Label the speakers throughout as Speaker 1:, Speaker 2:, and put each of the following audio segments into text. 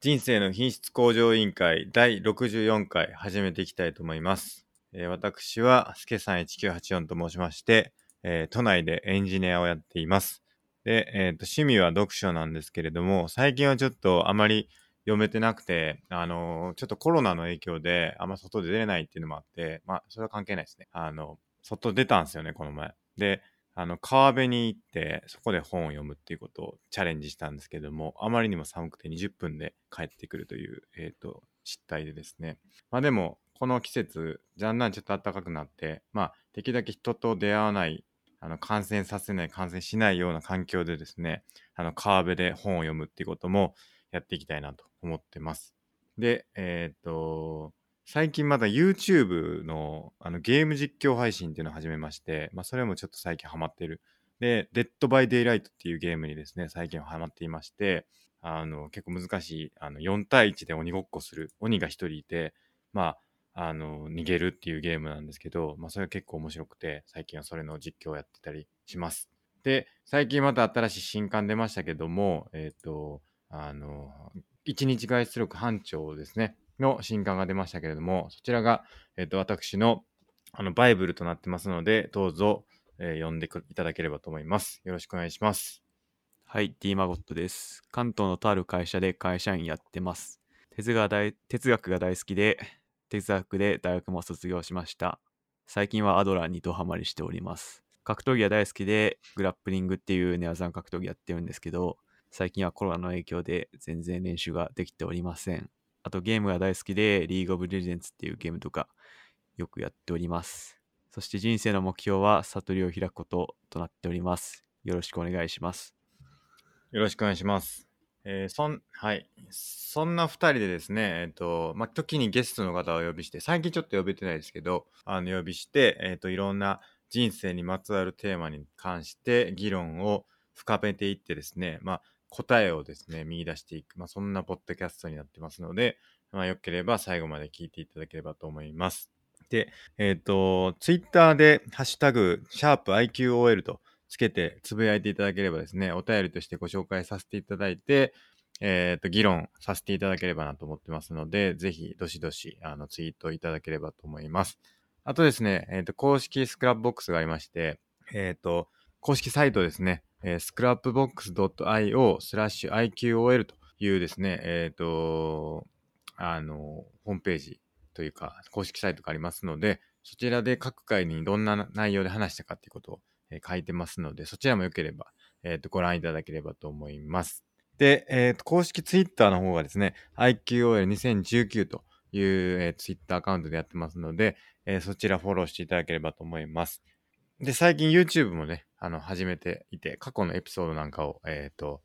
Speaker 1: 人生の品質向上委員会第64回始めていきたいと思います。えー私は、すけさん1984と申しまして、えー都内でエンジニアをやっています。で、えーと、趣味は読書なんですけれども、最近はちょっとあまり読めてなくて、あのーちょっとコロナの影響であんま外で出れないっていうのもあって、まあ、それは関係ないですね。あの、外出たんですよね、この前。で、あの、川辺に行って、そこで本を読むっていうことをチャレンジしたんですけども、あまりにも寒くて20分で帰ってくるという、えっ、と、失態でですね。まあでも、この季節、だんだんちょっと暖かくなって、まあ、できるだけ人と出会わない、あの、感染させない、感染しないような環境でですね、あの、川辺で本を読むっていうこともやっていきたいなと思ってます。で、えっ、と、最近まだ YouTube のあのゲーム実況配信っていうのを始めまして、まあ、それもちょっと最近ハマってる。で、デッドバイデイライトっていうゲームにですね、最近はハマっていまして、あの、結構難しい、あの、4対1で鬼ごっこする、鬼が1人いて、まあ、あの、逃げるっていうゲームなんですけど、まあ、それは結構面白くて、最近はそれの実況をやってたりします。で、最近また新しい新刊出ましたけども、えっ、と、あの、一日外出力班長ですね、の新刊が出ましたけれども、そちらが、えっ、と、私の、あの、バイブルとなってますので、どうぞ、えー読んでくいただければと思います。よろしくお願いします。
Speaker 2: はい、D マゴットです。関東のとある会社で会社員やってます。哲が大哲学が大好きで、哲学で大学も卒業しました。最近はアドラーにドハマりしております。格闘技は大好きで、グラップリングっていうネアザン格闘技やってるんですけど、最近はコロナの影響で全然練習ができておりません。あとゲームが大好きで、リーグオブレジェンツっていうゲームとかよくやっております。そして人生の目標は悟りを開くこととなっております。よろしくお願いします。
Speaker 1: よろしくお願いします。えーそん、はい。そんな2人でですね、えっ、と、まあ、時にゲストの方をお呼びして、最近ちょっと呼べてないですけど、あの、呼びして、えっ、と、いろんな人生にまつわるテーマに関して議論を深めていってですね、まあ、答えをですね、見出していく、まあ、そんなポッドキャストになってますので、まあ、よければ最後まで聞いていただければと思います。で、えっ、と、ツイッターで、ハッシュタグ、シャープ i q o l とつけてつぶやいていただければですね、お便りとしてご紹介させていただいて、えっ、と、議論させていただければなと思ってますので、ぜひ、どしどし、あの、ツイートいただければと思います。あとですね、えっ、と、公式スクラップボックスがありまして、えっ、と、公式サイトですね、えー、scrapbox.io スラッシュ IQOL というですね、えっ、と、あの、ホームページというか、公式サイトがありますので、そちらで各回にどんな内容で話したかっていうことをえー書いてますので、そちらもよければ、えーと、ご覧いただければと思います。で、えーと、公式ツイッターの方がですね、IQOL2019 という、えツイッター Twitter アカウントでやってますので、えーそちらフォローしていただければと思います。で、最近 YouTube もね、あの、始めていて、過去のエピソードなんかを、えっ、と、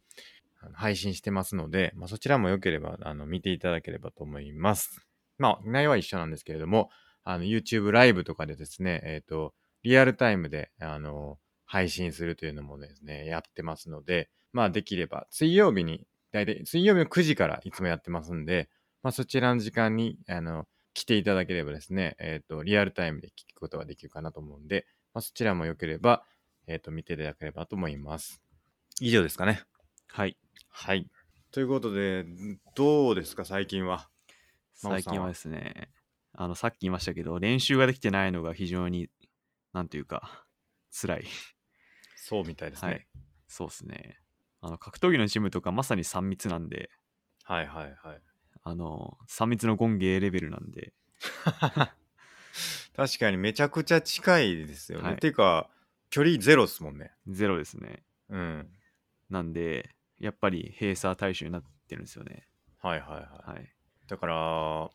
Speaker 1: あの配信してますので、まあ、そちらもよければ、あの、見ていただければと思います。まあ、内容は一緒なんですけれども、あの、YouTube ライブとかでですね、えっ、と、リアルタイムで、あの、配信するというのもですね、やってますので、まあ、できれば、水曜日に、だいたい水曜日の9時からいつもやってますんで、まあ、そちらの時間に、あの、来ていただければですね、えっ、と、リアルタイムで聞くことができるかなと思うんで、まあ、そちらもよければ、えっ、と、見ていただければと思います。以上ですかね。
Speaker 2: はい。
Speaker 1: はい。ということで、どうですか、最近は。真帆さんは
Speaker 2: 最近はですね、あの、さっき言いましたけど、練習ができてないのが非常に、なんというか、辛い。
Speaker 1: そうみたいです
Speaker 2: はい
Speaker 1: ね。。
Speaker 2: そうですね。あの、格闘技のチームとかまさに3密なんで、
Speaker 1: はい、はい、はい。
Speaker 2: あの、3密のゴンゲーレベルなんで、
Speaker 1: 確かにめちゃくちゃ近いですよね。
Speaker 2: はい
Speaker 1: ていうか、距離ゼロっすもんね。
Speaker 2: ゼロですね。
Speaker 1: うん。
Speaker 2: なんで、やっぱり閉鎖対象になってるんですよね。
Speaker 1: はいはいはい。
Speaker 2: はい。
Speaker 1: だから、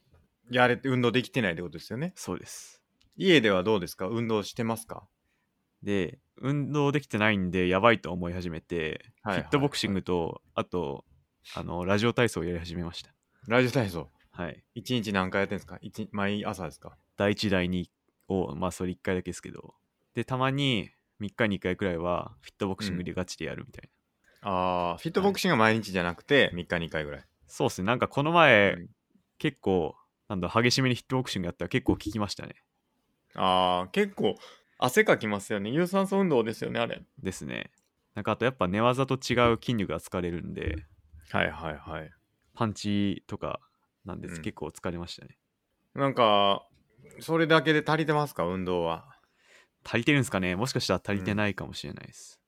Speaker 1: やれて運動できてないってことですよね。
Speaker 2: そうです。
Speaker 1: 家ではどうですか運動してますか
Speaker 2: で、運動できてないんで、やばいと思い始めて、
Speaker 1: はいはい
Speaker 2: フィットボクシングと、あと、あの、ラジオ体操をやり始めました。
Speaker 1: ラジオ体操。
Speaker 2: はい。
Speaker 1: 一日何回やってんですか一日毎朝ですか
Speaker 2: 第1第2をまあそれ1回だけですけどでたまに3日に1回くらいはフィットボクシングでガチでやるみたいな、
Speaker 1: あーフィットボクシングは毎日じゃなくて3日に1回ぐらい。
Speaker 2: そうっすねなんかこの前、
Speaker 1: うん
Speaker 2: 結構なんだ激しめにフィットボクシングやったら結構効きましたね
Speaker 1: あー結構汗かきますよね。有酸素運動ですよね、あれ。
Speaker 2: ですねなんかあとやっぱ寝技と違う筋肉が疲れるんで
Speaker 1: はいはいはい。
Speaker 2: パンチとかなんです、
Speaker 1: うん
Speaker 2: 結構疲れましたね。
Speaker 1: なんか、それだけで足りてますか、運動は。
Speaker 2: 足りてるんですかねもしかしたら足りてないかもしれないです。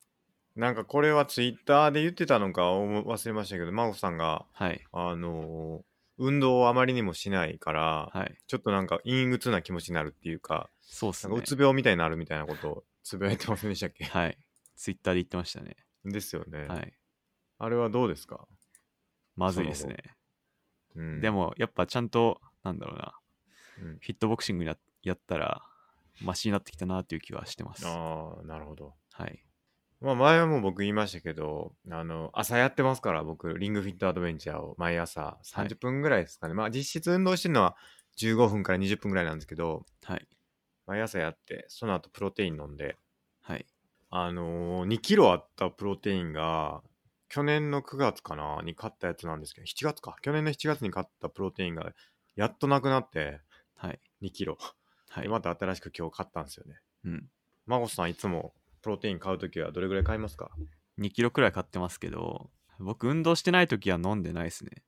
Speaker 1: なんかこれはツイッターで言ってたのか思忘れましたけど、真帆さんが、
Speaker 2: はい。
Speaker 1: あのー運動をあまりにもしないから、
Speaker 2: はい。
Speaker 1: ちょっとなんか陰鬱な気持ちになるっていうか、
Speaker 2: そうっす
Speaker 1: なんか
Speaker 2: ね
Speaker 1: う。つ病みたいになるみたいなことをつぶやいてませんでしたっ け
Speaker 2: はい。ツイッターで言ってましたね。
Speaker 1: ですよね、
Speaker 2: はい。
Speaker 1: あれはどうですか、
Speaker 2: まずいですね。
Speaker 1: うん、
Speaker 2: で、も、やっぱちゃんと、なんだろうな、
Speaker 1: うん、
Speaker 2: フィットボクシングややったら、マシになってきたなっていう気はしてます。は
Speaker 1: ああ、なるほど。
Speaker 2: い。
Speaker 1: まあ前はもう僕言いましたけど、あの、朝やってますから、僕、リングフィットアドベンチャーを毎朝
Speaker 2: い
Speaker 1: 30分ぐらいですかね。まあ実質運動してるのは15分から20分ぐらいなんですけど、
Speaker 2: はい。
Speaker 1: 毎朝やって、その後プロテイン飲んで、
Speaker 2: はい。
Speaker 1: あのー2キロあったプロテインが、去年の9月かなに買ったやつなんですけど、7月か。去年の7月に買ったプロテインが、やっとなくなって、
Speaker 2: はい。
Speaker 1: 2キロ。
Speaker 2: は
Speaker 1: で
Speaker 2: い。
Speaker 1: また新しく今日買ったんですよね。
Speaker 2: うん。
Speaker 1: マゴさんいつもプロテイン買うときはどれぐらい買いますか
Speaker 2: 2キロくらい買ってますけど、僕、運動してないときは飲んでないですね。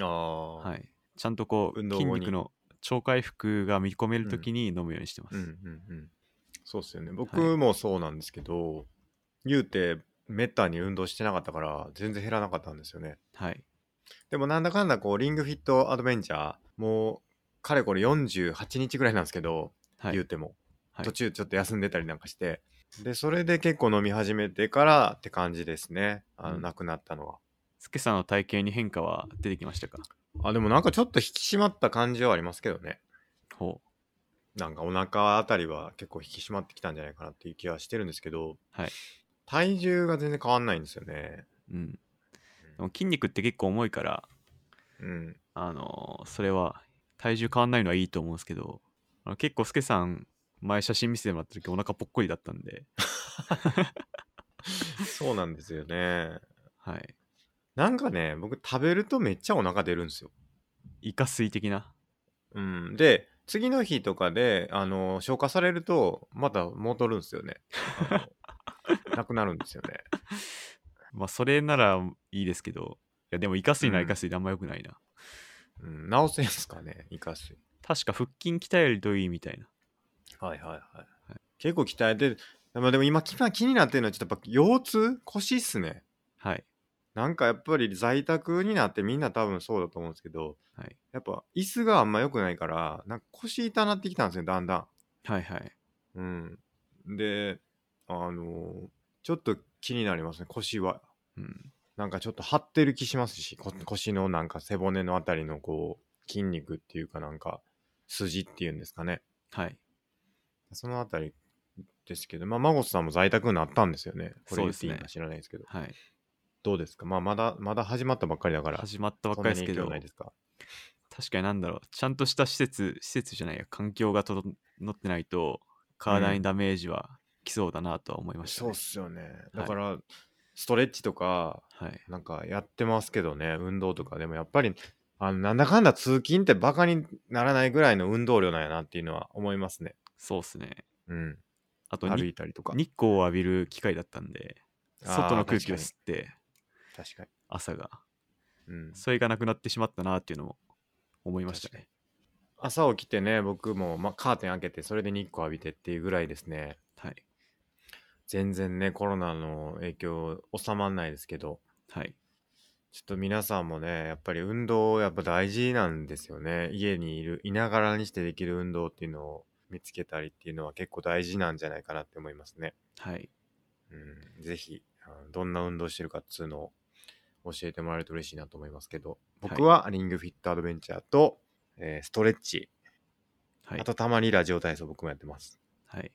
Speaker 1: ああは
Speaker 2: はい。ちゃんとこう、
Speaker 1: 運動
Speaker 2: 筋
Speaker 1: 後に
Speaker 2: 肉の超回復が見込めるときに飲むようにしてま
Speaker 1: う
Speaker 2: す。
Speaker 1: んうんうん。そうっすよね。僕もそうなんですけど、言うて、めったに運動してなかったから、全然減らなかったんですよね。
Speaker 2: はい。
Speaker 1: でも、なんだかんだ、こう、リングフィットアドベンチャー、もう、かれこれ48日ぐらいなんですけど、
Speaker 2: は
Speaker 1: 言う
Speaker 2: い。
Speaker 1: ても、
Speaker 2: はい
Speaker 1: 途中ちょっと休んでたりなんかして、で、それで結構飲み始めてからって感じですね。あの、
Speaker 2: うん
Speaker 1: なくなったのは。
Speaker 2: スケさんの体型に変化は出てきましたか
Speaker 1: あ、でもなんかちょっと引き締まった感じはありますけどね。
Speaker 2: ほう。
Speaker 1: なんかお腹あたりは結構引き締まってきたんじゃないかなっていう気はしてるんですけど、
Speaker 2: はい
Speaker 1: 体重が全然変わんないんですよね。
Speaker 2: うん。でも筋肉って結構重いから、
Speaker 1: うん。
Speaker 2: あのーそれは体重変わんないのはいいと思うんですけどあの結構スケさん前写真見せてもらった時お腹ぽっこりだったんで
Speaker 1: そうなんですよね。
Speaker 2: はい
Speaker 1: なんかね、僕食べるとめっちゃお腹出るんですよ。
Speaker 2: イカ水的な
Speaker 1: うん。で、次の日とかで、あの、消化されると、また戻るんですよね。あ のなくなるんですよね。
Speaker 2: まあそれならいいですけどいやでもイカ水なら
Speaker 1: うん
Speaker 2: イカ水であんま良くないな、
Speaker 1: うん。直せんすかね、イカ水。
Speaker 2: 確か腹筋鍛えるといいみたいな
Speaker 1: はいはいはい。結構鍛えて、まあでも今気気になってるのはちょっとやっぱ腰痛腰っすね。
Speaker 2: はい
Speaker 1: なんかやっぱり在宅になってみんな多分そうだと思うんですけど、
Speaker 2: はい
Speaker 1: やっぱ椅子があんま良くないから、なんか腰痛なってきたんですよ、だんだ
Speaker 2: はいはい
Speaker 1: ん。うん。で、あのーちょっと気になりますね、腰は。
Speaker 2: うん
Speaker 1: なんかちょっと張ってる気しますし、こ腰のなんか背骨のあたりのこう、筋肉っていうかなんか、筋っていうんですかね。
Speaker 2: はい
Speaker 1: そのあたりですけど、まあ、孫さんも在宅になったんですよね。これ
Speaker 2: そう
Speaker 1: 言
Speaker 2: で
Speaker 1: っ
Speaker 2: す
Speaker 1: て
Speaker 2: ね
Speaker 1: いいのか知らないですけど。
Speaker 2: はい
Speaker 1: どうですかまあ、まだ、まだ始まったばっかりだから。
Speaker 2: 始まったばっかりですけ
Speaker 1: そん
Speaker 2: ど
Speaker 1: なに影響ないですか
Speaker 2: 確かになんだろうちゃんとした施設施設じゃないや環境が整ってないと体にダメージはきそうだなとは思いました、
Speaker 1: そう
Speaker 2: ね
Speaker 1: っすよね。だから、ストレッチとか、
Speaker 2: はい
Speaker 1: なんかやってますけどね、運動とか。でもやっぱり、あのなんだかんだ通勤ってバカにならないぐらいの運動量なんやなっていうのは思いますね。
Speaker 2: そうっすね
Speaker 1: うん。
Speaker 2: あと
Speaker 1: 歩
Speaker 2: に
Speaker 1: いたりとか。
Speaker 2: 日光を浴びる機会だったんで
Speaker 1: あー
Speaker 2: 外の空気を吸って
Speaker 1: 確かに。
Speaker 2: 朝が
Speaker 1: うん、
Speaker 2: それがなくなってしまったなっていうのも思いましたね
Speaker 1: 朝起きてね、僕も、まあ、カーテン開けて、それで日光浴びてっていうぐらいですね。
Speaker 2: はい
Speaker 1: 全然ね、コロナの影響収まんないですけど、
Speaker 2: はい
Speaker 1: ちょっと皆さんもね、やっぱり運動、やっぱ大事なんですよね。家にいる、いながらにしてできる運動っていうのを見つけたりっていうのは結構大事なんじゃないかなって思いますね。
Speaker 2: はい
Speaker 1: うん、ぜひ、あのどんな運動してるかっつうのを教えてもらえると嬉しいなと思いますけど、僕はリングフィットアドベンチャーと、えーストレッチ、
Speaker 2: はい
Speaker 1: あとたまにラジオ体操僕もやってます。
Speaker 2: はい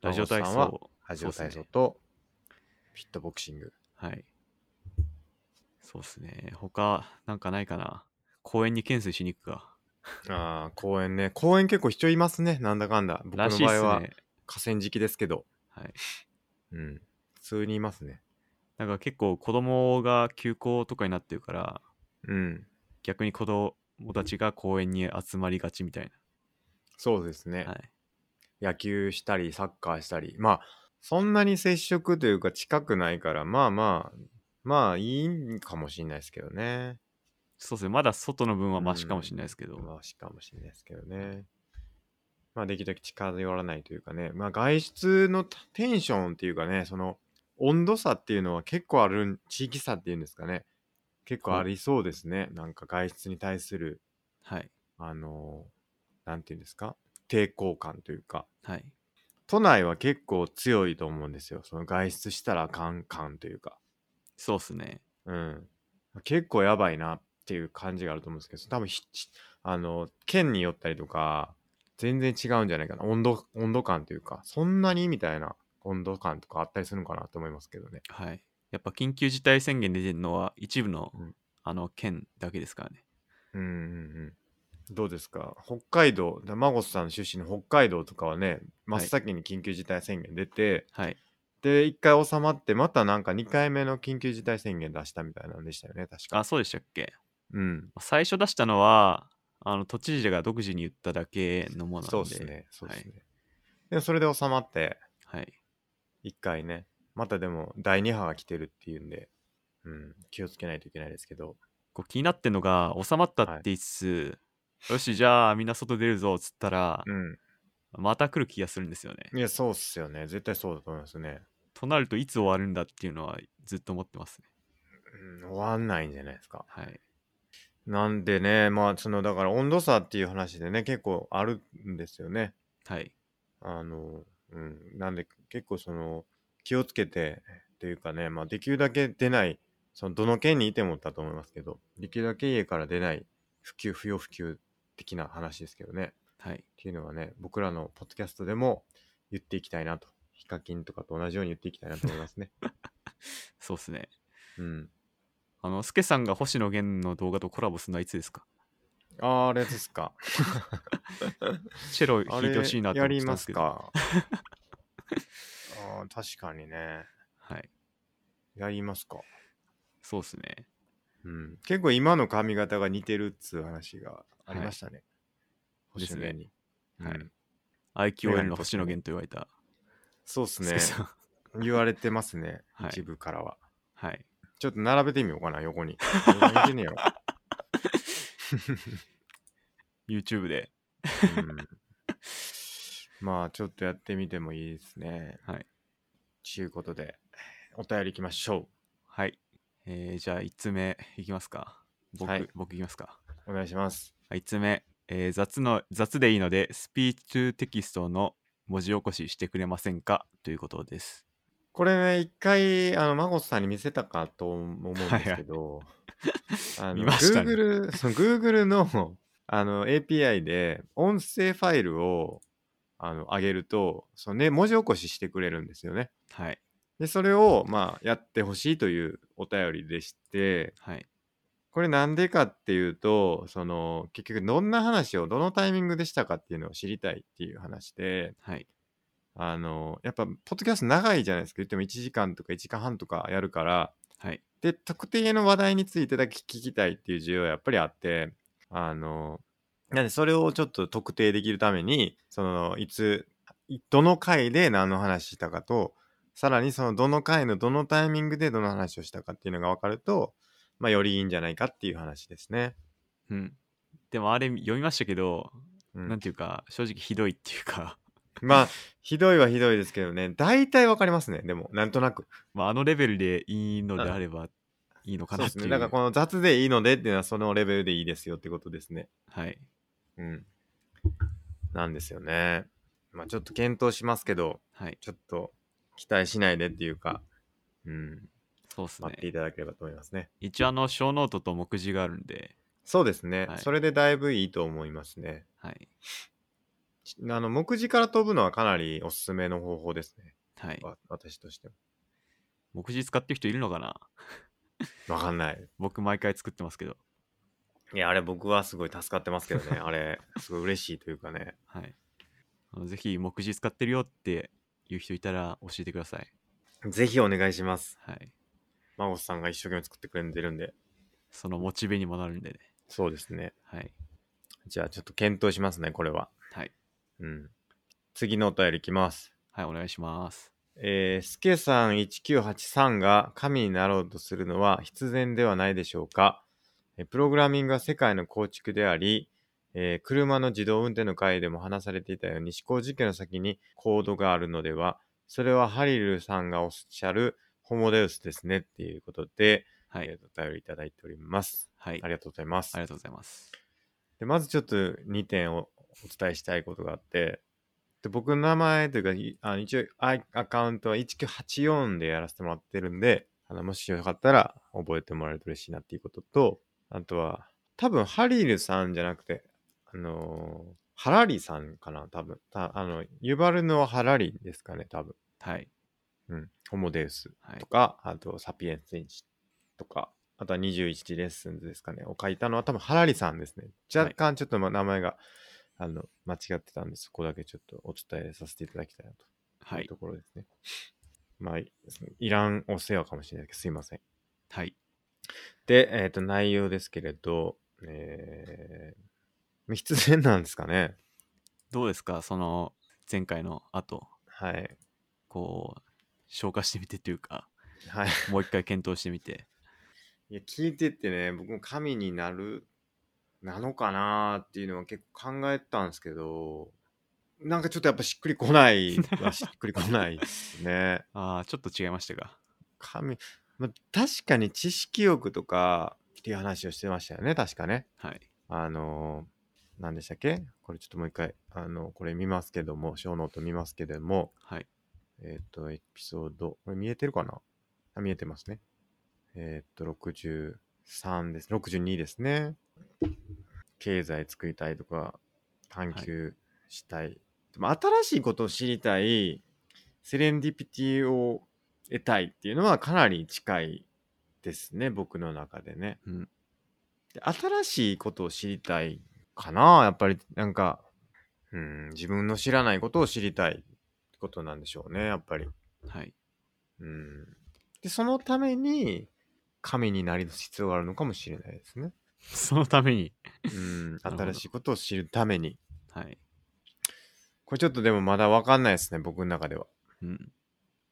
Speaker 2: ラジオ体
Speaker 1: さんは
Speaker 2: 操
Speaker 1: ラジオ体
Speaker 2: そう
Speaker 1: 操
Speaker 2: っすね
Speaker 1: と、フィットボクシング。
Speaker 2: はいそうっすね他なんかないかな公園に懸垂しに行くか
Speaker 1: ああ、公園ね。公園結構人いますね。なんだかんだ。僕の
Speaker 2: らしいっ
Speaker 1: 場
Speaker 2: すね
Speaker 1: 合は
Speaker 2: はい
Speaker 1: 河川敷ですけど。うん。普通にいますね。
Speaker 2: なんか結構子供が休校とかになってるから
Speaker 1: うん。
Speaker 2: 逆に子供たちが公園に集まりがちみたい
Speaker 1: そうですね。
Speaker 2: なはい
Speaker 1: 野球したり、サッカーしたり。まあ、そんなに接触というか近くないから、まあまあ、まあいいんかもしれないですけどね。
Speaker 2: そうですね。まだ外の分はマシかもしれないですけど。
Speaker 1: まあ、しかもしれないですけどね。まあ、できるだけ近寄らないというかね、まあ、外出のテテンションっていうかね、その温度差っていうのは結構あるん、地域差っていうんですかね、結構ありそうですね。なんか外出に対する、
Speaker 2: はい。
Speaker 1: あのーなんていうんですか、抵抗感というか、
Speaker 2: はい。
Speaker 1: 都内は結構強いと思うんですよ。その外出したらあかん感というか。
Speaker 2: そうですね。
Speaker 1: うん、結構やばいなっていう感じがあると思うんですけど多分ひあの県によったりとか全然違うんじゃないかな温度温度感というかそんなにみたいな温度感とかあったりするのかなと思いますけどね
Speaker 2: はい。やっぱ緊急事態宣言出てるのは一部の、
Speaker 1: うん
Speaker 2: あの県だけですからね。
Speaker 1: うんうんうんどうですか北海道だマゴスさん出身の北海道とかはね真っ先に緊急事態宣言出て、
Speaker 2: はい。
Speaker 1: で1回収まってまたなんか2回目の緊急事態宣言出したみたいなんでしたよね確
Speaker 2: あ、
Speaker 1: か
Speaker 2: そうでしたっけ
Speaker 1: うん
Speaker 2: 最初出したのは、あの都知事が独自に言っただけのものなんで。
Speaker 1: そうですねそうですね、でそれで収まって
Speaker 2: はい。
Speaker 1: 一回ね、またでも第2波が来てるっていうんで、うん、気をつけないといけないですけど、
Speaker 2: こう気になってんのが、収まったって言いつつ、よし、じゃあみんな外出るぞっつったら、
Speaker 1: う
Speaker 2: また来る気がするんですよね。
Speaker 1: ん。いや、そうっすよね。絶対そうだと思いますね。
Speaker 2: となると、いつ終わるんだっていうのはずっと思ってますね。
Speaker 1: うん、終わんないんじゃないですか。
Speaker 2: はい。
Speaker 1: なんでね、まあ、その、だから温度差っていう話でね、結構あるんですよね。
Speaker 2: はい。
Speaker 1: あの、うん。なんで、結構その、気をつけてっていうかね、まあ、できるだけ出ない、その、どの県にいてもだと思いますけど、できるだけ家から出ない、普及、不要不急的な話ですけどね。
Speaker 2: はい。
Speaker 1: っていうのはね、僕らのポッドキャストでも言っていきたいなと。ヒカキンとかと同じように言っていきたいなと思い ますね。
Speaker 2: そうですね。
Speaker 1: うん。
Speaker 2: あの、スケさんが星野源の動画とコラボするのはいつですか
Speaker 1: あーあれですか。
Speaker 2: チェロ
Speaker 1: あ
Speaker 2: 弾い
Speaker 1: れ
Speaker 2: てほしいなと
Speaker 1: や
Speaker 2: 思って
Speaker 1: り
Speaker 2: たん
Speaker 1: ま
Speaker 2: です
Speaker 1: す
Speaker 2: けど。
Speaker 1: か。 あー確かにね。
Speaker 2: はい。
Speaker 1: やりますか。
Speaker 2: そうですね。
Speaker 1: うん。結構今の髪型が似てるっつう話がありましたね。
Speaker 2: はい
Speaker 1: 星野源に。
Speaker 2: ですねはい
Speaker 1: うん
Speaker 2: IQN の星野源と言われた。
Speaker 1: そうっす
Speaker 2: ス
Speaker 1: ね
Speaker 2: ケ。さん。
Speaker 1: 言われてますね。
Speaker 2: はい
Speaker 1: 一部からは。
Speaker 2: はい。
Speaker 1: ちょっと並べてみようかな、横に。何似てん ねやろ
Speaker 2: YouTube で。
Speaker 1: うんまあちょっとやってみてもいいですね。
Speaker 2: はい。
Speaker 1: ちゅうことで、お便りいきましょ
Speaker 2: はい。えー、じゃあ、1つ目いきますか。僕、
Speaker 1: はい
Speaker 2: 僕いきますか。
Speaker 1: う。お願いします。
Speaker 2: 1つ目、えー雑の、雑でいいので、スピーチトゥテキストの文字起こししてくれませんかということです。
Speaker 1: これね、一回、あの、マゴスさんに見せたかと思うんですけど、あ
Speaker 2: 見
Speaker 1: の、
Speaker 2: ましたね
Speaker 1: Google、その Google の、 あの、API で、音声ファイルを、あの、上げると、そのね、文字起こししてくれるんですよね。
Speaker 2: はい。
Speaker 1: で、それを、まあ、やってほしいというお便りでして、
Speaker 2: はい。
Speaker 1: これなんでかっていうと、その、結局どんな話をどのタイミングでしたかっていうのを知りたいっていう話で、
Speaker 2: はい。
Speaker 1: あの、やっぱ、ポッドキャスト長いじゃないですか。言っても1時間とか1時間半とかやるから、
Speaker 2: はい。
Speaker 1: で、特定の話題についてだけ聞きたいっていう需要はやっぱりあって、あの、なんでそれをちょっと特定できるために、その、いつ、いどの回で何の話したかと、さらにそのどの回のどのタイミングでどの話をしたかっていうのが分かると、まあ、よりいいんじゃないかっていう話ですね。
Speaker 2: うん。でも、あれ読みましたけど、
Speaker 1: うん
Speaker 2: なんていうか、正直ひどいっていうか、
Speaker 1: まあ、ひどいはひどいですけどね、大体わかりますね、でも、なんとなく。
Speaker 2: まあ、あのレベルでいいのであればいいのか
Speaker 1: そう
Speaker 2: な
Speaker 1: で
Speaker 2: っ
Speaker 1: す
Speaker 2: て
Speaker 1: ね。
Speaker 2: いう。
Speaker 1: だからこの雑でいいのでっていうのは、そのレベルでいいですよってことですね。
Speaker 2: はい。
Speaker 1: うん。なんですよね。まあ、ちょっと検討しますけど、
Speaker 2: はい。
Speaker 1: ちょっと期待しないでっていうか、うん、
Speaker 2: そうです
Speaker 1: 待ってい
Speaker 2: ね。
Speaker 1: ただければと思いますね。
Speaker 2: 一応、あの、小ノートと目次があるんで、
Speaker 1: そうですね、
Speaker 2: はい
Speaker 1: それでだいぶいいと思いますね。
Speaker 2: はい。
Speaker 1: ちあの、目次から飛ぶのはかなりおすすめの方法ですね。
Speaker 2: はい。
Speaker 1: わ私としても。
Speaker 2: 目次使ってる人いるのかな
Speaker 1: わかんない。
Speaker 2: 僕、毎回作ってますけど。
Speaker 1: いや、あれ僕はすごい助かってますけど ね。あれ、すごい嬉しいというかね。
Speaker 2: はい。あのぜひ、目次使ってるよっていう人いたら教えてください。
Speaker 1: ぜひお願いします。
Speaker 2: はい。
Speaker 1: マゴスさんが一生懸命作ってくれてるんで。
Speaker 2: そのモチベにもなるんでね。
Speaker 1: そうですね。
Speaker 2: はい。
Speaker 1: じゃあちょっと検討しますね、これは。
Speaker 2: はい。
Speaker 1: うん。次のお便りいきます。
Speaker 2: はい、お願いします。
Speaker 1: えー、すけさん1983が神になろうとするのは必然ではないでしょうか。ええープログラミングは世界の構築であり、えー車の自動運転の回でも話されていたように思考実験の先にコードがあるのでは、それはハリルさんがおっしゃるホモデウスですねっていうことで、
Speaker 2: は
Speaker 1: え
Speaker 2: い。
Speaker 1: ーお便りいただいております。
Speaker 2: はい。
Speaker 1: あ
Speaker 2: あ
Speaker 1: りがとうございます
Speaker 2: り。がとうございます。
Speaker 1: でまずちょっと2点をお伝えしたいことがあってで僕の名前というかいあの一応アイアカウントは1984でやらせてもらってるんであのもしよかったら覚えてもらえると嬉しいなっていうこととあとは多分ハリルさんじゃなくてあのーハラリさんかな多分たあのユバルのハラリですかね多分
Speaker 2: はい。
Speaker 1: うんホモデウス
Speaker 2: は
Speaker 1: と
Speaker 2: い。
Speaker 1: か、あとサピエンスインチとか、あとは21レッスンズですかね、を書いたのは多分ハラリさんですね。
Speaker 2: はい
Speaker 1: 若干ちょっとま名前が、あの間違ってたんで、そこだけちょっとお伝えさせていただきたいなと。
Speaker 2: はいいう
Speaker 1: ところですね。まあ、いいらんお世話かもしれないけど、すいません。
Speaker 2: はい。
Speaker 1: で、えっ、と、内容ですけれど、えー、必然なんですかね。
Speaker 2: どうですかその、前回の後、
Speaker 1: はい。
Speaker 2: こう、消化してみてというか、
Speaker 1: はい。
Speaker 2: もう一回検討してみて。
Speaker 1: いや、聞いてってね、僕も神になる、なのかなーっていうのは結構考えてたんですけど、なんかちょっとやっぱしっくりこないはしっくりこないですね。
Speaker 2: ああ、ちょっと違いましたか。
Speaker 1: 神、まあ、確かに知識欲とかっていう話をしてましたよね、確かね。
Speaker 2: はい。
Speaker 1: あのー、何でしたっけこれちょっともう一回、あの、これ見ますけども、小ノート見ますけども、
Speaker 2: はい。
Speaker 1: えっ、と、エピソード、これ見えてるかなあ見えてますね。えっ、と、63です。62ですね。経済作りたいとか、探求したい。でも新しいことを知りたい、セレンディピティを得たいっていうのはかなり近いですね、僕の中でね。
Speaker 2: うん
Speaker 1: で新しいことを知りたいかなやっぱりなんか、うん、自分の知らないことを知りたいってことなんでしょうね、やっぱり。
Speaker 2: はい。
Speaker 1: うん。で、そのために、神になりの必要があるのかもしれないですね。
Speaker 2: そのために。
Speaker 1: うん。
Speaker 2: ほど
Speaker 1: 新しいことを知るために。
Speaker 2: はい。
Speaker 1: これちょっとでもまだわかんないですね、僕の中では。
Speaker 2: うん。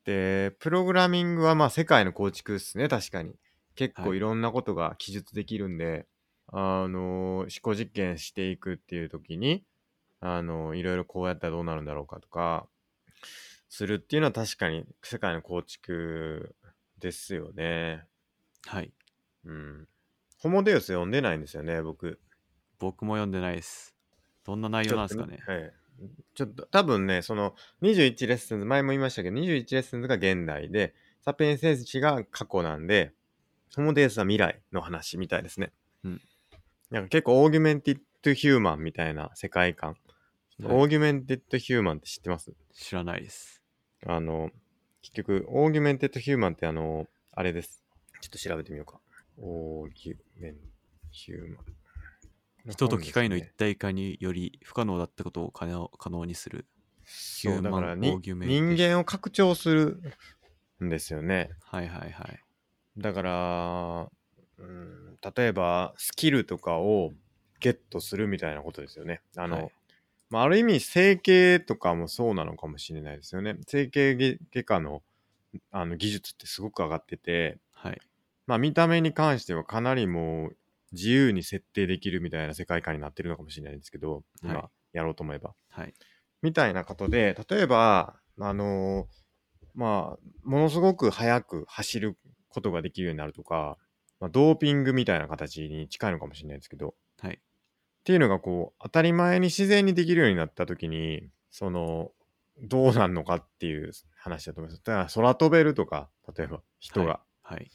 Speaker 1: で、プログラミングはまあ世界の構築ですね、確かに。結
Speaker 2: は
Speaker 1: 構
Speaker 2: い
Speaker 1: いろんなことが記述できるんで、あのー思考実験していくっていう時に、あのーいろいろこうやったらどうなるんだろうかとか、するっていうのは確かに世界の構築ですよね。
Speaker 2: はい。
Speaker 1: うん。ホモデウス読んでないんですよね、僕。
Speaker 2: 僕も読んでないです。どんな内容なんですかね。
Speaker 1: ちょっとはい。ちょっと、多分ね、その21レッスンズ、前も言いましたけど、21レッスンズが現代で、サピエンス選手が過去なんで、ホモデウスは未来の話みたいですね。
Speaker 2: うん。
Speaker 1: なんか結構、オーギュメンティッドヒューマンみたいな世界観。
Speaker 2: はい
Speaker 1: オーギュメンティッドヒューマンって知ってます
Speaker 2: 知らないです。
Speaker 1: あの、結局、オーギュメンテッドヒューマンってあの、あれです。ちょっと調べてみようか。オーギュメンヒューマン。
Speaker 2: 人と機械の
Speaker 1: 一
Speaker 2: 一体化により不可能だったことを可能可能にする。ヒ
Speaker 1: そうだからに人間を拡張するんですよね。
Speaker 2: はいはいはい。
Speaker 1: だから、うん、例えばスキルとかをゲットするみたいなことですよね。あの、
Speaker 2: はい
Speaker 1: まあ、ある意味整形とかもそうなのかもしれないですよね。整形外科のあの技術ってすごく上がってて、
Speaker 2: はい。
Speaker 1: まあ、見た目に関してはかなりもう自由に設定できるみたいな世界観になってるのかもしれないんですけど、今、
Speaker 2: はい
Speaker 1: やろうと思えば。
Speaker 2: はい。
Speaker 1: みたいなことで、例えば、あのまあ、ものすごく速く走ることができるようになるとか、まあ、ドーピングみたいな形に近いのかもしれないですけど、っ
Speaker 2: はい。
Speaker 1: ていうのがこう、当たり前に自然にできるようになったときに、その、どうなんのかっていう話だと思います。だから空飛べるとか、例えば人が。
Speaker 2: はい。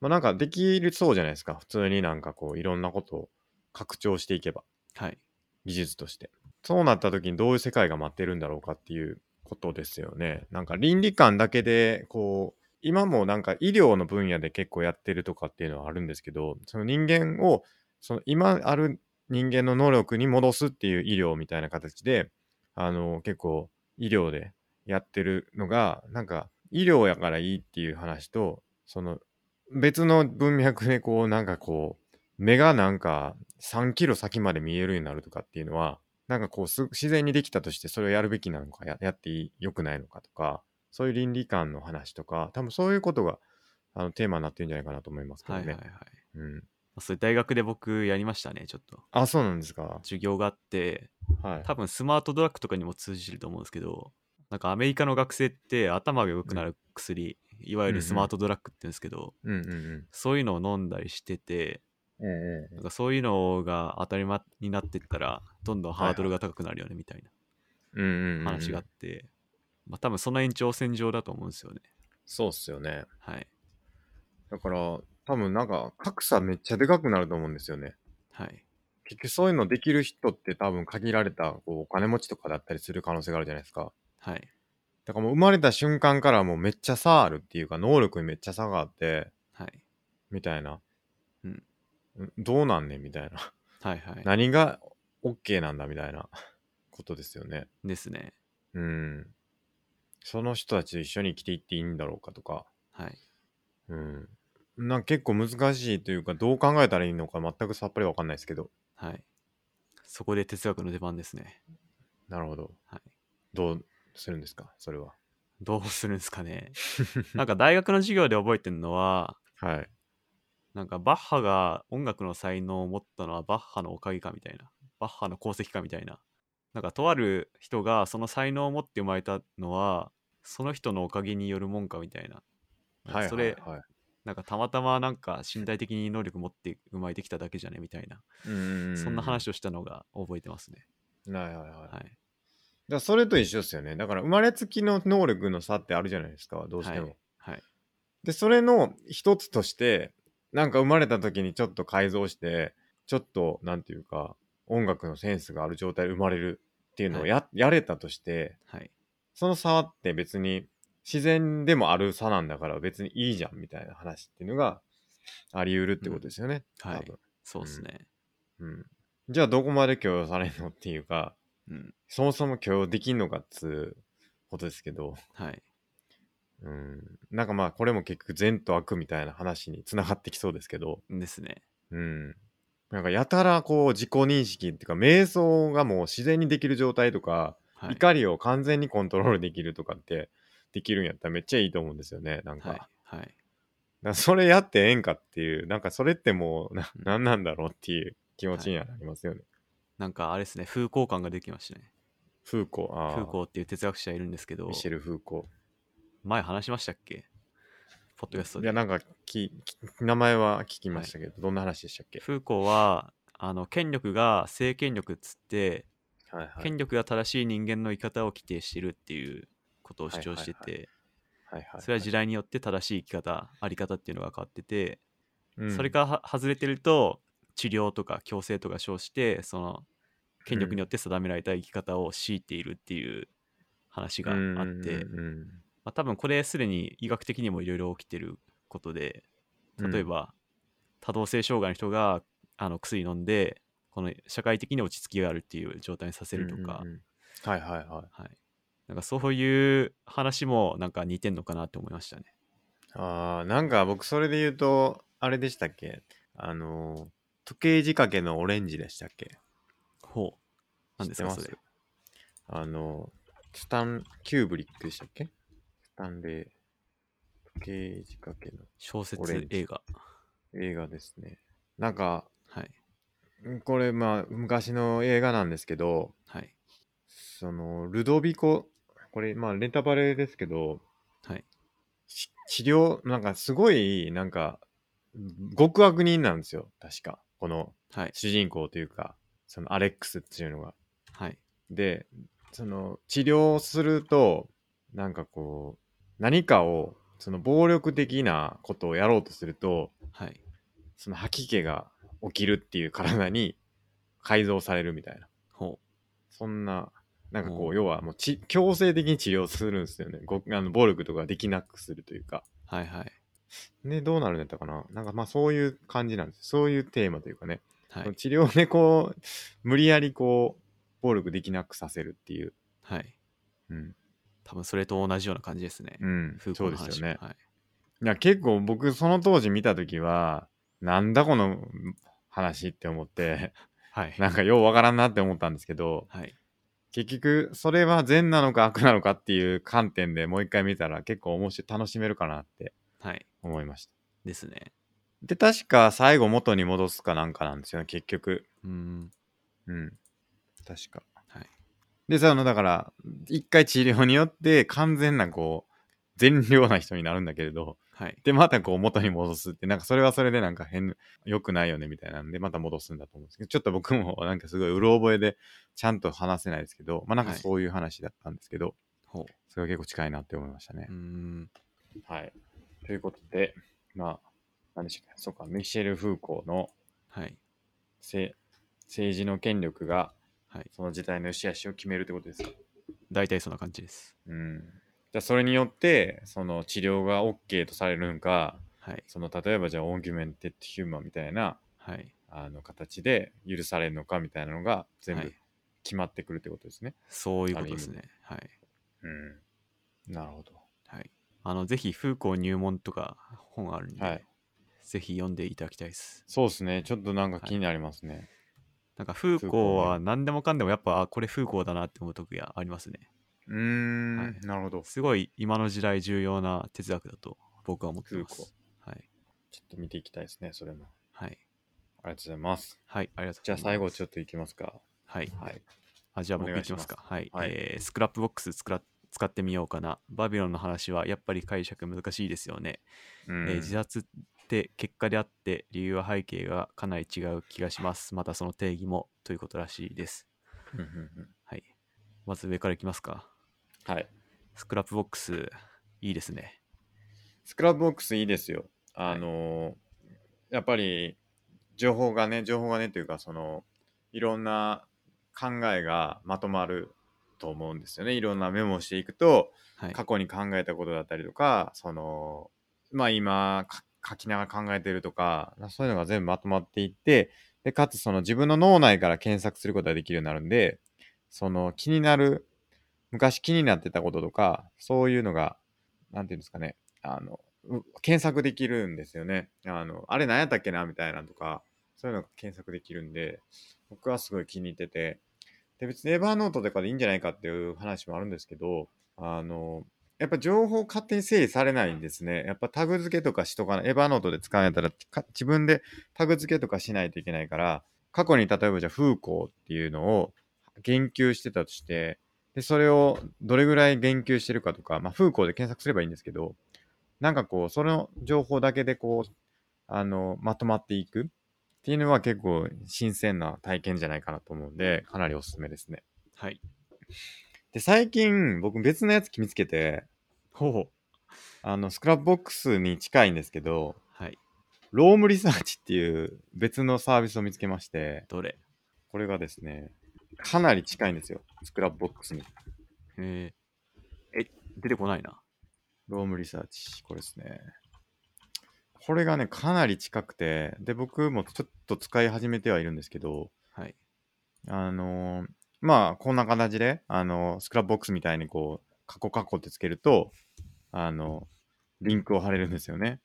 Speaker 1: まあなんかできるそうじゃないですか。普通になんかこう、いろんなことを拡張していけば。
Speaker 2: はい。
Speaker 1: 技術として。そうなった時にどういう世界が待ってるんだろうかっていうことですよね。なんか倫理観だけで、こう、今もなんか医療の分野で結構やってるとかっていうのはあるんですけど、その人間を、その今ある人間の能力に戻すっていう医療みたいな形で、あの、結構医療でやってるのが、なんか医療やからいいっていう話と、その別の文脈でこう、なんかこう、目がなんか3キロ先まで見えるようになるとかっていうのはなんかこうす自然にできたとしてそれをやるべきなのかややっていい良くないのかとかそういう倫理観の話とか多分そういうことがあのテーマになってるんじゃないかなと思いますけど
Speaker 2: はい。はい。
Speaker 1: ね。
Speaker 2: はい。
Speaker 1: うん、
Speaker 2: それ大学で僕やりましたね、ちょっと。
Speaker 1: あ、そうなんですか。
Speaker 2: 授業があって、
Speaker 1: はい。
Speaker 2: 多分スマートドラッグとかにも通じると思うんですけど、なんかアメリカの学生って頭が良くなる薬、いわゆるスマートドラッグって言うんですけど、
Speaker 1: うんうんうん。
Speaker 2: そういうのを飲んだりしてて、
Speaker 1: えええ
Speaker 2: なんかそういうのが当たり前になってったら、どんどんハードルが高くなるよねみたい
Speaker 1: えうんうんうん。
Speaker 2: な話があっ。て、まあ多分その延長線上だと思うんですよね。
Speaker 1: そうっすよね。
Speaker 2: はい。
Speaker 1: だから、多分なんか、格差めっちゃでかくなると思うんですよね。
Speaker 2: はい。
Speaker 1: 結局そういうのできる人って多分限られたこうお金持ちとかだったりする可能性があるじゃないですか。
Speaker 2: はい。
Speaker 1: だからもう生まれた瞬間からもうめっちゃ差あるっていうか、能力にめっちゃ差があって、
Speaker 2: はい。
Speaker 1: みたいな。
Speaker 2: うん
Speaker 1: ん。どうなんねんみたいな。
Speaker 2: はいは
Speaker 1: 何が OK なんだみたいなことですよね。
Speaker 2: い。ですね。
Speaker 1: うん。その人たちと一緒に生きていっていいんだろうかとか。
Speaker 2: はい。
Speaker 1: うん。なんか結構難しいというか、どう考えたらいいのか全くさっぱりわかんないですけど。
Speaker 2: はい。そこで哲学の出番ですね。
Speaker 1: なるほど。
Speaker 2: はい。
Speaker 1: どうするんですかそれは。
Speaker 2: どうするんですか ね。なんか大学の授業で覚えてるのは、
Speaker 1: はい。
Speaker 2: なんかバッハが音楽の才能を持ったのはバッハのおかげかみたいな、バッハの功績かみたいな。なんかとある人がその才能を持って生まれたのは、その人のおかげによるもんかみたいな。なんか
Speaker 1: はい。
Speaker 2: それ、
Speaker 1: はいはい
Speaker 2: なんかたまたまなんか身体的に能力持って生まれてきただけじゃねみたいな、
Speaker 1: うんうんうん。
Speaker 2: そんな話をしたのが覚えてますね。
Speaker 1: はいはいはい。だ
Speaker 2: は
Speaker 1: か
Speaker 2: い。
Speaker 1: らそれと一緒ですよね。だから生まれつきの能力の差ってあるじゃないですか、どうしても。
Speaker 2: はいはい。
Speaker 1: で、それの一つとして、なんか生まれた時にちょっと改造して、ちょっと、なんていうか、音楽のセンスがある状態で生まれるっていうのをや,、やれたとして、
Speaker 2: はい。
Speaker 1: その差って別に自然でもある差なんだから別にいいじゃんみたいな話っていうのがあり得るってことですよね。
Speaker 2: うんはい
Speaker 1: 多分
Speaker 2: そうですね。
Speaker 1: うん。じゃあどこまで許容されるのっていうか、
Speaker 2: うん。
Speaker 1: そもそも許容できんのかっつうことですけど、
Speaker 2: はい。
Speaker 1: うん。なんかまあこれも結局善と悪みたいな話に繋がってきそうですけど、
Speaker 2: ですね。
Speaker 1: うん。なんかやたらこう自己認識っていうか瞑想がもう自然にできる状態とか、
Speaker 2: はい。
Speaker 1: 怒りを完全にコントロールできるとかってできるんやったらめっちゃいいと思うんですよねなんか,、
Speaker 2: はい。はい。
Speaker 1: なんか それやってええんかっていうなんかそれってもうな
Speaker 2: うん
Speaker 1: 何なんだろうっていう気持ちにはなりますよね、
Speaker 2: なんかあれですね、風光感ができましたね。
Speaker 1: フーコーあ
Speaker 2: フー
Speaker 1: ー
Speaker 2: コーっていう哲学者いるんですけど
Speaker 1: ミ、シェル・フーコ
Speaker 2: 前話しましたっけポッドキャス
Speaker 1: ー
Speaker 2: ト
Speaker 1: い
Speaker 2: で
Speaker 1: や。なんかきき名前は聞きましたけど、どんな話でしたっけ
Speaker 2: フーコーは、あの、権力が性権力っつって、
Speaker 1: はいはい
Speaker 2: 権力が正しい人間の生き方を規定してるっていうことを主張して
Speaker 1: はい
Speaker 2: て、
Speaker 1: はいはい
Speaker 2: それは時代によって正しい生き方、あり方っていうのが変わってて、
Speaker 1: うん
Speaker 2: それからは外れてると、治療とか矯正とか称して、その、権力によって定められた生き方を強いているっていう話があ
Speaker 1: うん
Speaker 2: って、
Speaker 1: うんうん
Speaker 2: まあ、多分これすでに医学的にもいろいろ起きてることで
Speaker 1: うん
Speaker 2: 例えば、多動性障害の人があの薬飲んでこの社会的に落ち着きがあるっていう状態にさせるとか、
Speaker 1: うんうんうんはいはいはい
Speaker 2: はい、なんかそういう話もなんか似てんのかなって思いましたね
Speaker 1: あーなんか僕それで言うとあれでしたっけあのー時計仕掛けのオレンジでしたっけ
Speaker 2: ほう何ですか
Speaker 1: 知ってま
Speaker 2: そ
Speaker 1: す
Speaker 2: れ
Speaker 1: あの、スタン、キューブリックでしたっけスタンレー、時計仕掛けの
Speaker 2: 小
Speaker 1: オレン
Speaker 2: 説
Speaker 1: ジ
Speaker 2: 映画
Speaker 1: 映画ですね。なんか、
Speaker 2: はい
Speaker 1: んこれまあ昔の映画なんですけど、
Speaker 2: はい
Speaker 1: その、ルドビコ、これまあレタバレですけど、
Speaker 2: はい
Speaker 1: し治療、なんかすごい、なんか、極悪人なんですよ。確か。この
Speaker 2: はい
Speaker 1: 主人公というか、そのアレックスっていうのが。
Speaker 2: はい
Speaker 1: でその治療するとなんかこう何かをその暴力的なことをやろうとすると
Speaker 2: はい
Speaker 1: その吐き気が起きるっていう体に改造されるみたいな
Speaker 2: ほ
Speaker 1: そんななんかこ
Speaker 2: う
Speaker 1: うん要はもうち強制的に治療するんですよねごあの暴力とかできなくするというか
Speaker 2: うはいはい
Speaker 1: でどうなるんだったかななんかまあそういう感じなんですそういうテーマというかね、
Speaker 2: はい
Speaker 1: 治療でこう無理やりこう暴力できなくさせるっていう、
Speaker 2: はい
Speaker 1: うん、
Speaker 2: 多分それと同じような感じですね、
Speaker 1: うん
Speaker 2: 風、
Speaker 1: そ
Speaker 2: 光
Speaker 1: う
Speaker 2: の
Speaker 1: です
Speaker 2: 話
Speaker 1: よね。
Speaker 2: はい
Speaker 1: いや結構僕その当時見た時はなんだこのん話って思って
Speaker 2: はい
Speaker 1: なんかようわからんなって思ったんですけど
Speaker 2: はい
Speaker 1: 結局それは善なのか悪なのかっていう観点でもう一回見たら結構面白い楽しめるかなって
Speaker 2: はい
Speaker 1: 思いまし
Speaker 2: ですね
Speaker 1: で、確か最後元に戻すかなんかなんですよね、結局。
Speaker 2: うん。
Speaker 1: うん。確か。
Speaker 2: はい。
Speaker 1: で、その、だから、一回治療によって完全な、こう、善良な人になるんだけれど、
Speaker 2: はい。
Speaker 1: で、またこう元に戻すって、なんかそれはそれでなんか変、良くないよねみたいなんで、また戻すんだと思うんですけど、ちょっと僕もなんかすごい、うろ覚えで、ちゃんと話せないですけど、まあなんか
Speaker 2: はい
Speaker 1: そういう話だったんですけど、
Speaker 2: ほ
Speaker 1: それは結構近いなって思いましたね
Speaker 2: う。う。ん。
Speaker 1: はい。ということで、まあ、何でしたっけ、そうか、ミシェル・フーコーの
Speaker 2: はい。
Speaker 1: せ政治の権力が、
Speaker 2: はい
Speaker 1: その時代の良し悪しを決めるってことですか。
Speaker 2: 大体そんな感じです。
Speaker 1: うん。じゃあそれによって、その治療が OK とされるんか、
Speaker 2: はい。
Speaker 1: その例えばじゃあオーギュメンテッド・ヒューマンみたいな、
Speaker 2: はい。
Speaker 1: あの形で許されるのかみたいなのが全
Speaker 2: は
Speaker 1: 部
Speaker 2: い
Speaker 1: 決まってくるってことですね。
Speaker 2: そういうことですね。はい。
Speaker 1: うん。なるほど。
Speaker 2: はい。あの、ぜひ、風光入門とか本あるんで、
Speaker 1: はい
Speaker 2: ぜひ読んでいただきたいです。
Speaker 1: そうですね。ちょっとなんか気になりますね。
Speaker 2: なんか、風
Speaker 1: 風光
Speaker 2: 光は何でもかんでもやっぱ、あ、これ風光だなって思う時がありますね。
Speaker 1: うーん、
Speaker 2: はい
Speaker 1: なるほど。ちょ
Speaker 2: すごい今の時代重要な哲学だと僕は思ってま
Speaker 1: 風
Speaker 2: す。はい。
Speaker 1: っと見ていきたいですね、それも。
Speaker 2: はい。
Speaker 1: ありがとうございます。
Speaker 2: はい。ありがとうございます。
Speaker 1: じゃあ最後ち
Speaker 2: ょ
Speaker 1: ょっといきますか。
Speaker 2: はい。
Speaker 1: はい。
Speaker 2: あじゃあ僕
Speaker 1: お願
Speaker 2: い
Speaker 1: い
Speaker 2: きますか。はい、
Speaker 1: はい
Speaker 2: えースクラップボックス作ら使ってみようかな。バビロンの話はやっぱり解釈難しいですよね。
Speaker 1: うん
Speaker 2: えー自殺って結果であって理由は背景がかなり違う気がします。またその定義もということらしいです。
Speaker 1: うんうんうん
Speaker 2: はい。まず上からいきますか。
Speaker 1: はい。
Speaker 2: スクラップボックスいいですね。
Speaker 1: スクラップボックスいいですよ。あのーやっぱり情報がね、情報がねというか、そのいろんな考えがまとまると思うんですよね。いろんなメモをしていくと、
Speaker 2: はい。
Speaker 1: 過去に考えたことだったりとか、その、まあ今か書きながら考えてるとか、そういうのが全部まとまっていって、で、かつその自分の脳内から検索することができるようになるんで、その気になる、昔気になってたこととか、そういうのが、なんていうんですかね、あの、う検索できるんですよね。あの、あれ何やったっけなみたいなのとか、そういうのが検索できるんで、僕はすごい気に入ってて、で、別にエヴァーノートとかでいいんじゃないかっていう話もあるんですけど、あの、やっぱ情報勝手に整理されないんですね。やっぱタグ付けとかしとかない。エヴァノートで使われたらか自分でタグ付けとかしないといけないから、過去に例えばじゃあ風光っていうのを言及してたとして、で、それをどれぐらい言及してるかとか、まあ風光で検索すればいいんですけど、なんかこう、その情報だけでこう、あの、まとまっていくっていうのは結構新鮮な体験じゃないかなと思うんで、かなりおすすめですね。
Speaker 2: はい。
Speaker 1: で、最近僕別のやつ見つけて、
Speaker 2: ほうほう。
Speaker 1: あの、スクラップボックスに近いんですけど、
Speaker 2: はい。
Speaker 1: ロームリサーチっていう別のサービスを見つけまして、
Speaker 2: どれ
Speaker 1: これがですね、かなり近いんですよ。スクラップボックスに。
Speaker 2: えー、え、出てこないな。
Speaker 1: ロームリサーチ。これですね。これがね、かなり近くて、で、僕もちょっと使い始めてはいるんですけど、
Speaker 2: はい。
Speaker 1: あのーまあ、こんな形で、あのースクラップボックスみたいにこう、カコカコってつけると、あのリンクを貼れるんですよね。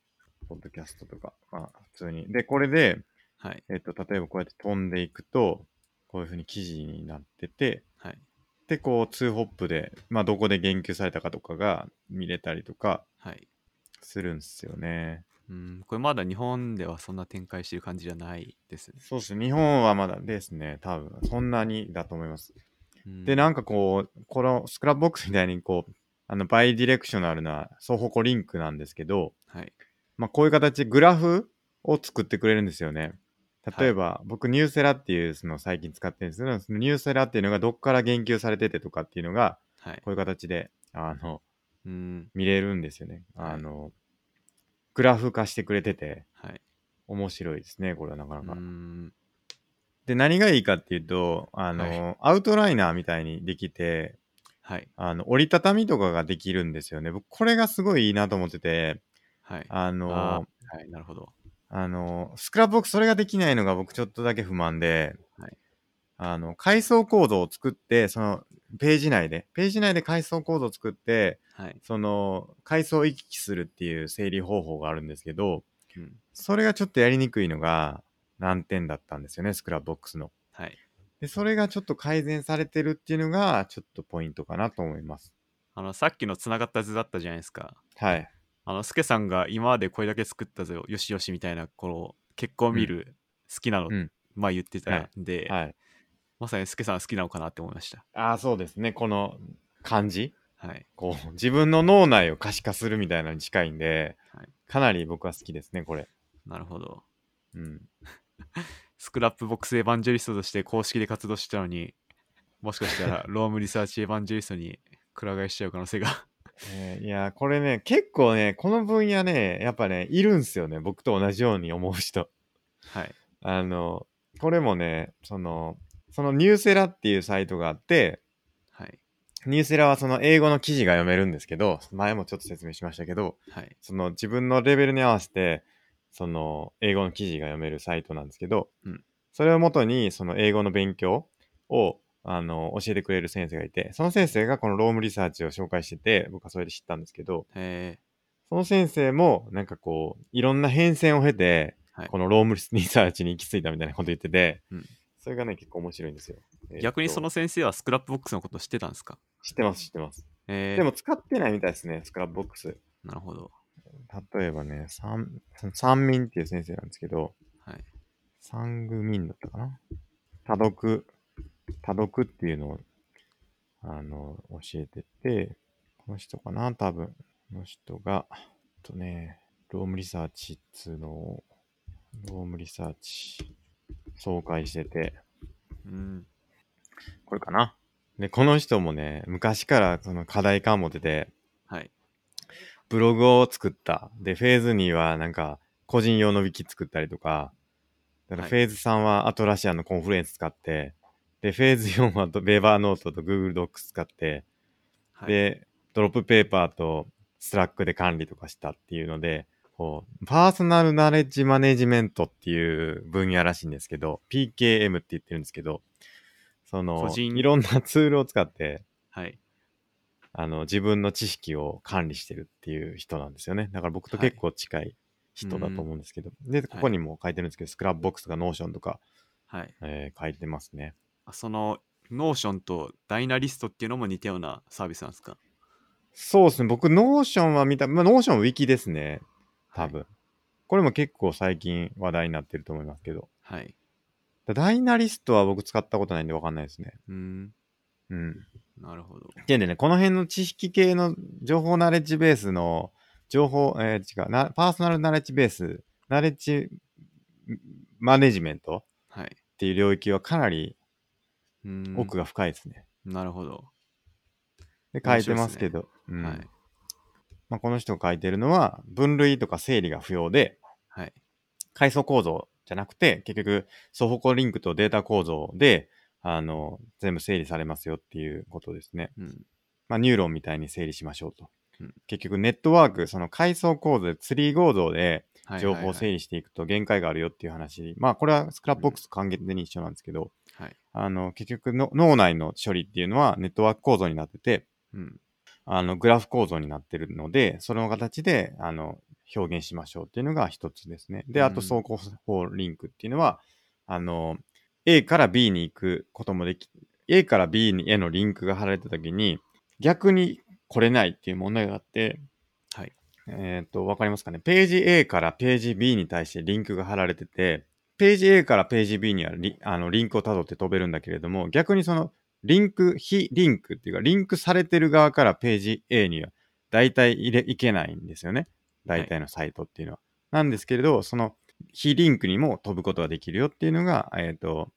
Speaker 1: ポッドキャストとか、まあ、普通に。で、これで、
Speaker 2: はい。
Speaker 1: えっと、例えばこうやって飛んでいくと、こういうふうに記事になってて、
Speaker 2: はい。
Speaker 1: で、こう、ツーホップで、まあ、どこで言及されたかとかが見れたりとか
Speaker 2: はい。
Speaker 1: するんですよね。
Speaker 2: うん、これまだ日本ではそんな展開してる感じじゃないですね。
Speaker 1: そうですね。日本はまだですね、多分、そんなにだと思います。
Speaker 2: うん
Speaker 1: で、なんかこう、このスクラップボックスみたいに、こう、あの、バイディレクショナルな双方向リンクなんですけど、
Speaker 2: はい。
Speaker 1: まあ、こういう形でグラフを作ってくれるんですよね。例えば、僕、ニューセラっていう、その最近使ってるんですけど、そのニューセラっていうのがどっから言及されててとかっていうのが、
Speaker 2: はい
Speaker 1: こ。ういう形で、あの、
Speaker 2: うん。
Speaker 1: 見れるんですよね。
Speaker 2: はい
Speaker 1: あの、グラフ化してくれてて、
Speaker 2: はい。
Speaker 1: 面白いですね、これはなかな
Speaker 2: う
Speaker 1: か。
Speaker 2: ん。
Speaker 1: で、何がいいかっていうと、あの、アウトライナーみたいにできて、
Speaker 2: はい。
Speaker 1: あの、折りたたみとかができるんですよね。僕、これがすごいいいなと思ってて、
Speaker 2: はい。
Speaker 1: あの、
Speaker 2: あ
Speaker 1: あ
Speaker 2: ーはい。なるほど。
Speaker 1: の、スクラップボックスそれができないのが僕ちょっとだけ不満で、
Speaker 2: はい
Speaker 1: あの、階層構造を作って、その、ページ内で、ページ内で階層構造を作って、
Speaker 2: はい。
Speaker 1: その、階層を行き来するっていう整理方法があるんですけど、
Speaker 2: うん。
Speaker 1: それがちょっとやりにくいのが難点だったんですよね、スクラップボックスの。
Speaker 2: はい。
Speaker 1: で、それがちょっと改善されてるっていうのが、ちょっとポイントかなと思います。
Speaker 2: あの、さっきのつながった図だったじゃないですか。
Speaker 1: はい。
Speaker 2: あの、スケさんが今までこれだけ作ったぞ、よしよしみたいな、この結婚見る好きなの、
Speaker 1: うん
Speaker 2: まあ言ってたんで、
Speaker 1: はい。
Speaker 2: まさにスケさん好きなのかなって思いました。
Speaker 1: ああ、そうですね。この感じ。
Speaker 2: はい。
Speaker 1: こう、自分の脳内を可視化するみたいなのに近いんで、
Speaker 2: はい
Speaker 1: かなり僕は好きですね、これ。
Speaker 2: なるほど。
Speaker 1: うん。
Speaker 2: スクラップボックスエヴァンジェリストとして公式で活動してたのに、もしかし たらロームリサーチエヴァンジェリストにくら替えしちゃう可能性が。
Speaker 1: えーいやー、これね、結構ね、この分野ね、やっぱね、いるんすよね。僕と同じように思う人。
Speaker 2: はい。
Speaker 1: あの、これもね、その、そのニューセラっていうサイトがあって、
Speaker 2: はい。
Speaker 1: ニューセラはその英語の記事が読めるんですけど、前もちょっと説明しましたけど、
Speaker 2: はい。
Speaker 1: その自分のレベルに合わせて、その英語の記事が読めるサイトなんですけど、
Speaker 2: うん
Speaker 1: それをもとにその英語の勉強をあの教えてくれる先生がいて、その先生がこのロームリサーチを紹介してて、僕はそれで知ったんですけど、
Speaker 2: え
Speaker 1: その先生もなんかこう、いろんな変遷を経て、
Speaker 2: はい
Speaker 1: このロームリサーチに行き着いたみたいなこと言ってて、
Speaker 2: うん
Speaker 1: それがね、結構面白いんですよ。えーっ
Speaker 2: ー、
Speaker 1: と
Speaker 2: 逆にその先生はスクラップボックスのこと知ってたんですか
Speaker 1: 知ってます、知ってます。
Speaker 2: えー、
Speaker 1: でも使ってないみたいですね、スクラップボックス。
Speaker 2: なるほど。
Speaker 1: 例えばね、三、三民っていう先生なんですけど、
Speaker 2: はい。
Speaker 1: 三愚民だったかな多読、多読っていうのを、あの、教えてて、この人かな多分。この人が、えっとね、ロームリサーチっつうのを、ロームリサーチ、紹介してて、
Speaker 2: うん。
Speaker 1: これかなで、この人もね、昔からその課題感持ってて、
Speaker 2: はい。
Speaker 1: ブログを作った。で、フェーズ2はなんか、個人用のウィキ作ったりとか、だから
Speaker 2: はい
Speaker 1: フェーズ3はアトラシアのコンフルエンス使って、で、フェーズ4はとベーバーノートと Google Docs 使って、
Speaker 2: はい、
Speaker 1: で、ドロップペーパーと Slack で管理とかしたっていうので、こう、パーソナルナレッジマネジメントっていう分野らしいんですけど、PKM って言ってるんですけど、そ
Speaker 2: 個
Speaker 1: の、
Speaker 2: 人
Speaker 1: いろんなツールを使って、
Speaker 2: はい。
Speaker 1: あの、自分の知識を管理してるっていう人なんですよね。だから僕と
Speaker 2: はい
Speaker 1: 結構近い人だと思うんですけど。で、ここにも書いてるんですけど、スクラップボックスとかノーションとか、
Speaker 2: はい。
Speaker 1: えー書いてますね。
Speaker 2: あその、ノーションとダイナリストっていうのも似たようなサービスなんですか
Speaker 1: そうですね。僕、ノーションは見た、まあ、ノーションウィキですね。多分。これも結構最近話題になってると思いますけど。
Speaker 2: はい。
Speaker 1: ダイナリストは僕使ったことないんでわかんないですね。
Speaker 2: うん。
Speaker 1: うん。
Speaker 2: なるほど。
Speaker 1: でね、この辺の知識系の情報ナレッジベースの情報、えー違うな、パーソナルナレッジベース、ナレッジんマネジメント
Speaker 2: はい。
Speaker 1: っていう領域はかなり
Speaker 2: うん。
Speaker 1: 奥が深いですね。
Speaker 2: なるほど。
Speaker 1: で、書いてますけど、うん
Speaker 2: はい。
Speaker 1: まあ、この人が書いてるのは、分類とか整理が不要で、
Speaker 2: はい。
Speaker 1: 階層構造じゃなくて、結局、双方向リンクとデータ構造で、あの、全部整理されますよっていうことですね。
Speaker 2: うん。
Speaker 1: まあ、ニューロンみたいに整理しましょうと。
Speaker 2: うん
Speaker 1: 結局、ネットワーク、その階層構造で、ツリー構造で
Speaker 2: はい
Speaker 1: 情報を整
Speaker 2: 理。
Speaker 1: 理していくと限界があるよっていう話。まあ、これはスクラップボックスと還元に一緒なんですけど、
Speaker 2: はい。
Speaker 1: あの、結局の、脳内の処理っていうのはネットワーク構造になってて、
Speaker 2: うん。
Speaker 1: あの、グラフ構造になってるので、その形で、あの、表現しましょうっていうのが一つですね。で、あ
Speaker 2: うん
Speaker 1: と、走行法リンクっていうのは、あの、A から B に行くこともでき、A から B にへのリンクが貼られたときに、逆に来れないっていう問題があって、
Speaker 2: はい。
Speaker 1: えっ、と、わかりますかね。ページ A からページ B に対してリンクが貼られてて、ページ A からページ B にはリあのリンクを辿って飛べるんだけれども、逆にそのリンク、非リンクっていうか、リンクされてる側からページ A には大体入れいけないんですよね。大体のサイトっていうのは。なんですけれど、その非リンクにも飛ぶことができるよっていうのが、えっ、と、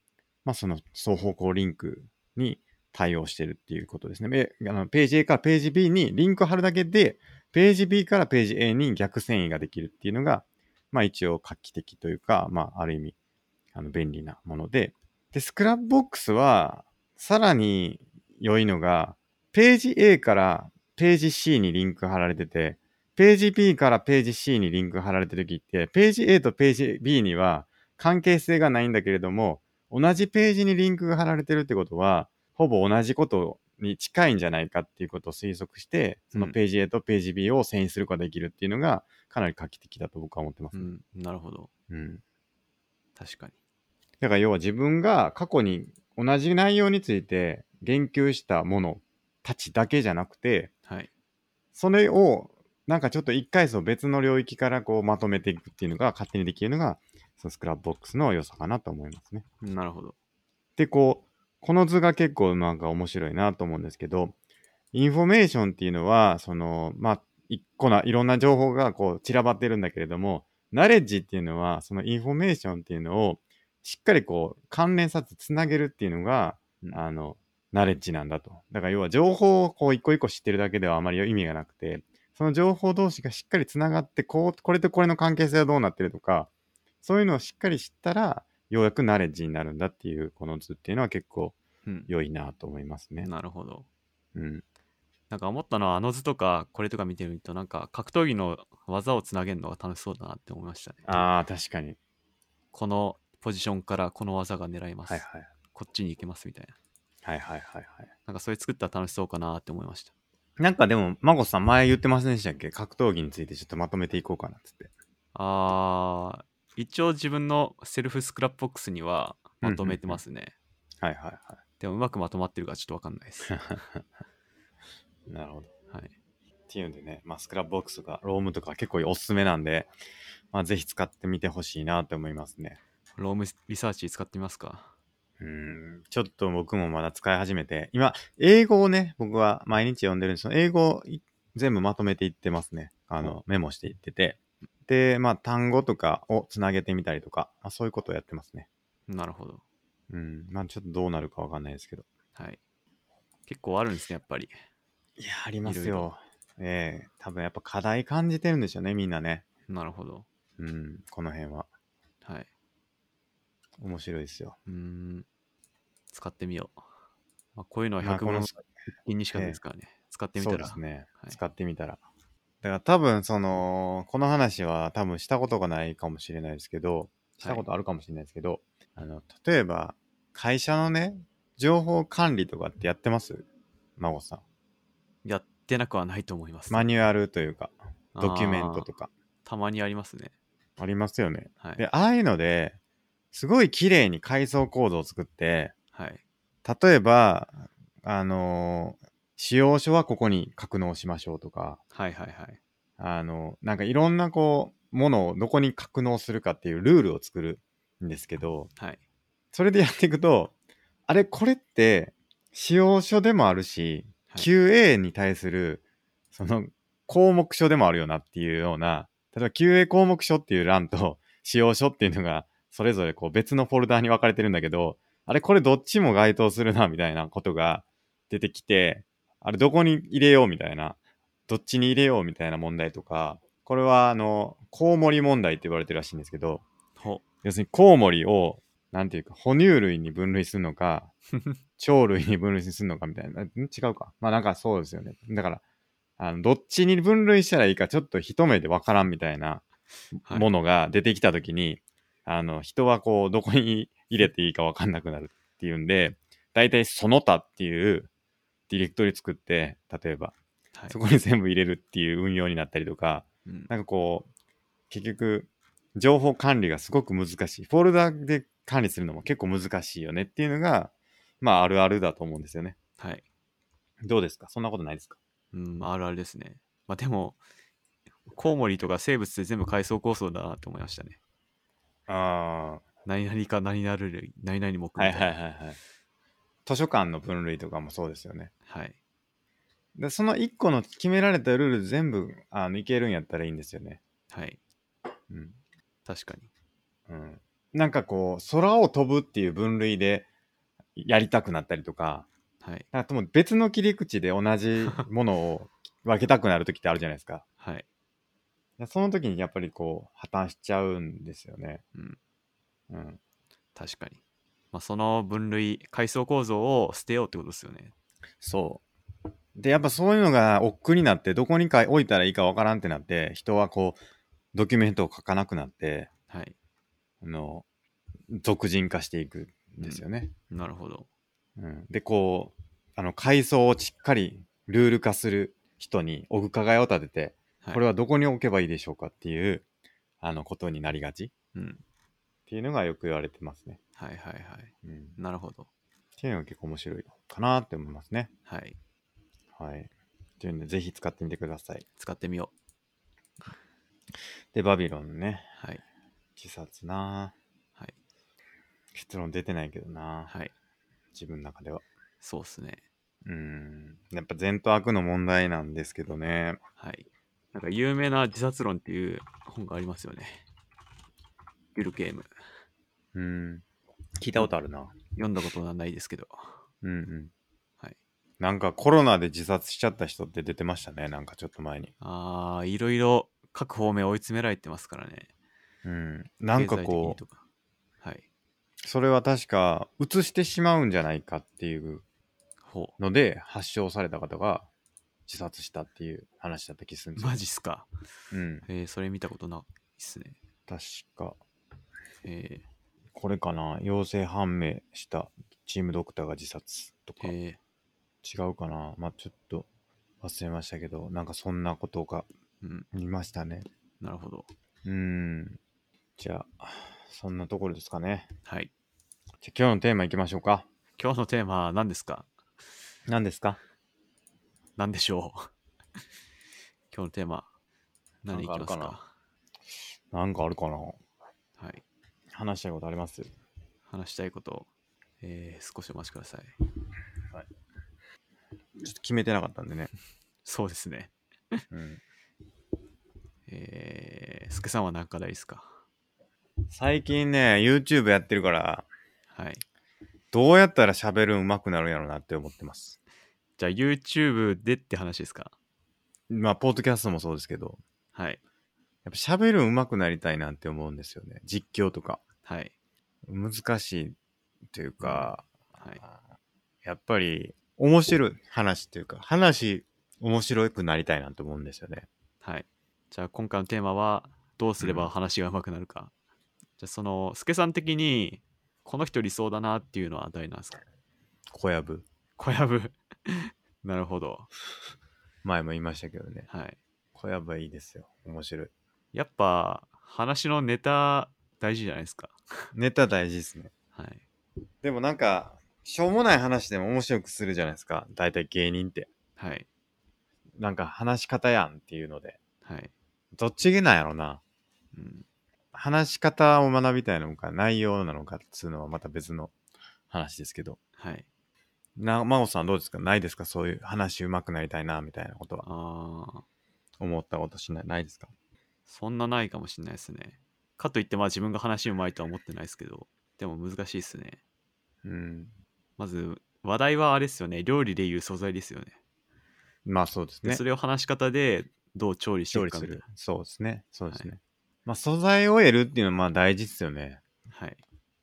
Speaker 1: まあ、その双方向リンクに対応してるっていうことですね。えあのページ A からページ B にリンクを貼るだけで、ページ B からページ A に逆遷移ができるっていうのが、まあ一応画期的というか、まあある意味、あの便利なもので。で、スクラップボックスは、さらに良いのが、ページ A からページ C にリンク貼られてて、ページ B からページ C にリンク貼られてる時って、ページ A とページ B には関係性がないんだけれども、同じページにリンクが貼られてるってことは、ほぼ同じことに近いんじゃないかっていうことを推測して、そのページ A とページ B を遷移することができるっていうのが、かなり画期的だと僕は思ってます
Speaker 2: う。ん。なるほど。
Speaker 1: うん。
Speaker 2: 確かに。
Speaker 1: だから要は自分が過去に同じ内容について言及したものたちだけじゃなくて、
Speaker 2: はい。
Speaker 1: それをなんかちょっと一回そう別の領域からこうまとめていくっていうのが勝手にできるのが、そのスクラップボックスの良さかなと思いますね。
Speaker 2: なるほど。
Speaker 1: で、こう、この図が結構なんか面白いなと思うんですけど、インフォメーションっていうのは、その、まあ、一個ないろんな情報がこう散らばってるんだけれども、ナレッジっていうのは、そのインフォメーションっていうのをしっかりこう関連させてつなげるっていうのが、
Speaker 2: うん
Speaker 1: あの、ナレッジなんだと。だから要は情報をこう一個一個知ってるだけではあまり意味がなくて、その情報同士がしっかりつながって、こう、これとこれの関係性はどうなってるとか、そういうのをしっかり知ったら、ようやくナレッジになるんだっていう、この図っていうのは結構
Speaker 2: うん、
Speaker 1: 良いなと思いますね。
Speaker 2: なるほど。
Speaker 1: うん。
Speaker 2: なんか思ったのは、あの図とか、これとか見てると、なんか格闘技の技をつなげるのが楽しそうだなって思いましたね。
Speaker 1: ああ、確かに。
Speaker 2: このポジションからこの技が狙います。
Speaker 1: はいはい。
Speaker 2: こっちに行けますみたいな。
Speaker 1: はいはいはいはい。
Speaker 2: なんかそれ作ったら楽しそうかなって思いました。
Speaker 1: なんかでも、マゴさん前言ってませんでしたっけ格闘技についてちょっとまとめていこうかなっつって。
Speaker 2: あー一応自分のセルフスクラップボックスにはまとめてますね。
Speaker 1: はいはいは。
Speaker 2: でもうまくまとまってるかちょっとわかんないです。はい
Speaker 1: なるほど。
Speaker 2: い。
Speaker 1: っていうんでね、まあ、スクラップボックスとかロームとか結構おすすめなんで、まあ、ぜひ使ってみてほしいなと思いますね。
Speaker 2: ロームリサーチ使ってみますか。
Speaker 1: うん、ちょっと僕もまだ使い始めて、今、英語をね、僕は毎日読んでるんですけど、英語をい全部まとめていってますね。あの、メモしていってて。で、まあ、単語とかをつなげてみたりとか、まあ、そういうことをやってますね。
Speaker 2: なるほど。
Speaker 1: うん、まあ、ちょっとどうなるかわかんないですけど。
Speaker 2: はい。結構あるんですね、やっぱり。
Speaker 1: いや、ありますよ。
Speaker 2: いろいろ
Speaker 1: ええ多分やっぱ課題感じてるんでしょうね、みんなね。
Speaker 2: なるほど。
Speaker 1: うん、この辺は。
Speaker 2: はい。
Speaker 1: 面白いですよ。
Speaker 2: うーん。使ってみよう。まあ、こういうのは
Speaker 1: まあ
Speaker 2: 100
Speaker 1: こ
Speaker 2: 分
Speaker 1: の
Speaker 2: の1にしかないですからね。使ってみ
Speaker 1: そ
Speaker 2: た
Speaker 1: うで
Speaker 2: ら。
Speaker 1: すね、
Speaker 2: はい
Speaker 1: 使ってみたら。だから多分その、この話は多分したことがないかもしれないですけど、したことあるかもしれないですけど、あの、例えば、会社のね、情報管理とかってやってます孫さん。
Speaker 2: やってなくはないと思います。
Speaker 1: マニュアルというか、
Speaker 2: あー
Speaker 1: ドキュメントとか、
Speaker 2: たまにありますね。
Speaker 1: ありますよね。
Speaker 2: はい。
Speaker 1: で、ああいうので、すごい綺麗に階層構造を作って、
Speaker 2: はい。
Speaker 1: 例えば、あのー使用書はここに格納しましょうとか、
Speaker 2: はいはいはい。
Speaker 1: あの、なんかいろんなこう、ものをどこに格納するかっていうルールを作るんですけど、
Speaker 2: はい。
Speaker 1: それでやっていくと、あれ、これって、使用書でもあるし、
Speaker 2: はい
Speaker 1: QA に対する、その、項目書でもあるよなっていうような、例えば QA 項目書っていう欄と、 使用書っていうのが、それぞれこう別のフォルダーに分かれてるんだけど、あれ、これどっちも該当するな、みたいなことが出てきて、あれ、どこに入れようみたいな、どっちに入れようみたいな問題とか、これは、あの、コウモリ問題って言われてるらしいんですけど、
Speaker 2: ほ。
Speaker 1: 要するにコウモリを、なんていうか、哺乳類に分類するの か、鳥類に分類するのかみたいな。ん違うか。まあなんかそうですよね。だから、あのどっちに分類したらいいか、ちょっと一目でわからんみたいな
Speaker 2: はい
Speaker 1: ものが出てきたときに、あの、人はこう、どこに入れていいかわかんなくなるっていうんで、大体その他っていうディレクトリ作って、例えば、
Speaker 2: はい
Speaker 1: そこに全部入れるっていう運用になったりとか、
Speaker 2: うん
Speaker 1: なんかこう、結局、情報管理がすごく難しい。フォルダで管理するのも結構難しいよねっていうのが、まあ、あるあるだと思うんですよね。
Speaker 2: はい。
Speaker 1: どうですかそんなことないですか
Speaker 2: うん、あるあるですね。まあでも、コウモリとか生物って全部階層構造だなと思いましたね。
Speaker 1: あ
Speaker 2: 何々か何々類、何々目み
Speaker 1: は
Speaker 2: た
Speaker 1: い
Speaker 2: い
Speaker 1: は
Speaker 2: な。
Speaker 1: いはいはい。図書館の分類とかもそうですよね。
Speaker 2: はい。
Speaker 1: でその1個の決められたルール全部あのいけるんやったらいいんですよね。
Speaker 2: はい。
Speaker 1: うん。
Speaker 2: 確かに。
Speaker 1: うん。なんかこう、空を飛ぶっていう分類でやりたくなったりとか、
Speaker 2: はい。
Speaker 1: なんかもう別の切り口で同じものを分けたくなる時ってあるじゃないですか。
Speaker 2: はい。
Speaker 1: いやその時にやっぱりこう破綻しちゃうんですよね。
Speaker 2: うん。
Speaker 1: うん。
Speaker 2: 確かに。まあその分類、階層構造を捨てようってことですよね。
Speaker 1: そう。で、やっぱそういうのが億劫になって、どこにか置いたらいいかわからんってなって、人はこう、ドキュメントを書かなくなって、
Speaker 2: はい。
Speaker 1: あの、俗人化していくんですよね。
Speaker 2: なるほど。
Speaker 1: うん。で、こう、あの、階層をしっかりルール化する人に奥伺いを立てて、
Speaker 2: はい、
Speaker 1: これはどこに置けばいいでしょうかっていう、あの、ことになりがちっ
Speaker 2: うん。
Speaker 1: ていうのがよく言われてますね。
Speaker 2: はいはいはい。
Speaker 1: うん。っ
Speaker 2: なるほど。
Speaker 1: ていうのが結構面白いかなって思いますね。
Speaker 2: はい。
Speaker 1: はい。というので、ぜひ使ってみてください。
Speaker 2: 使ってみよ
Speaker 1: で、バビロンね。
Speaker 2: はい。
Speaker 1: 自殺な
Speaker 2: はい。
Speaker 1: 結論出てないけどな、
Speaker 2: はい。
Speaker 1: 自分の中では。
Speaker 2: そうっすね。
Speaker 1: うん。やっぱ善と悪の問題なんですけどね。
Speaker 2: はい。なんか有名な自殺論っていう本がありますよね。ゆるゲーム。
Speaker 1: うん。聞いたことあるな。
Speaker 2: 読んだことはないですけど。
Speaker 1: うんうん。
Speaker 2: はい。
Speaker 1: なんかコロナで自殺しちゃった人って出てましたね。なんかちょっと前に。
Speaker 2: ああ、いろいろ各方面追い詰められてますからね。
Speaker 1: うん。なんか
Speaker 2: 経済的に
Speaker 1: こと
Speaker 2: かはい。
Speaker 1: う、それは確か、移してしまうんじゃないかっていう
Speaker 2: ほ
Speaker 1: ので、発症された方が自殺したっていう話だった気するん
Speaker 2: う。
Speaker 1: ですよ
Speaker 2: マジっすか。
Speaker 1: うん。
Speaker 2: えー、それ見たことないっすね。
Speaker 1: 確か、
Speaker 2: え
Speaker 1: これかな。陽性判明したチームドクターが自殺と
Speaker 2: ー、
Speaker 1: か。
Speaker 2: え
Speaker 1: 違うかなまあちょっと忘れましたけどなんかそんなことが
Speaker 2: ー、うん、
Speaker 1: 見ましたね
Speaker 2: なるほど。
Speaker 1: うーんじゃあそんなところですかね
Speaker 2: はい。
Speaker 1: じゃあ今日のテーマいきましょうか
Speaker 2: 今日のテーマは何ですか
Speaker 1: 何ですか
Speaker 2: 何でしょう 今日のテーマ、何いきますか
Speaker 1: なんかなんかあるかな
Speaker 2: はい。
Speaker 1: 話したいことあります
Speaker 2: 話したいこと、えー、少しお待ちください。
Speaker 1: ちょっと決めてなかったんで ね、
Speaker 2: そうですね。
Speaker 1: うん、
Speaker 2: えー、すけさんは何課題ですか
Speaker 1: 最近ね YouTube やってるから
Speaker 2: はい。
Speaker 1: どうやったら喋るん上手くなるんやろうなって思ってます
Speaker 2: じゃあ YouTube でって話ですか
Speaker 1: まあポッドキャストもそうですけど
Speaker 2: はい。
Speaker 1: やっぱ喋るん上手くなりたいなって思うんですよね実況とか
Speaker 2: はい。
Speaker 1: 難しいというか、
Speaker 2: はい。
Speaker 1: やっぱり面白い話っていうか話面白くなりたいなと思うんですよね。
Speaker 2: はい。じゃあ今回のテーマは、どうすれば話が上手くなるか。じゃあその、すけさん的に、この人理想だなっていうのは誰なんですか
Speaker 1: 小籔
Speaker 2: 小籔。 なるほど。
Speaker 1: 前も言いましたけどね
Speaker 2: はい。
Speaker 1: 小籔はいいですよ面白い。
Speaker 2: やっぱ、話のネタ大事じゃないですか。
Speaker 1: ネタ大事ですね。
Speaker 2: はい。
Speaker 1: でもなんかしょうもない話でも面白くするじゃないですか大体芸人って。
Speaker 2: はい。
Speaker 1: なんか話し方やんっていうので
Speaker 2: はい。
Speaker 1: どっちげなんやろな。
Speaker 2: うん。
Speaker 1: 話し方を学びたいのか内容なのかっつうのはまた別の話ですけど。
Speaker 2: はい。
Speaker 1: な、真央さんどうですかないですかそういう話上手くなりたいなみたいなことは。
Speaker 2: ああ。
Speaker 1: 思ったことしないないですか
Speaker 2: そんなないかもしれないですね。かといってまあ自分が話うまいとは思ってないですけど、でも難しいですね。
Speaker 1: うん
Speaker 2: まず話題はあれですよね、料理でいう素材ですよね。
Speaker 1: まあそうです
Speaker 2: で
Speaker 1: ね
Speaker 2: それを話し方でどう調理して
Speaker 1: 調
Speaker 2: い
Speaker 1: 理
Speaker 2: くか
Speaker 1: す
Speaker 2: みたい
Speaker 1: る
Speaker 2: な。
Speaker 1: そうですねそうですね、まあ素材を得るっていうのはまあ大事ですよね
Speaker 2: はい。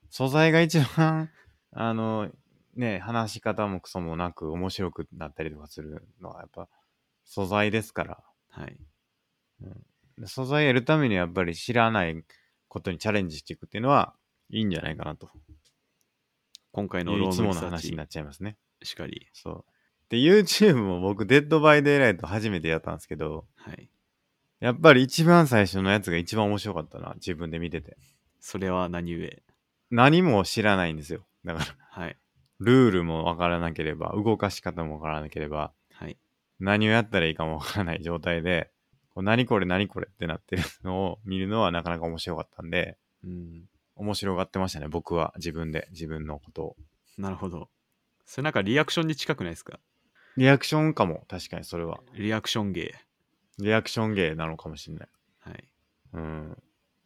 Speaker 1: 素材が一番あのね話し方もクソもなく面白くなったりとかするのはやっぱ素材ですから
Speaker 2: はい。
Speaker 1: で素材を得るためにやっぱり知らないことにチャレンジしていくっていうのはいいんじゃないかなと
Speaker 2: 今回の
Speaker 1: い
Speaker 2: ロ
Speaker 1: ういつ
Speaker 2: ー
Speaker 1: もの
Speaker 2: ムリサー
Speaker 1: 話に
Speaker 2: チ
Speaker 1: なっちゃいますね
Speaker 2: しかり。
Speaker 1: そうで YouTube も僕デッドバイデイライト初めてやったんですけど
Speaker 2: はい。
Speaker 1: やっぱり一番最初のやつが一番面白かったな、自分で見てて。
Speaker 2: それは何故
Speaker 1: 何も知らないんですよ。だから、
Speaker 2: はい。
Speaker 1: ルールもわからなければ、動かし方もわからなければ、
Speaker 2: はい。
Speaker 1: 何をやったらいいかもわからない状態で、こう何これ何これってなってるのを見るのはなかなか面白かったんで、
Speaker 2: うん。
Speaker 1: 面白がってましたね、僕は自分で、自分のことを。
Speaker 2: なるほど。それなんかリアクションに近くないですか
Speaker 1: リアクションかも、確かにそれは。
Speaker 2: リアクション芸。
Speaker 1: リアクション芸なのかもしれない。
Speaker 2: はい。
Speaker 1: うん。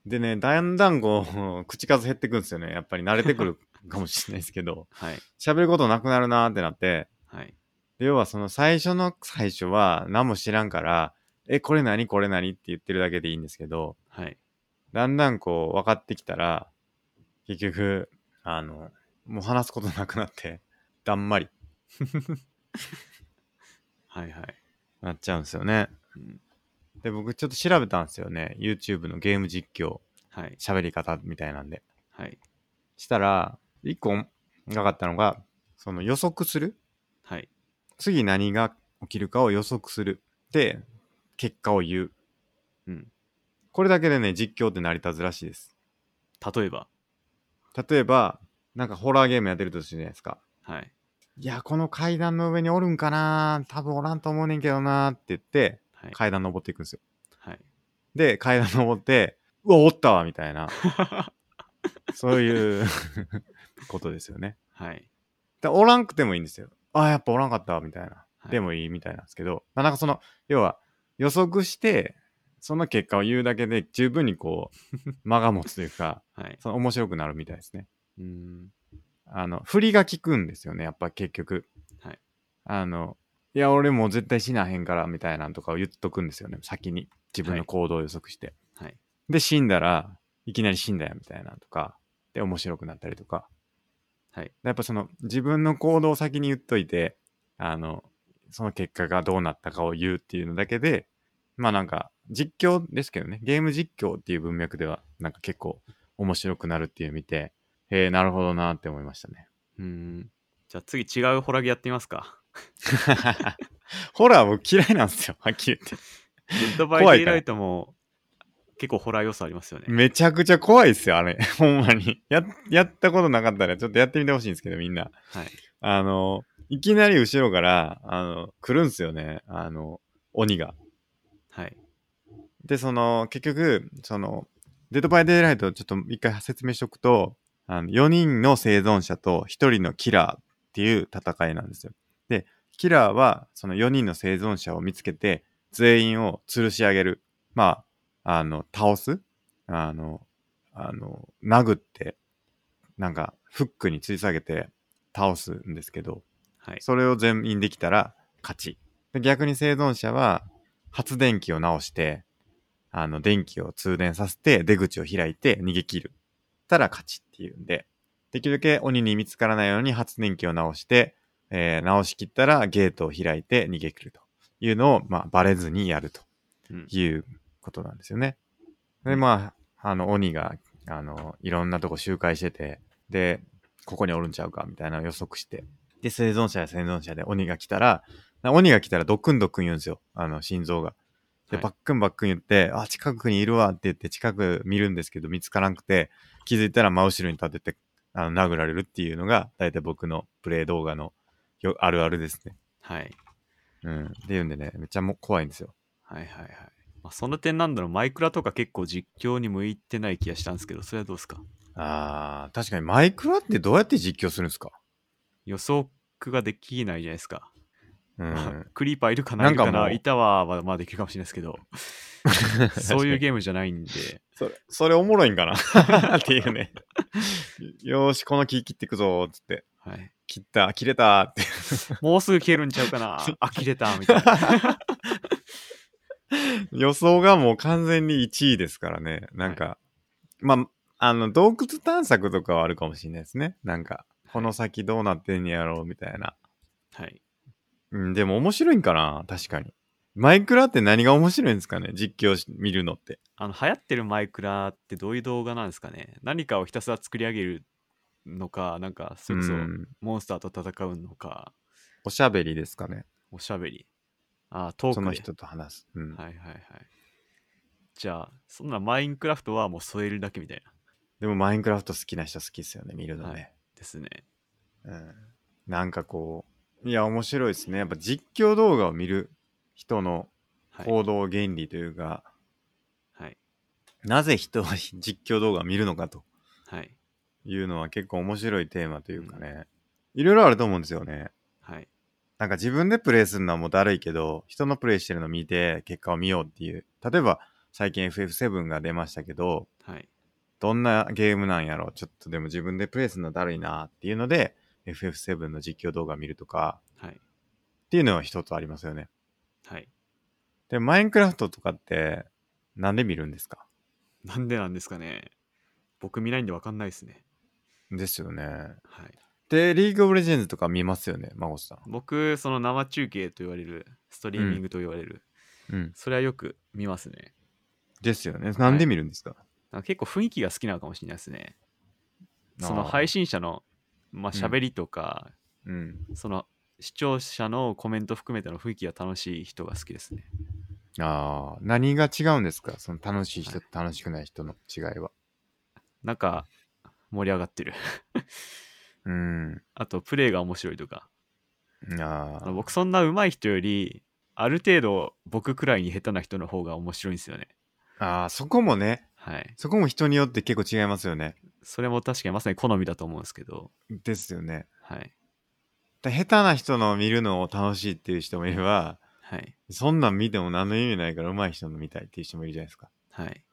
Speaker 1: でね、だんだんこう、 口数減ってくんですよね。やっぱり慣れてくるかもしれないですけど。
Speaker 2: はい。
Speaker 1: 喋ることなくなるなーってなって、
Speaker 2: はい。
Speaker 1: で要はその最初の最初は何も知らんから、え、これ何これ何って言ってるだけでいいんですけど、
Speaker 2: はい。
Speaker 1: だんだんこう分かってきたら、結局、あの、もう話すことなくなって、 だんまり
Speaker 2: はい。はい。
Speaker 1: なっちゃうんですよね。
Speaker 2: うん
Speaker 1: で、僕ちょっと調べたんですよね。YouTube のゲーム実況、
Speaker 2: はい。
Speaker 1: 喋り方みたいなんで。
Speaker 2: はい。
Speaker 1: したら、一個なかったのが、その予測する
Speaker 2: はい。
Speaker 1: 次何が起きるかを予測する。で、結果を言う。
Speaker 2: うん。
Speaker 1: これだけでね、実況って成り立つらしいです。
Speaker 2: 例えば。
Speaker 1: 例えば、なんかホラーゲームやってるとするじゃないですか。
Speaker 2: はい。
Speaker 1: いや、この階段の上におるんかな多分おらんと思うねんけどなって言って、
Speaker 2: はい。
Speaker 1: 階段登っていくんですよ。
Speaker 2: はい。
Speaker 1: で、階段登って、うわ、おったわみたいな、そういう ことですよね。
Speaker 2: はい。
Speaker 1: だおらんくてもいいんですよ。ああ、やっぱおらんかったわみたいな。
Speaker 2: はい
Speaker 1: でもいいみたいなんですけど、まあなんかその、要は予測して、その結果を言うだけで十分にこ う、間が持つというか、
Speaker 2: はい。
Speaker 1: その面白くなるみたいですね。
Speaker 2: うーん。
Speaker 1: あの、振りが効くんですよね、やっぱ結局。
Speaker 2: はい。
Speaker 1: あの、いや、俺もう絶対死なへんから、みたいなんとかを言っとくんですよね、先に。自分
Speaker 2: は
Speaker 1: の
Speaker 2: い
Speaker 1: 行動を予測して。
Speaker 2: はい。
Speaker 1: で、死んだら、いきなり死んだよ、みたいなんとか。で、面白くなったりとか。
Speaker 2: はい。
Speaker 1: やっぱその、自分の行動を先に言っといて、あの、その結果がどうなったかを言うっていうのだけで、まあなんか、実況ですけどね、ゲーム実況っていう文脈では、なんか結構面白くなるっていう見て、へえ、なるほどなって思いましたね。
Speaker 2: うーん。じゃあ次違うホラギやってみますか。
Speaker 1: ホラー僕嫌いなんですよ、はっきり言っ
Speaker 2: デッドバ
Speaker 1: 怖
Speaker 2: イ
Speaker 1: い
Speaker 2: デイ
Speaker 1: から
Speaker 2: ライトも結構ホラー要素ありますよね
Speaker 1: て。。めちゃくちゃ怖いですよ、あれ。 ほんまに。や、やったことなかったら、ちょっとやってみてほしいんですけど、みんな。
Speaker 2: はい。
Speaker 1: あの、いきなり後ろから、あの、来るんすよね、あの、鬼が。
Speaker 2: はい。
Speaker 1: で、その、結局、その、デッドバイデイライトをちょっと一回説明しとくと、あの4人の生存者と1人のキラーっていう戦いなんですよ。で、キラーはその4人の生存者を見つけて、全員を吊るし上げる。まあ、あの、倒す。あの、あの、殴って、なんか、フックに吊り下げて倒すんですけど、
Speaker 2: はい。
Speaker 1: それを全員できたら勝ち。で逆に生存者は発電機を直して、あの、電気を通電させて出口を開いて逃げ切る。たら勝ちっていうんで、できるだけ鬼に見つからないように発電機を直して、えー直しきったらゲートを開いて逃げ切るというのを、まあ、バレずにやると
Speaker 2: うん
Speaker 1: いうことなんですよね。で、まあ、あの、鬼が、あの、いろんなとこ周回してて、で、ここにおるんちゃうかみたいなのを予測して、で、生存者や生存者で鬼が来たら、な鬼が来たらドックンドックン言うんですよ、あの、心臓が。で、
Speaker 2: はい
Speaker 1: バックンバックン言って、あ、近くにいるわって言って、近く見るんですけど、見つからなくて、気づいたら真後ろに立てて、あの、殴られるっていうのが、大体僕のプレイ動画のよあるあるですね。
Speaker 2: はい。
Speaker 1: うん。っていうんでね、めっちゃもう怖いんですよ。
Speaker 2: はいはいはい。まあ、その点なんだろう、マイクラとか結構実況に向いてない気がしたんですけど、それはどうですか
Speaker 1: あー、確かにマイクラってどうやって実況するんですか
Speaker 2: 予測ができないじゃないですか。
Speaker 1: う
Speaker 2: まあ
Speaker 1: ん。
Speaker 2: クリーパーいるかな
Speaker 1: ないん
Speaker 2: る
Speaker 1: か
Speaker 2: かな
Speaker 1: もう
Speaker 2: いたわはまあできるかもしれないですけ ど、 そうい
Speaker 1: ー
Speaker 2: う
Speaker 1: ム。
Speaker 2: ゲームじゃないんで、
Speaker 1: それ、それおもろいんかな っていうね。よーし、この木切っていくぞーっつって。
Speaker 2: はい、
Speaker 1: 切った、切れたーって。
Speaker 2: もうすぐ消えるんちゃうかなあ、切れたみたいな。
Speaker 1: 予想がもう完全に1位ですからね。なんか、まあ、あの、洞窟探索とかはあるかもしれないですね。なんか、この先どうなってんやろうみたいな。
Speaker 2: はい。
Speaker 1: うん、でも面白いんかな確かに。マイクラって何が面白いんですかね実況し見るのって。
Speaker 2: あの、流行ってるマイクラってどういう動画なんですかね何かをひたすら作り上げるのか、なんか、それこそ
Speaker 1: うん
Speaker 2: モンスターと戦うのか、
Speaker 1: おしゃべりですかね
Speaker 2: おしゃべり。あ、トークで。
Speaker 1: その人と話す。うん。
Speaker 2: はいはいはい。じゃあ、そんなマインクラフトはもう添えるだけみたいな。
Speaker 1: でもマインクラフト好きな人好きですよね、見るのね。
Speaker 2: はいですね。
Speaker 1: うんなんかこう、いや、面白いですね。やっぱ実況動画を見る人の
Speaker 2: はい。
Speaker 1: 行動原理というか、
Speaker 2: はい。
Speaker 1: なぜ人は実況動画を見るのかと
Speaker 2: はい。
Speaker 1: いうのは結構面白いテーマというかね、いろいろあると思うんですよね。
Speaker 2: はい。
Speaker 1: なんか自分でプレイするのはもうだるいけど、人のプレイしてるの見て結果を見ようっていう。例えば最近 FF7 が出ましたけど、
Speaker 2: はい。
Speaker 1: どんなゲームなんやろちょっとでも自分でプレイするのだるいなっていうので、FF7 の実況動画見るとか
Speaker 2: はい。
Speaker 1: っていうのは一つありますよね。
Speaker 2: はい。
Speaker 1: で、マインクラフトとかって、なんで見るんですか
Speaker 2: なんでなんですかね。僕見ないんでわかんないですね。
Speaker 1: ですよね。
Speaker 2: はい。
Speaker 1: で、リーグオブレジェンズとか見ますよね、マゴさ
Speaker 2: 僕、その生中継と言われる、ストリーミングと言われる、
Speaker 1: ん。うん。
Speaker 2: それはよく見ますね。
Speaker 1: ですよね。なんで見るんですか、
Speaker 2: なんか結構雰囲気が好きなのかもしれないですね。
Speaker 1: あー
Speaker 2: その配信者の、まあ、
Speaker 1: うん
Speaker 2: 喋りとか、
Speaker 1: うん。
Speaker 2: その視聴者のコメント含めての雰囲気が楽しい人が好きですね。
Speaker 1: ああ、何が違うんですかその楽しい人と楽しくない人の違いは。
Speaker 2: なんか、盛り上がってる。
Speaker 1: うん。
Speaker 2: あと、プレイが面白いとか。
Speaker 1: あ
Speaker 2: あ
Speaker 1: あ
Speaker 2: の。僕、そんな上手い人より、ある程度、僕くらいに下手な人の方が面白いんですよね。
Speaker 1: ああ、そこもね、
Speaker 2: はい。
Speaker 1: そこも人によって結構違いますよね。
Speaker 2: それも確かにまさに好みだと思うんですけど、
Speaker 1: ですよね。
Speaker 2: はい。
Speaker 1: だ下手な人の見るのを楽しいっていう人もいれば、
Speaker 2: はい。
Speaker 1: そんなん見ても何の意味ないから上手い人の見たいっていう人もいるじゃないですか。
Speaker 2: はい。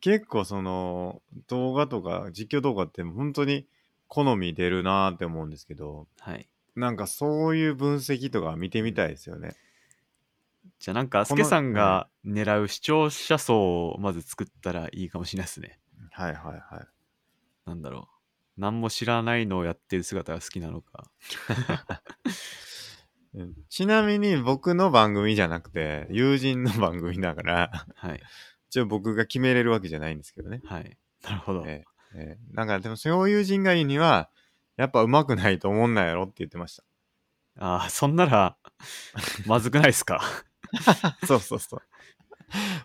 Speaker 1: 結構その動画とか実況動画って本当に好み出るなーって思うんですけど、
Speaker 2: はい。
Speaker 1: なんかそういう分析とか見てみたいですよね。
Speaker 2: じゃあなんか、
Speaker 1: こ
Speaker 2: ス
Speaker 1: の
Speaker 2: ケさんが狙う視聴者層をまず作ったらいいかもしれないですね。
Speaker 1: はいはいはい。
Speaker 2: なんだろう。何も知らないのをやってる姿が好きなのか。
Speaker 1: うんちなみに僕の番組じゃなくて、友人の番組だから、
Speaker 2: はい。
Speaker 1: 一応僕が決めれるわけじゃないんですけどね。
Speaker 2: はい。なるほど。
Speaker 1: ええええなんかでもそういう友人がいいには、やっぱ上手くないと思んないやろって言ってま し
Speaker 2: ああ、そんなら、まずくないですか。
Speaker 1: た。そうそうそう。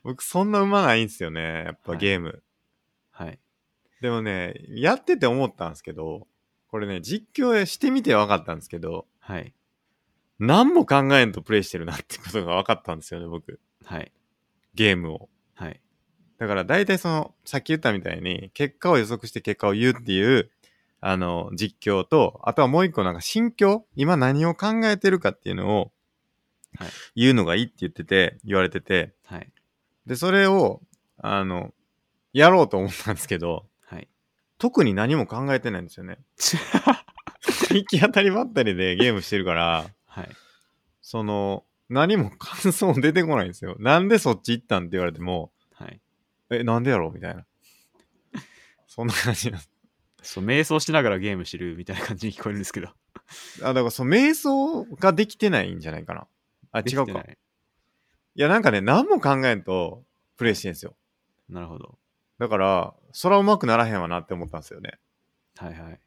Speaker 1: 僕そんな上手ないんですよね、やっぱ
Speaker 2: はい
Speaker 1: ゲーム。
Speaker 2: はい。
Speaker 1: でもね、やってて思ったんですけど、これね、実況してみて分かったんですけど、
Speaker 2: はい。
Speaker 1: 何も考えんとプレイしてるなってことが分かったんですよね、僕。
Speaker 2: はい。
Speaker 1: ゲームを。
Speaker 2: はい。
Speaker 1: だから大体その、さっき言ったみたいに、結果を予測して結果を言うっていう、あの、実況と、あとはもう一個なんか心境今何を考えてるかっていうのを
Speaker 2: はい、
Speaker 1: 言うのがいいって言ってて、言われてて、
Speaker 2: はい。
Speaker 1: で、それを、あの、やろうと思ったんですけど、
Speaker 2: はい。
Speaker 1: 特に何も考えてないんです よね。行き当たりばったりでゲームしてるから、
Speaker 2: はい。
Speaker 1: その、何も感想出てこないんですよ。なんでそっち行ったんって言われても、
Speaker 2: はい。
Speaker 1: え、なんでやろうみたいな。そんな感じなんです。
Speaker 2: そう、瞑想しながらゲームしてるみたいな感じに聞こえるんですけど。
Speaker 1: あ、だからその瞑想ができてないんじゃないかな。あ、
Speaker 2: でき
Speaker 1: 違
Speaker 2: て
Speaker 1: う
Speaker 2: な
Speaker 1: か。
Speaker 2: い
Speaker 1: いや、なんかね、何も考えんとプレイしてんですよ。
Speaker 2: なるほど。
Speaker 1: だから、そらうまくならへんわなって思ったんですよね。
Speaker 2: はいはい。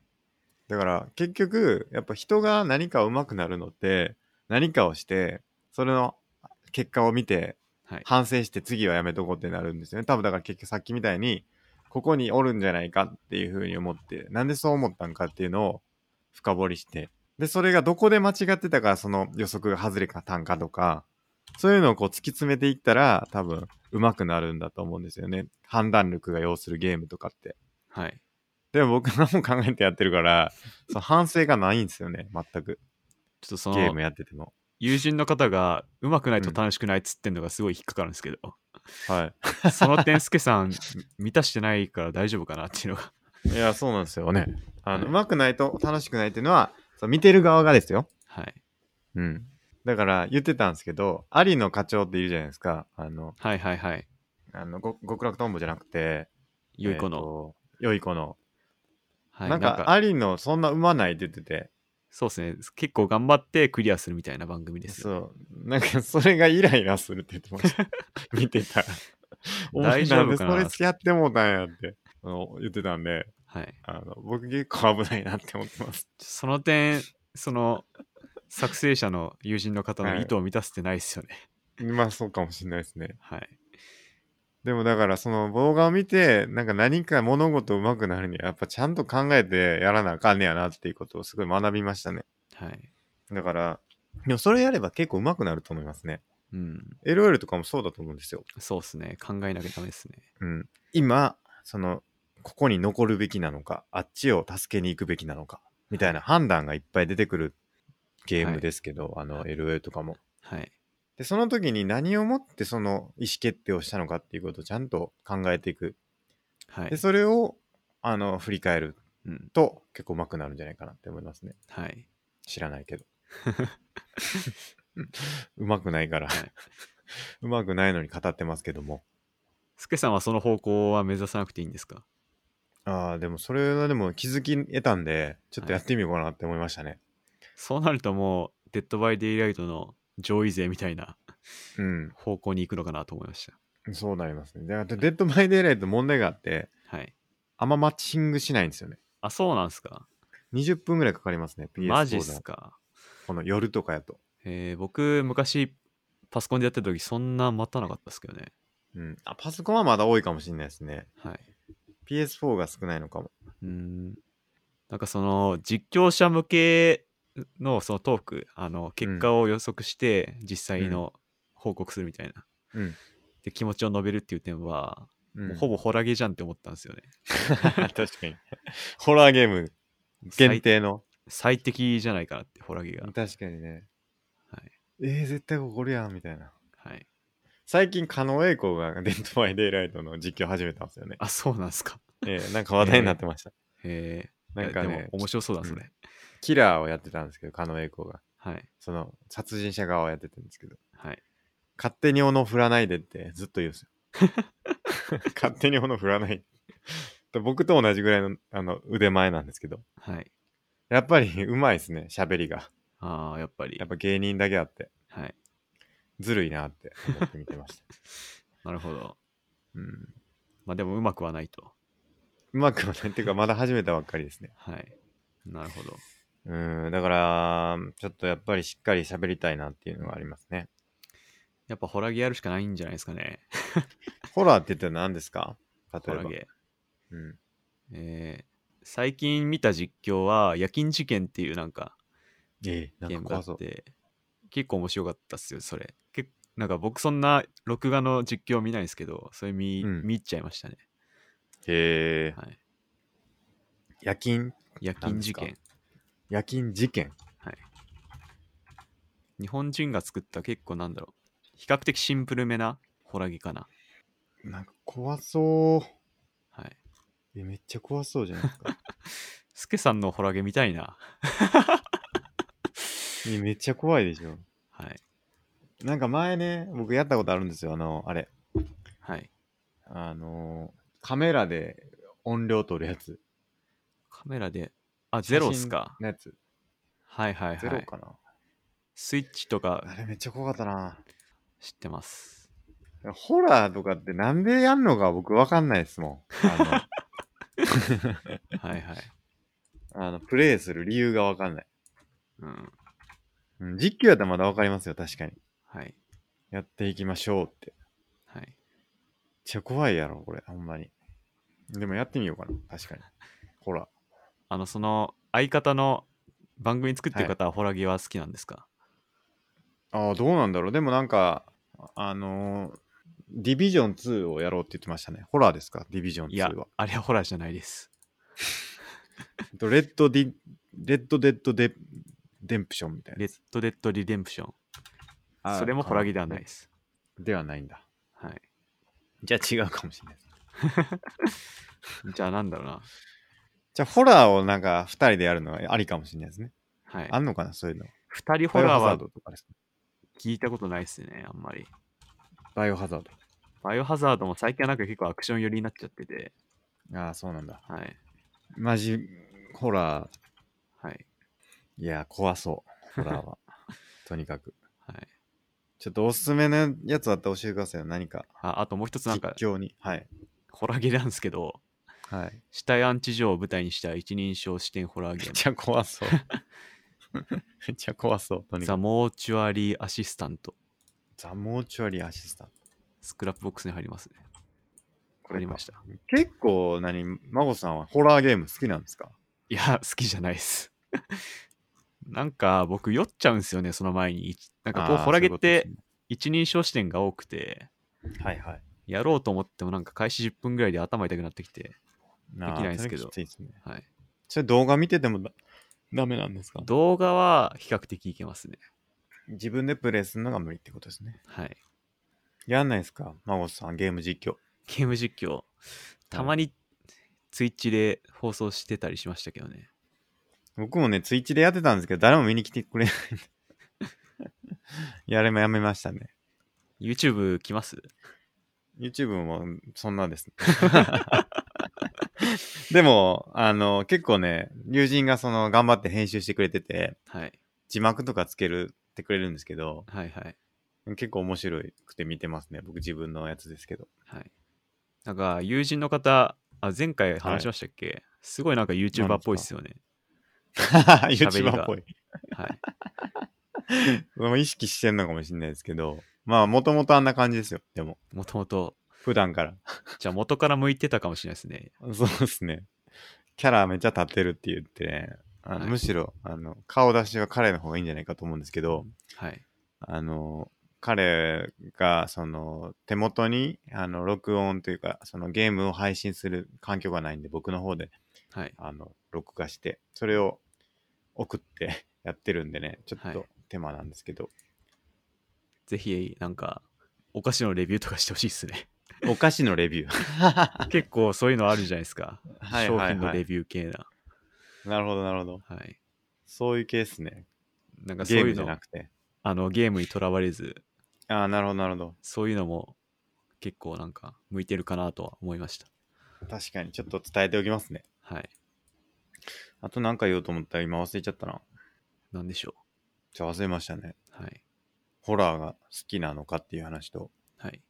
Speaker 1: だから、結局、やっぱ人が何かうまくなるのって、何かをして、それの結果を見て、
Speaker 2: はい。
Speaker 1: 反省して次はやめとこうってなるんですよね。多分だから結局さっきみたいに、ここにおるんじゃないかっていうふうに思って、なんでそう思ったんかっていうのを深掘りして、で、それがどこで間違ってたからその予測が外れたんかとか、そういうのをこう突き詰めていったら多分上手くなるんだと思うんですよね。判断力が要するゲームとかって。
Speaker 2: はい。
Speaker 1: でも僕何も考えてやってる から、その反省がないんですよね。全く。
Speaker 2: ちょっとそ
Speaker 1: ゲーム
Speaker 2: の、
Speaker 1: やってても。
Speaker 2: 友人の方が、うまくないと楽しくないっつってんのがすごい引っかかるんです けど、
Speaker 1: はい。
Speaker 2: その点、スケさん、満たしてないから大丈夫かなっていうのが。
Speaker 1: いや、そうなんですよね。あの、
Speaker 2: は
Speaker 1: う
Speaker 2: い
Speaker 1: まくないと楽しくないっていうのは、その見てる側がですよ。
Speaker 2: はい。
Speaker 1: うん。だから、言ってたんですけど、アリの課長っているじゃないですか。あの、
Speaker 2: はいはいはい。
Speaker 1: あのご極楽とんぼじゃなくて、
Speaker 2: 良い子
Speaker 1: えー
Speaker 2: の。
Speaker 1: と。良い子の。
Speaker 2: はい。
Speaker 1: な
Speaker 2: なんん
Speaker 1: か、
Speaker 2: か、
Speaker 1: アリのそんな産まないって言ってて、
Speaker 2: そうですね。結構頑張ってクリアするみたいな番組ですよね。
Speaker 1: そう。なんか、それがイライラするって言ってま した。見てたら。お前
Speaker 2: 大丈夫か
Speaker 1: で
Speaker 2: なん
Speaker 1: それ付き合ってもうたんやって、あの言ってたんで、
Speaker 2: はい。
Speaker 1: あの僕結構危ないなって思ってます。
Speaker 2: その点、その、作成者の友人の方の意図を満たせてないですよね。
Speaker 1: まあ、そうかもしれないですね。
Speaker 2: はい。
Speaker 1: でもだからその動画を見て、なんか何か物事上手くなるにはやっぱちゃんと考えてやらなあかんねやなっていうことをすごい学びましたね。
Speaker 2: はい。
Speaker 1: だから、でもそれやれば結構上手くなると思いますね。
Speaker 2: うん。
Speaker 1: LOL とかもそうだと思うんですよ。
Speaker 2: そうですね。考えなきゃダメですね。
Speaker 1: うん。今、その、ここに残るべきなのか、あっちを助けに行くべきなのか、みたいな判断がいっぱい出てくるゲームですけど、あの LOL とかも。
Speaker 2: はい。
Speaker 1: で、その時に何をもってその意思決定をしたのかっていうことをちゃんと考えていく。
Speaker 2: はい
Speaker 1: で、。それを、あの、振り返る
Speaker 2: うん。
Speaker 1: と結構うまくなるんじゃないかなって思いますね。
Speaker 2: はい。
Speaker 1: 知らないけど。うまくないから
Speaker 2: はい。
Speaker 1: うまくないのに語ってますけども。
Speaker 2: スケさんはその方向は目指さなくていいんですか
Speaker 1: ああ、でもそれはでも気づき得たんで、ちょっとやってみようかなって思いましたね。
Speaker 2: そうなるともう、デッドバイデイライトの上位勢みたいな方向に行くのかなと思いまし
Speaker 1: うん。そうなりますね。で、あとデッドバイデイライト問題があって、
Speaker 2: た。はい。
Speaker 1: あんまマッチングしないんですよね。
Speaker 2: あ、そうなんすか
Speaker 1: 20分ぐらいかかりますね。PS4
Speaker 2: マジっすか。
Speaker 1: この夜とかやと。
Speaker 2: えー、僕、昔、パソコンでやってた時、そんな待たなかったですけどね。
Speaker 1: うん。あ、パソコンはまだ多いかもしれないですね。
Speaker 2: はい。
Speaker 1: PS4 が少ないのかも。
Speaker 2: うーん。なんかその、実況者向けのそのトーク、あの、結果を予測して、実際の報告するみたいな。
Speaker 1: うん
Speaker 2: で気持ちを述べるっていう点は、
Speaker 1: うん
Speaker 2: もうほぼホラゲじゃんって思ったんですよね。
Speaker 1: 確かに。ホラーゲーム限定の。
Speaker 2: 最適じゃないかなって、ホラゲが。
Speaker 1: 確かにね。
Speaker 2: はい。
Speaker 1: えー、絶対ここるやん、みたいな。
Speaker 2: はい。
Speaker 1: 最近、狩野英孝がデッドバイデイライトの実況始めたんですよね。
Speaker 2: あ、そうなんですか。
Speaker 1: えー、なんか話題になってました。
Speaker 2: へえ。
Speaker 1: なんか
Speaker 2: いやで
Speaker 1: ね
Speaker 2: も、面白そうだ、
Speaker 1: うん
Speaker 2: それ。
Speaker 1: キラーをやってたんですけど、狩野英孝が。
Speaker 2: はい。
Speaker 1: その、殺人者側をやってたんですけど、
Speaker 2: はい。
Speaker 1: 勝手に斧振らないでってずっと言うん ですよ。勝手に斧振らない。僕と同じぐらいのあの腕前なんですけど、
Speaker 2: はい。
Speaker 1: やっぱりうまいですね、喋りが。
Speaker 2: ああ、やっぱり。
Speaker 1: やっぱ芸人だけあって、
Speaker 2: はい。
Speaker 1: ずるいなって思って見てま した。
Speaker 2: なるほど。
Speaker 1: うん
Speaker 2: まあでも、うまくはないと。
Speaker 1: うまくはないっていうか、まだ始めたばっかりですね。
Speaker 2: はい。なるほど。
Speaker 1: うん、だから、ちょっとやっぱりしっかり喋りたいなっていうのがありますね。
Speaker 2: やっぱホラゲやるしかないんじゃないですかね。
Speaker 1: ホラーって言ったら何ですか例
Speaker 2: ホ
Speaker 1: えば
Speaker 2: ラ。ゲ。
Speaker 1: うん、
Speaker 2: えー最近見た実況は、夜勤事件っていうなんか、
Speaker 1: ええな
Speaker 2: ゲー
Speaker 1: ん
Speaker 2: ム
Speaker 1: か
Speaker 2: があ
Speaker 1: 怖そう。
Speaker 2: って、結構面白かったっすよ、それ。けなんか僕そんな録画の実況見ないんですけど、それ見,、
Speaker 1: うん
Speaker 2: 見入っちゃいましたね。
Speaker 1: へえ
Speaker 2: はい、
Speaker 1: 夜勤
Speaker 2: 夜勤事
Speaker 1: なん
Speaker 2: 件。
Speaker 1: 夜勤事件
Speaker 2: 日本人が作った結構なんだろう。比較的シンプルめなホラゲかな。
Speaker 1: なんか怖そう。
Speaker 2: はい。
Speaker 1: え、めっちゃ怖そうじゃないです か。
Speaker 2: スケさんのホラゲ見たいな。
Speaker 1: えめっちゃ怖いでしょ。
Speaker 2: はい。
Speaker 1: なんか前ね、僕やったことあるんですよ。あの、あれ。
Speaker 2: はい。
Speaker 1: あのー、カメラで音量取るやつ。
Speaker 2: カメラで、あ、ゼロっすか
Speaker 1: 写真。のやつ。
Speaker 2: はいはい
Speaker 1: ゼ
Speaker 2: は
Speaker 1: ロ
Speaker 2: い。
Speaker 1: かな。
Speaker 2: スイッチとか
Speaker 1: あれめっちゃ怖かったな。
Speaker 2: 知ってます。
Speaker 1: ホラーとかってなんでやんのか僕わかんないですもん。あ
Speaker 2: はいはい。
Speaker 1: の、あのプレイする理由がわかんない。
Speaker 2: うん。
Speaker 1: うん、実況やったらまだわかりますよ、確かに。
Speaker 2: はい。
Speaker 1: やっていきましょうって。
Speaker 2: はい。
Speaker 1: めっちゃ怖いやろ、これ、ほんまに。でもやってみようかな、確かに。ホラー。
Speaker 2: あの、その、相方の番組作ってる方はホラゲは好きなんですか、
Speaker 1: ああ、どうなんだろう。でもなんか、あのーディビジョン2をやろうって言ってましたね。ホラーですかディビジョン
Speaker 2: いや
Speaker 1: 2は。、
Speaker 2: あれはホラーじゃないです。
Speaker 1: えっとレッドディ、レッドデッドデデンプションみたい
Speaker 2: レ
Speaker 1: な
Speaker 2: ッ。ド・デッド・リデンプション。
Speaker 1: あー
Speaker 2: それもホラーゲではないです。
Speaker 1: ではないんだ。
Speaker 2: はい。
Speaker 1: じゃあ違うかもしれない。
Speaker 2: じゃあ、なんだろうな。
Speaker 1: じゃあ、ホラーをなんか、二人でやるのはありかもしれないですね。
Speaker 2: はい
Speaker 1: あ。んのかな、そういうの。
Speaker 2: 二人ホ
Speaker 1: バイオ
Speaker 2: ラ
Speaker 1: ハ
Speaker 2: ー
Speaker 1: ザー
Speaker 2: は
Speaker 1: ドとかですね。
Speaker 2: 聞いたことないですね、あんまり。
Speaker 1: バイオハザー
Speaker 2: バイオハザードも最近はなんか結構アクション寄りになっちゃってて、
Speaker 1: ド。ああ、そうなんだ。
Speaker 2: はい。
Speaker 1: マジ、ホラ
Speaker 2: はい。
Speaker 1: ー、いや、怖そう。ホラーは。とにかく。
Speaker 2: はい。
Speaker 1: ちょっとおすすめのやつあったら教えてくださいよ。何か。
Speaker 2: ああともう一つなん
Speaker 1: 実
Speaker 2: か、
Speaker 1: 況に。はい。
Speaker 2: ホラーゲなんですけど、
Speaker 1: はい。
Speaker 2: 死体安置所を舞台にした一人称視点ホラー
Speaker 1: め
Speaker 2: ゲ
Speaker 1: っ
Speaker 2: ーム。
Speaker 1: ちゃ怖 そう。めっちゃ怖そう。とにか
Speaker 2: ザ・
Speaker 1: く。
Speaker 2: モーチュアリー・アシスタント。
Speaker 1: ザ・モーチュアリーアシスタント。
Speaker 2: スクラップボックスに入りますね。
Speaker 1: れか
Speaker 2: 入りました。
Speaker 1: 結構、何、孫さんはホラーゲーム好きなんですか
Speaker 2: いや、好きじゃないです。 なんか僕酔っちゃうんですよね、その前に。いなんかこう、
Speaker 1: あー
Speaker 2: ホラゲっ
Speaker 1: そ
Speaker 2: て
Speaker 1: ういうこ
Speaker 2: 一人称視点が多くて、
Speaker 1: とですねはいはい。
Speaker 2: やろうと思ってもなんか開始10分ぐらいで頭痛くなってきて、
Speaker 1: なあ
Speaker 2: できないんですけど
Speaker 1: それきついですね。
Speaker 2: はい、
Speaker 1: それ動画見ててもだダメなんですか
Speaker 2: 動画は比較的いけますね。
Speaker 1: 自分でプレイするのが無理ってことですね。
Speaker 2: はい、
Speaker 1: やんないですか孫さん、ゲーム実況。
Speaker 2: ゲーム実況、たまにツイッチで放送してたりしましたけどね。
Speaker 1: 僕もね、ツイッチでやってたんですけど、誰も見に来てくれない。 やれもやめましたね。
Speaker 2: YouTube 来ます
Speaker 1: YouTube もそんなです、 でも、あの、結構ね、友人がその、頑張って編集してくれてて、
Speaker 2: はい、
Speaker 1: 字幕とかつけるってくれるんですけど、
Speaker 2: はい、はい。
Speaker 1: 結構面白くて見てますね。僕自分のやつですけど。
Speaker 2: はい、なんか友人の方あ、前回話しましたっけ、すごいなんか YouTuber っぽいですよね。
Speaker 1: YouTuber っぽい。
Speaker 2: はい、
Speaker 1: うん意識してんのかもしれないですけど、まあ、もともとあんな感じですよ。でも、
Speaker 2: もともと、
Speaker 1: 普段から。
Speaker 2: じゃあ元から向いてたかもしれないですね。
Speaker 1: そうですね。キャラめっちゃ立ってるって言ってね、あの
Speaker 2: はい
Speaker 1: むしろ、あの、顔出しは彼の方がいいんじゃないかと思うんですけど、
Speaker 2: はい。
Speaker 1: あの、彼がその手元にあの録音というかそのゲームを配信する環境がないんで僕の方で
Speaker 2: はい。
Speaker 1: あの録画してそれを送って やってるんでねちょっ
Speaker 2: は
Speaker 1: と
Speaker 2: い
Speaker 1: 手間なんですけど、
Speaker 2: ぜひ、なんか、お菓子のレビューとかしてほしいですね。
Speaker 1: お菓子のレビュー
Speaker 2: 結構そういうのあるじゃないですか。
Speaker 1: はい
Speaker 2: 商
Speaker 1: はいはい
Speaker 2: 品のレビュー系な。
Speaker 1: なるほどなるほど
Speaker 2: はい。
Speaker 1: そういうケースね
Speaker 2: なんかそう
Speaker 1: ゲー
Speaker 2: い
Speaker 1: ム
Speaker 2: う
Speaker 1: じゃ
Speaker 2: の
Speaker 1: な、くて
Speaker 2: あの、ゲームにとらわれず、
Speaker 1: ああなるほどなるほど
Speaker 2: そういうのも結構なんか向いてるかなとは思いました。
Speaker 1: 確かにちょっと伝えておきますね
Speaker 2: はい。
Speaker 1: あと何か言おうと思ったら今忘れちゃったな
Speaker 2: なんでしょ
Speaker 1: じゃあ忘れましたね
Speaker 2: う。はい。
Speaker 1: ホラーが好きなのかっていう話と
Speaker 2: はい。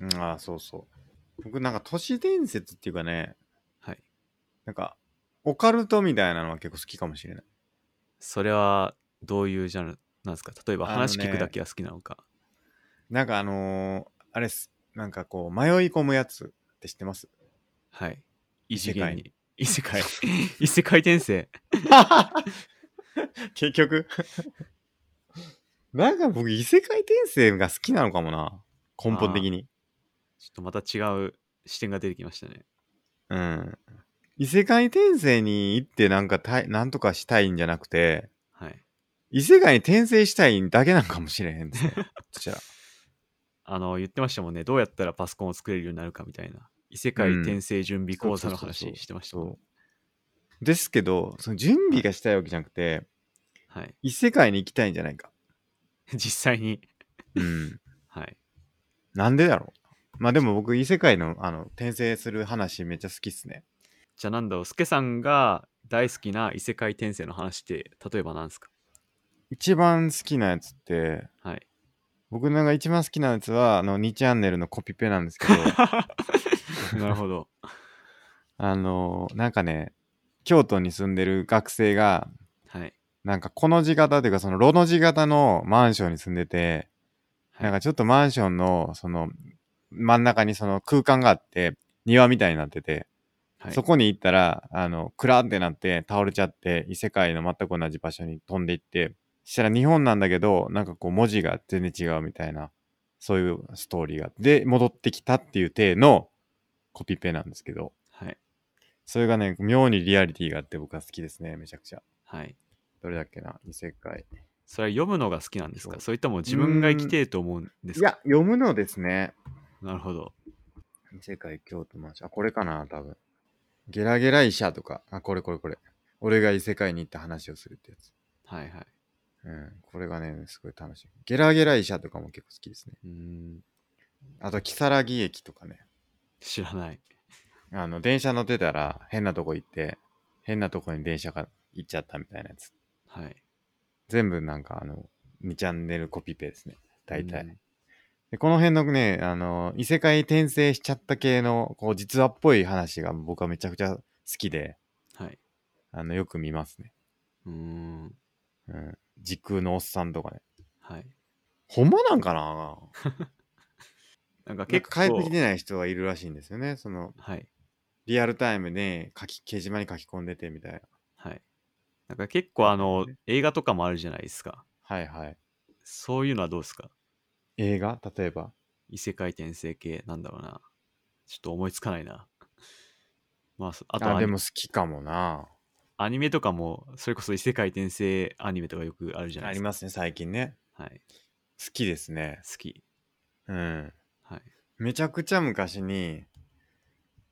Speaker 1: うん、ああ、そうそう。僕なんか都市伝説っていうかね、
Speaker 2: はい。
Speaker 1: なんかオカルトみたいなのは結構好きかもしれない。
Speaker 2: それはどういうジャンルなんですか例えば
Speaker 1: あのね
Speaker 2: 話聞くだけが好きなのか。
Speaker 1: なんかあのーあれっす、なんかこう迷い込むやつって知ってます
Speaker 2: はい。異
Speaker 1: 異
Speaker 2: 次
Speaker 1: 世
Speaker 2: 元
Speaker 1: 界
Speaker 2: に。 異世界。異世界転生。
Speaker 1: 結局。 なんか僕異世界転生が好きなのかもな。根本的に。
Speaker 2: ちょっとまた違う視点が出てきましたね。
Speaker 1: うん。異世界転生に行ってなんかたいなんとかしたいんじゃなくて、
Speaker 2: はい。
Speaker 1: 異世界に転生したいだけなんかもしれへんですね。そしたら。
Speaker 2: あの、言ってましたもんね。どうやったらパソコンを作れるようになるかみたいな。異世界転生準備講座の
Speaker 1: そうそうそう
Speaker 2: 話
Speaker 1: そう
Speaker 2: してましたもんね。
Speaker 1: そう。ですけど、その準備がしたいわけじゃなくて、
Speaker 2: はい。
Speaker 1: 異世界に行きたいんじゃないか。
Speaker 2: 実際に。
Speaker 1: うん。
Speaker 2: はい。
Speaker 1: なんでだろう。まあでも僕、異世界のあの転生する話めっちゃ好きっすね。
Speaker 2: じゃあなんだろう、スケさんが大好きな異世界転生の話って、例えばなんですか
Speaker 1: 一番好きなやつって、
Speaker 2: はい。
Speaker 1: 僕なんか一番好きなやつは、あの、2チャンネルのコピペなんです けど、
Speaker 2: なるほど。
Speaker 1: あの、なんかね、京都に住んでる学生が、
Speaker 2: はい。
Speaker 1: なんかこの字型というか、そのロの字型のマンションに住んでて、
Speaker 2: はい
Speaker 1: なんかちょっとマンションの、その、真ん中にその空間があって、庭みたいになってて、
Speaker 2: はい、
Speaker 1: そこに行ったら、あの、クラーってなって倒れちゃって、異世界の全く同じ場所に飛んでいって、したら日本なんだけど、なんかこう文字が全然違うみたいな、そういうストーリーが。で、戻ってきたっていう体のコピペなんですけど、
Speaker 2: はい。
Speaker 1: それがね、妙にリアリティがあって僕は好きですね、めちゃくちゃ。
Speaker 2: はい。
Speaker 1: どれだっけな、異世界。
Speaker 2: それは読むのが好きなんです
Speaker 1: そ
Speaker 2: か
Speaker 1: う
Speaker 2: それとも自分が生きてると思うんです
Speaker 1: い
Speaker 2: か
Speaker 1: や、読むのですね。
Speaker 2: なるほど。
Speaker 1: 異世界京都マンション。あ、これかな、多分。ゲラゲラ医者とか。あ、これこれこれ。俺が異世界に行った話をするってやつ。
Speaker 2: はいはい。
Speaker 1: うん。これがね、すごい楽しい。ゲラゲラ医者とかも結構好きですね。
Speaker 2: うーん。
Speaker 1: あと、如月駅とかね。
Speaker 2: 知らない。
Speaker 1: あの、電車乗ってたら変なとこ行って、変なとこに電車が行っちゃったみたいなやつ。
Speaker 2: はい。
Speaker 1: 全部なんかあの、2チャンネルコピペですね。大体。
Speaker 2: うん
Speaker 1: でこの辺のね、あの、異世界転生しちゃった系の、こう、実話っぽい話が僕はめちゃくちゃ好きで、
Speaker 2: はい。
Speaker 1: あの、よく見ますね。
Speaker 2: うーん。
Speaker 1: うん。時空のおっさんとかね。
Speaker 2: はい。
Speaker 1: ほんまなんかな
Speaker 2: なんか
Speaker 1: 結
Speaker 2: 結
Speaker 1: 構帰ってき
Speaker 2: 構、
Speaker 1: てない人がいるらしいんですよね。その、
Speaker 2: はい。
Speaker 1: リアルタイムで書き、掲示板に書き込んでてみたいな。
Speaker 2: はい。なんか結構あの、映画とかもあるじゃないですか。
Speaker 1: はいはい。
Speaker 2: そういうのはどうですか
Speaker 1: 映画例えば。
Speaker 2: 異世界転生系なんだろうな。ちょっと思いつかない な。まあ、そあと
Speaker 1: あ
Speaker 2: ア
Speaker 1: で
Speaker 2: ニ
Speaker 1: も好きかもな。
Speaker 2: アニメとかも、それこそ異世界転生アニメとかよくあるじゃな
Speaker 1: あ
Speaker 2: い
Speaker 1: り
Speaker 2: ですか。
Speaker 1: ますね、最近ね。
Speaker 2: はい。
Speaker 1: 好きですね。
Speaker 2: 好き。
Speaker 1: うん。
Speaker 2: はい。
Speaker 1: めちゃくちゃ昔に、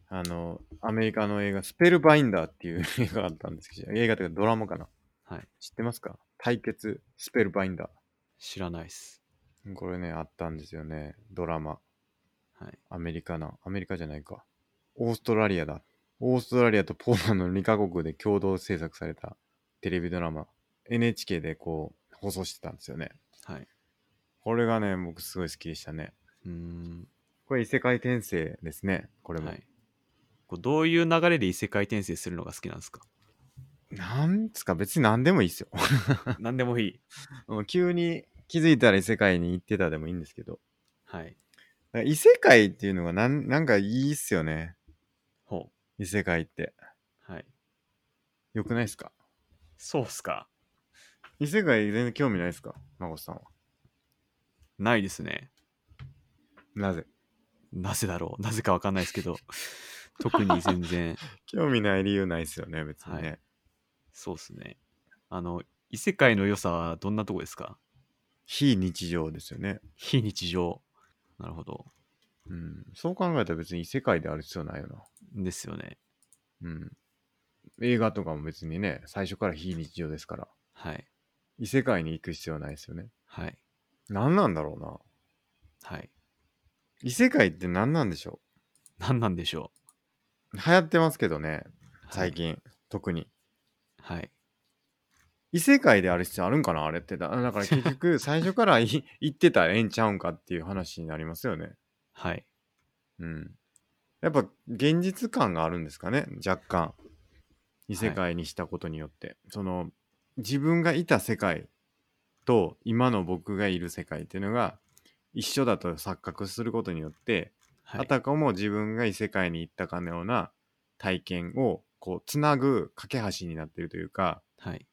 Speaker 1: あの、アメリカの映画、スペルバインダーっていう映画があったんですけど、映画というかドラマかな。
Speaker 2: はい。
Speaker 1: 知ってますか対決、スペルバインダ
Speaker 2: 知らないっす。
Speaker 1: ー。これね、あったんですよね。ドラマ。
Speaker 2: はい。
Speaker 1: アメリカな。アメリカじゃないか。オーストラリアだ。オーストラリアとポーランドの2カ国で共同制作されたテレビドラマ。NHK でこう、放送してたんですよね。
Speaker 2: はい。
Speaker 1: これがね、僕すごい好きでしたね。
Speaker 2: うーん。
Speaker 1: これ異世界転生ですね。これも。
Speaker 2: はい。こうどういう流れで異世界転生するのが好きな んですか
Speaker 1: なんつか別に何でもいいですよ。
Speaker 2: 何でもいい。
Speaker 1: うん急に気づいたら異世界に行ってたでもいいんですけど。
Speaker 2: はい。
Speaker 1: だから異世界っていうのがなんなんかいいっすよね。
Speaker 2: ほ
Speaker 1: 異世界って。
Speaker 2: う。はい。
Speaker 1: よくないですか
Speaker 2: そうっすか。
Speaker 1: 異世界全然興味ないですかマゴさんは。
Speaker 2: ないですね。
Speaker 1: なぜ
Speaker 2: なぜだろうな ぜかわかんないですけど、特に全然、
Speaker 1: 興味ない理由ないですよね、別にね。
Speaker 2: はそうですね。あの、異世界の良さはどんなとこですか
Speaker 1: 非日常ですよね。
Speaker 2: 非日常。なるほど。
Speaker 1: うん。そう考えたら別に異世界である必要ないよな。
Speaker 2: ですよね。
Speaker 1: うん。映画とかも別にね、最初から非日常ですから、
Speaker 2: はい。
Speaker 1: 異世界に行く必要ないですよね。
Speaker 2: はい。
Speaker 1: 何なんだろうな。
Speaker 2: はい。
Speaker 1: 異世界って何なんでしょ
Speaker 2: 何なんでしょ
Speaker 1: う流行ってますけどね、
Speaker 2: う。
Speaker 1: 最。近、特に。
Speaker 2: はい。はい、
Speaker 1: 異世界である必要あるんかなあれってだ。だから結局、最初からい 行ってたらええんちゃうんかっていう話になりますよね。
Speaker 2: はい。
Speaker 1: うん。やっぱ現実感があるんですかね、若干。異世界にしたことによって。その、自分がいた世界と今の僕がいる世界っていうのが一緒だと錯覚することによって、
Speaker 2: は
Speaker 1: あ
Speaker 2: い。
Speaker 1: たかも自分が異世界に行ったかのような体験をこうつなぐ架け橋になってるというか
Speaker 2: はい。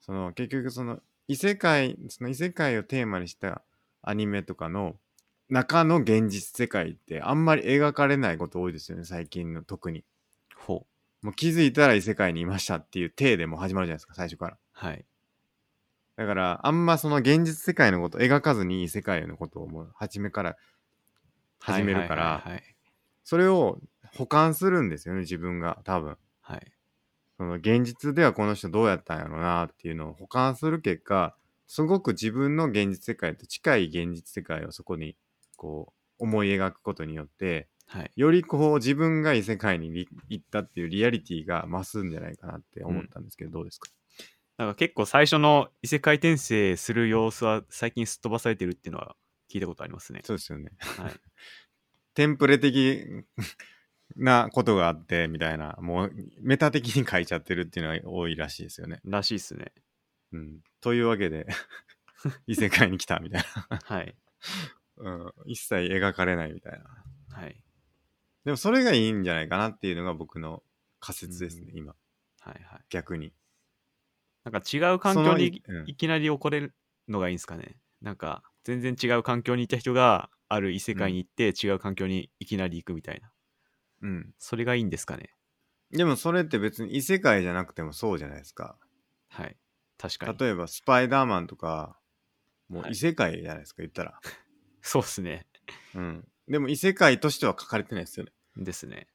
Speaker 1: その結局その異世界その異世界をテーマにしたアニメとかの中の現実世界ってあんまり描かれないこと多いですよね最近の特に
Speaker 2: ほう。
Speaker 1: もう気づいたら異世界にいましたっていう体でもう始まるじゃないですか最初から
Speaker 2: はい。
Speaker 1: だからあんまその現実世界のこと描かずに異世界のことをもう初めから始めるから、
Speaker 2: はいはい
Speaker 1: それを補完するんですよね自分が多分
Speaker 2: はい、はい。
Speaker 1: その現実ではこの人どうやったんやろうなっていうのを補完する結果すごく自分の現実世界と近い現実世界をそこにこう思い描くことによって
Speaker 2: はい。
Speaker 1: よりこう自分が異世界にり行ったっていうリアリティが増すんじゃないかなって思ったんですけど、どうですか
Speaker 2: なんか結構最初の異世界転生する様子は最近すっ飛ばされてるっていうのは聞いたことありますね。
Speaker 1: そうですよね。
Speaker 2: はい。
Speaker 1: テンプレ的なことがあってみたいなもうメタ的に書いちゃってるっていうのが多いらしいですよね。
Speaker 2: らしいっすね。
Speaker 1: うん、というわけで異世界に来たみたい
Speaker 2: はい。
Speaker 1: な、うん、一切描かれないみたいな。
Speaker 2: はい。
Speaker 1: でもそれがいいんじゃないかなっていうのが僕の仮説ですね、
Speaker 2: うん
Speaker 1: 今、
Speaker 2: はいはい。
Speaker 1: 逆に。
Speaker 2: なんか違う環境に
Speaker 1: そのいうん
Speaker 2: いきなり起これるのがいいんですかね。なんか全然違う環境にいた人がある異世界に行って違う環境にいきなり行くみたいな。
Speaker 1: うん。
Speaker 2: それがいいんですかね。
Speaker 1: でもそれって別に異世界じゃなくてもそうじゃないですか。
Speaker 2: はい。確かに。
Speaker 1: 例えばスパイダーマンとか、もう
Speaker 2: はい
Speaker 1: 異世界じゃないですか、言った ら。
Speaker 2: そうっすね。
Speaker 1: うん。でも異世界としては書かれてないですよね。
Speaker 2: ですね。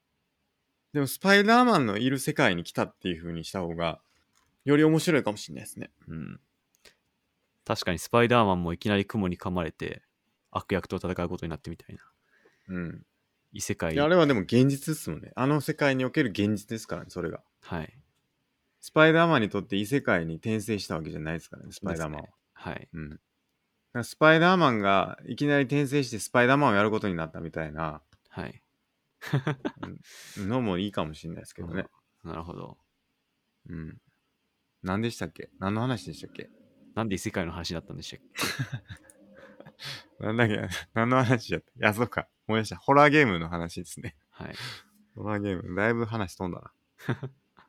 Speaker 1: でもスパイダーマンのいる世界に来たっていう風にした方が、より面白いかもしれないですね。
Speaker 2: うん。確かにスパイダーマンもいきなり雲に噛まれて悪役と戦うことになってみたいな。
Speaker 1: うん。
Speaker 2: 異世界
Speaker 1: いやあれはでも現実ですもんね。あの世界における現実ですからね、それが。
Speaker 2: はい。
Speaker 1: スパイダーマンにとって異世界に転生したわけじゃないですからね、スパイダーマンは。
Speaker 2: はい。
Speaker 1: うん。だからスパイダーマンがいきなり転生してスパイダーマンをやることになったみたいな
Speaker 2: はい。
Speaker 1: のもいいかもしれないですけどね。
Speaker 2: なるほど。
Speaker 1: うん。何でしたっけ何の話でしたっけ
Speaker 2: なんで異世界の話だったんでしたっけ
Speaker 1: なんだっけ 何の話やったいや、そうか。思い出した。ホラーゲームの話ですね。
Speaker 2: はい。
Speaker 1: ホラーゲーム、だいぶ話飛んだ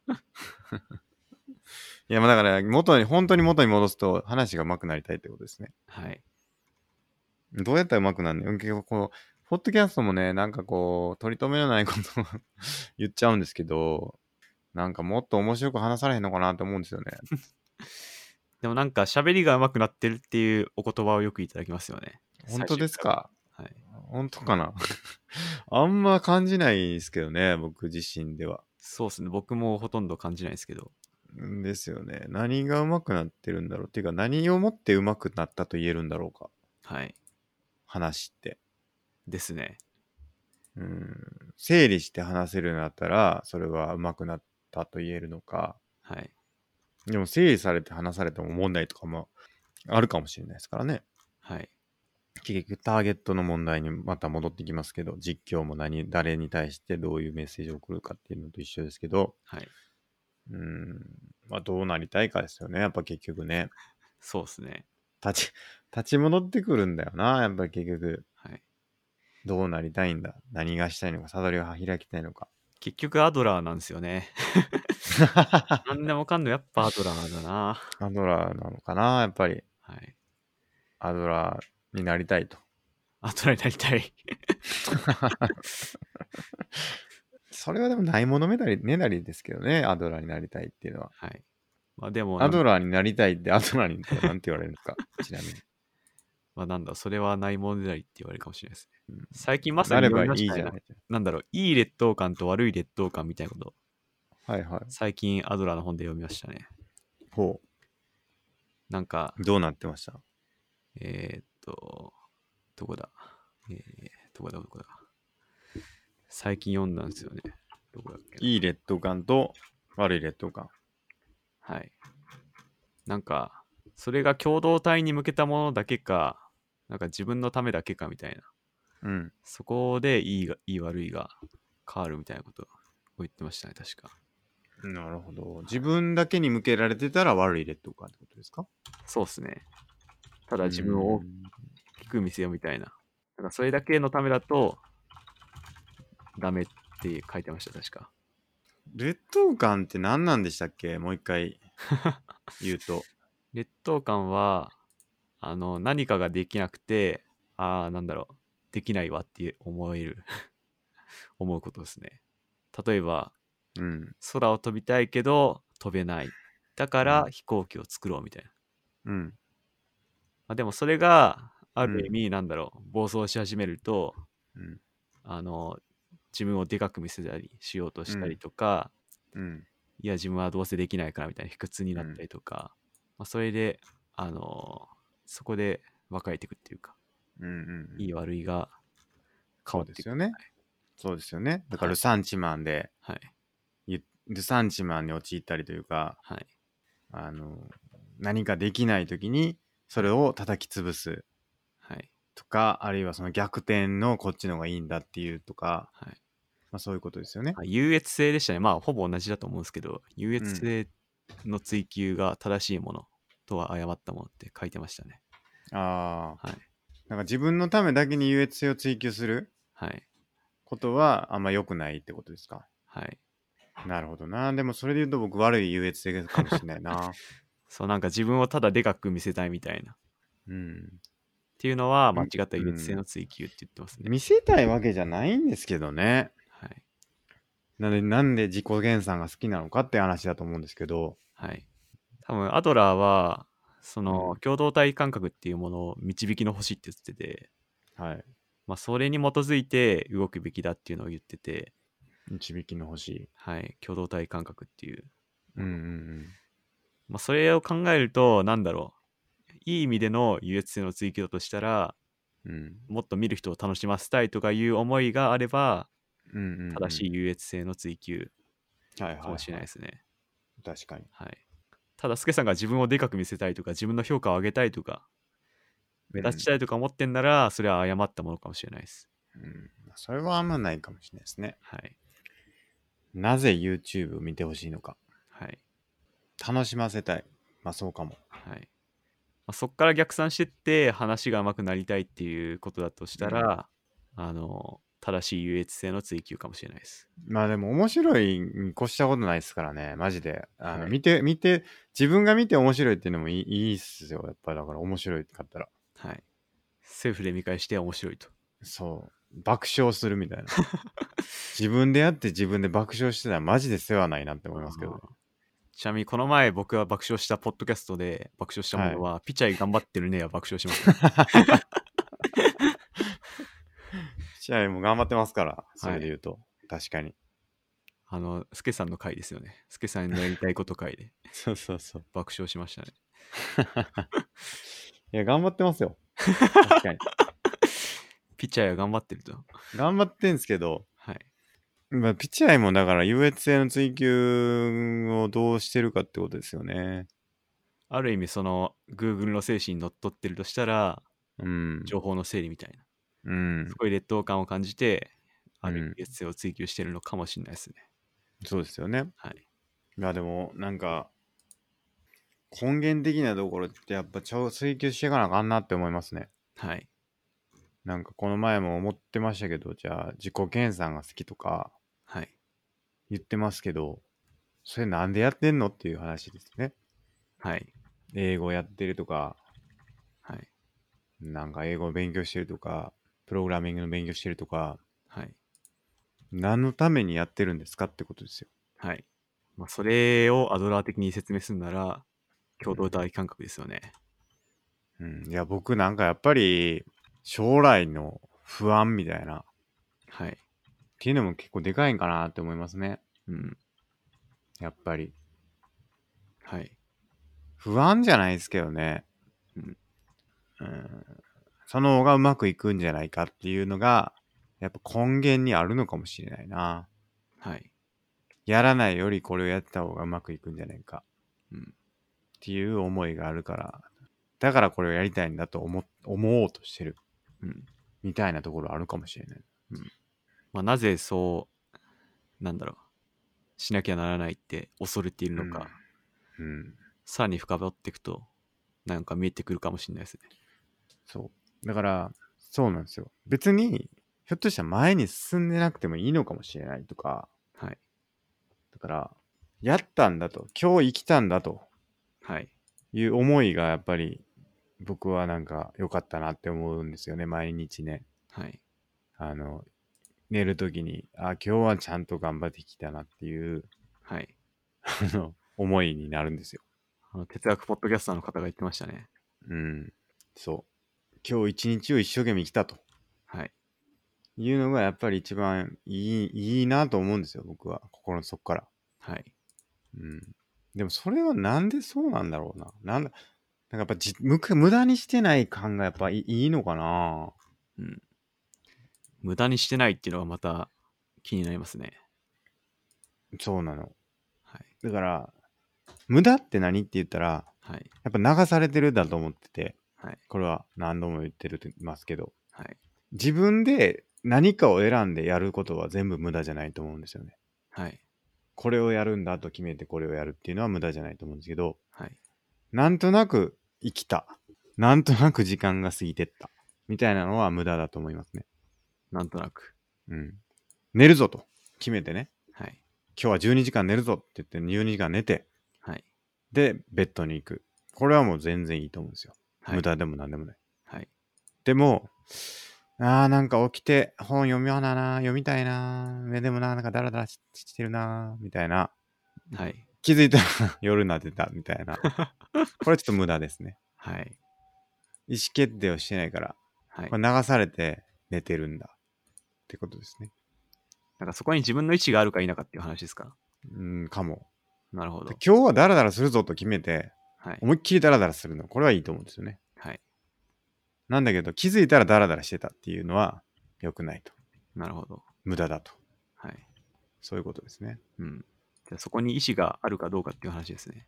Speaker 1: な。 いや、まあだから、元に、本当に元に戻すと話が上手くなりたいってことですね。
Speaker 2: はい。
Speaker 1: どうやったら上手くなるの結構こう、ポッドキャストもね、なんかこう、取り留めのないことを 言っちゃうんですけど、なんかもっと面白く話されへんのかなって思うんですよね。
Speaker 2: でもなんか喋りが上手くなってるっていうお言葉をよくいただきますよね。
Speaker 1: 本当ですか
Speaker 2: 最終回。はい。
Speaker 1: 本当かな あんま感じないですけどね、僕自身では。
Speaker 2: そうですね。僕もほとんど感じないですけど。
Speaker 1: うんですよね。何が上手くなってるんだろうっていうか、何をもって上手くなったと言えるんだろうか。
Speaker 2: はい。
Speaker 1: 話って。
Speaker 2: ですね。
Speaker 1: うん。整理して話せるようになったら、それは上手くなったと言えるのか。
Speaker 2: はい。
Speaker 1: でも整理されて話されても問題とかもあるかもしれないですからね。
Speaker 2: はい。
Speaker 1: 結局ターゲットの問題にまた戻ってきますけど、実況も何、誰に対してどういうメッセージを送るかっていうのと一緒ですけど、
Speaker 2: はい。
Speaker 1: うん、まあどうなりたいかですよね。やっぱ結局ね、
Speaker 2: そうですね。
Speaker 1: 立ち、立ち戻ってくるんだよな。やっぱ結局、
Speaker 2: はい。
Speaker 1: どうなりたいんだ。何がしたいのか、サドルが開きたいのか。
Speaker 2: 結局アドラーなんです よね。なんでもかんでもやっぱアドラーだな。
Speaker 1: アドラーなのかな、やっぱり。
Speaker 2: はい。
Speaker 1: アドラー、になりたいと。
Speaker 2: アトラになりたい。
Speaker 1: それはでもないものねだりねだりですけどね、アドラーになりたいっていうのは。
Speaker 2: はい。まあでも、
Speaker 1: アドラーになりたいって アドラーに何て言われるんですかちなみに。
Speaker 2: まあなんだ、それはないものでなりって言われるかもしれないですね
Speaker 1: うん。
Speaker 2: 最近まさ
Speaker 1: なれ
Speaker 2: に思
Speaker 1: ばい
Speaker 2: ま
Speaker 1: いじ
Speaker 2: した
Speaker 1: ゃ
Speaker 2: ね
Speaker 1: ない。
Speaker 2: なんだろう、いい劣等感と悪い劣等感みたいなこと、
Speaker 1: はいはい。
Speaker 2: 最近アドラーの本で読みましたね。
Speaker 1: ほ
Speaker 2: なんか、
Speaker 1: う。どうなってました
Speaker 2: えー、っと、どこだえー、どこだどこだ最近読んだんですよね。どこだっけない
Speaker 1: い劣等感と悪い劣等感。
Speaker 2: はい。なんか、それが共同体に向けたものだけか、なんか自分のためだけかみたいな。
Speaker 1: うん。
Speaker 2: そこでいいが、いい悪いが変わるみたいなことを言ってましたね、確か。
Speaker 1: なるほど。自分だけに向けられてたら悪い劣等感ってことですか
Speaker 2: そうっすね。ただ自分を
Speaker 1: う
Speaker 2: 大
Speaker 1: ん
Speaker 2: きく見せようみたいな。なんかそれだけのためだと、ダメって書いてました、確か。
Speaker 1: 劣等感って何なんでしたっけもう一 回言うと。
Speaker 2: 劣等感は、あの、何かができなくて、ああ、なんだろう、できないわって思える、 思うことですね。例えば、
Speaker 1: うん。
Speaker 2: 空を飛びたいけど飛べない。だか
Speaker 1: う
Speaker 2: ら飛行機を作ろうみたいな。
Speaker 1: うん。
Speaker 2: まあ、でもそれがある
Speaker 1: うん
Speaker 2: 意味なんだろう、暴走し始めると
Speaker 1: うん。
Speaker 2: あの自分をでかく見せたりしようとした
Speaker 1: う
Speaker 2: り
Speaker 1: ん
Speaker 2: とか、
Speaker 1: うん。
Speaker 2: いや自分はどうせできないからみたいな卑屈になったりとか、まあ、それであのそこで分かれていくっていうか、
Speaker 1: うんうんうん。
Speaker 2: いい悪いが変
Speaker 1: そ
Speaker 2: わ
Speaker 1: う
Speaker 2: っ
Speaker 1: で
Speaker 2: て
Speaker 1: す
Speaker 2: いく
Speaker 1: よね。そうですよね。だから
Speaker 2: はい
Speaker 1: ルサンチマンで、
Speaker 2: はい
Speaker 1: ゆルサンチマンに陥ったりというか、
Speaker 2: はい
Speaker 1: あの、何かできない時に、それを叩き潰す
Speaker 2: はい
Speaker 1: とか、あるいはその逆転のこっちの方がいいんだっていうとか、
Speaker 2: はい、
Speaker 1: まあそういうことですよね
Speaker 2: ま。あ優越性でしたねまあほぼ同じだと思うんですけど優越性の追求が正しいものとは誤ったものって書いてましたね
Speaker 1: ああ、
Speaker 2: はい
Speaker 1: なんか自分のためだけに優越性を追求する
Speaker 2: はい
Speaker 1: ことはあんま良くないってことですか。
Speaker 2: はい
Speaker 1: なるほどな。でもそれで言うと僕悪い優越性かもしれない な。
Speaker 2: そうなんか自分をただでかく見せたいみたいなっ
Speaker 1: うん。
Speaker 2: ていうのは
Speaker 1: ん
Speaker 2: 間違った優
Speaker 1: うん
Speaker 2: 越性の追求って言ってますね、
Speaker 1: 見せたいわけじゃないんですけどね。
Speaker 2: はい
Speaker 1: なんで、なんで自己減産が好きなのかって話だと思うんですけど。
Speaker 2: はい多分アドラーはその
Speaker 1: うん
Speaker 2: 共同体感覚っていうものを導きの星って言ってて、
Speaker 1: はい。
Speaker 2: まあ、それに基づいて動くべきだっていうのを言ってて
Speaker 1: 導きの星。
Speaker 2: はい共同体感覚っていう
Speaker 1: うんうん
Speaker 2: まあ、それを考えると、なんだろう。いい意味での優越性の追求だとしたら、
Speaker 1: うん。うん。
Speaker 2: もっと見る人を楽しませたいとかいう思いがあれば、
Speaker 1: うんうんうん、
Speaker 2: 正しい優越性の追求
Speaker 1: はい
Speaker 2: か
Speaker 1: はい、は
Speaker 2: も
Speaker 1: い。
Speaker 2: しれないですね。
Speaker 1: 確かに。
Speaker 2: はい。ただ、スケさんが自分をでかく見せたいとか、自分の評価を上げたいとか、目立ちたいとか思ってんなら、それは誤ったものかもしれないです。
Speaker 1: うん、うんそれはあんまないかもしれないですね。
Speaker 2: はい。
Speaker 1: なぜ YouTube を見てほしいのか。
Speaker 2: はい。
Speaker 1: 楽しませたい。まあそうかも。
Speaker 2: はい。まあ、そこから逆算してって、話が上手くなりたいっていうことだとしたら、あの、正しい優越性の追求かもしれないです。
Speaker 1: まあでも面白いに越したことないですからね。マジで。あの、
Speaker 2: はい
Speaker 1: 見て、見て、自分が見て面白いっていうのもいいいいっすよ。やっぱりだから面白いって買ったら。
Speaker 2: はい。セーフで見返して面白いと。
Speaker 1: そう。爆笑するみ たいな。自分でやって自分で爆笑してたらマジで世話ないなって思いますけど。
Speaker 2: ちなみにこの前僕は爆笑したポッドキャストで爆笑したものは、ピチャイ頑張ってるねは爆笑し ました。
Speaker 1: 試合も頑張ってますから、それで言うと。確かに。
Speaker 2: あの、スケさんの回ですよね。スケさんのやりたいこと回で
Speaker 1: そうそうそう。
Speaker 2: 爆笑しましたね。
Speaker 1: いや、頑張ってますよ。確かに。
Speaker 2: ピチャイは頑張ってると。
Speaker 1: 頑張ってんすけど、
Speaker 2: はい。
Speaker 1: まあ、ピッチャーもだから優越性の追求をどうしてるかってことですよね。
Speaker 2: ある意味その Google の精神にのっとってるとしたら、
Speaker 1: うん。
Speaker 2: 情報の整理みたいな。
Speaker 1: うん
Speaker 2: す。ごい劣等感を感じて、あ
Speaker 1: う
Speaker 2: る
Speaker 1: ん
Speaker 2: 意味劣勢を追求してるのかもしれないですね。
Speaker 1: そうですよね。
Speaker 2: はい。
Speaker 1: いや、でも、なんか、根源的なところってやっぱ超追求していかなあかんなって思いますね。
Speaker 2: はい。
Speaker 1: なんかこの前も思ってましたけど、じゃあ自己研鑽が好きとか
Speaker 2: はい。
Speaker 1: 言ってますけど、それなんでやってんのっていう話ですね。
Speaker 2: はい。
Speaker 1: 英語やってるとか、
Speaker 2: はい。
Speaker 1: なんか英語を勉強してるとか、プログラミングの勉強してるとか、
Speaker 2: はい。
Speaker 1: 何のためにやってるんですかってことですよ。
Speaker 2: はい。まあ、それをアドラー的に説明するなら、共同体感覚ですよね。
Speaker 1: うん。いや、僕なんかやっぱり、将来の不安みたいな、っ
Speaker 2: はい。
Speaker 1: ていうのも結構でかいんかなって思いますね。
Speaker 2: うん。
Speaker 1: やっぱり。
Speaker 2: はい。
Speaker 1: 不安じゃないですけどね。
Speaker 2: うん。
Speaker 1: うん。その方がうまくいくんじゃないかっていうのが、やっぱ根源にあるのかもしれないな。
Speaker 2: はい。
Speaker 1: やらないよりこれをやってた方がうまくいくんじゃないか
Speaker 2: うん。
Speaker 1: っていう思いがあるから、だからこれをやりたいんだと思思おうとしてる
Speaker 2: うん。
Speaker 1: みたいなところあるかもしれない。
Speaker 2: まあ、なぜそう、なんだろう、しなきゃならないって恐れているのか、
Speaker 1: うんうん。
Speaker 2: さらに深掘っていくと、なんか見えてくるかもしれないですね。
Speaker 1: そう。だから、そうなんですよ。別に、ひょっとしたら前に進んでなくてもいいのかもしれないとか、
Speaker 2: はい。
Speaker 1: だから、やったんだと、今日生きたんだと
Speaker 2: はい。
Speaker 1: いう思いがやっぱり僕はなんか良かったなって思うんですよね、毎日ね。
Speaker 2: はい。
Speaker 1: あの、寝るときに、あ、今日はちゃんと頑張ってきたなっていう、
Speaker 2: はい。
Speaker 1: あの、思いになるんですよ。
Speaker 2: あの、哲学ポッドキャスターの方が言ってましたね。
Speaker 1: うん。そう。今日一日を一生懸命生きたと
Speaker 2: はい。
Speaker 1: いうのがやっぱり一番いい、いいなと思うんですよ、僕は。心の底から。
Speaker 2: はい。
Speaker 1: うん。でもそれはなんでそうなんだろうな。なんだ、なんかやっぱじ無無駄にしてない感がやっぱいいいのかな
Speaker 2: うん。無駄にしてないっていうのがまた気になりますね。
Speaker 1: そうなの。
Speaker 2: はい。
Speaker 1: だから、無駄って何って言ったら、
Speaker 2: はい。
Speaker 1: やっぱ流されてるだと思ってて、
Speaker 2: はい。
Speaker 1: これは何度も言ってるとますけど、
Speaker 2: はい。
Speaker 1: 自分で何かを選んでやることは全部無駄じゃないと思うんですよね。
Speaker 2: はい。
Speaker 1: これをやるんだと決めてこれをやるっていうのは無駄じゃないと思うんですけど、
Speaker 2: はい。
Speaker 1: なんとなく生きた。なんとなく時間が過ぎてった。みたいなのは無駄だと思いますね。
Speaker 2: なんとなく。
Speaker 1: うん。寝るぞと決めてね。
Speaker 2: はい。
Speaker 1: 今日は12時間寝るぞって言って12時間寝て、
Speaker 2: はい。
Speaker 1: で、ベッドに行く。これはもう全然いいと思うんですよ。
Speaker 2: はい。
Speaker 1: 無駄でも何でもない。
Speaker 2: はい。
Speaker 1: でも、ああ、なんか起きて本読みようなな、読みたいな、目でもな、なんかダラダラししてるな、みたいな。
Speaker 2: はい。
Speaker 1: 気づいたら 夜なってた、みたいな。これちょっと無駄ですね。
Speaker 2: はい。
Speaker 1: 意思決定をしてないから、
Speaker 2: はい
Speaker 1: こ。れ流されて寝てるんだ。ってことですね。
Speaker 2: なんかそこに自分の意思があるか否かっていう話ですか
Speaker 1: うん、かも。
Speaker 2: なるほど
Speaker 1: で。今日はダラダラするぞと決めて、
Speaker 2: はい。
Speaker 1: 思いっきりダラダラするの。これはいいと思うんですよね。
Speaker 2: はい。
Speaker 1: なんだけど、気づいたらダラダラしてたっていうのは良くないと。
Speaker 2: なるほど。
Speaker 1: 無駄だと。
Speaker 2: はい。
Speaker 1: そういうことですね。
Speaker 2: うん。じゃあそこに意思があるかどうかっていう話ですね。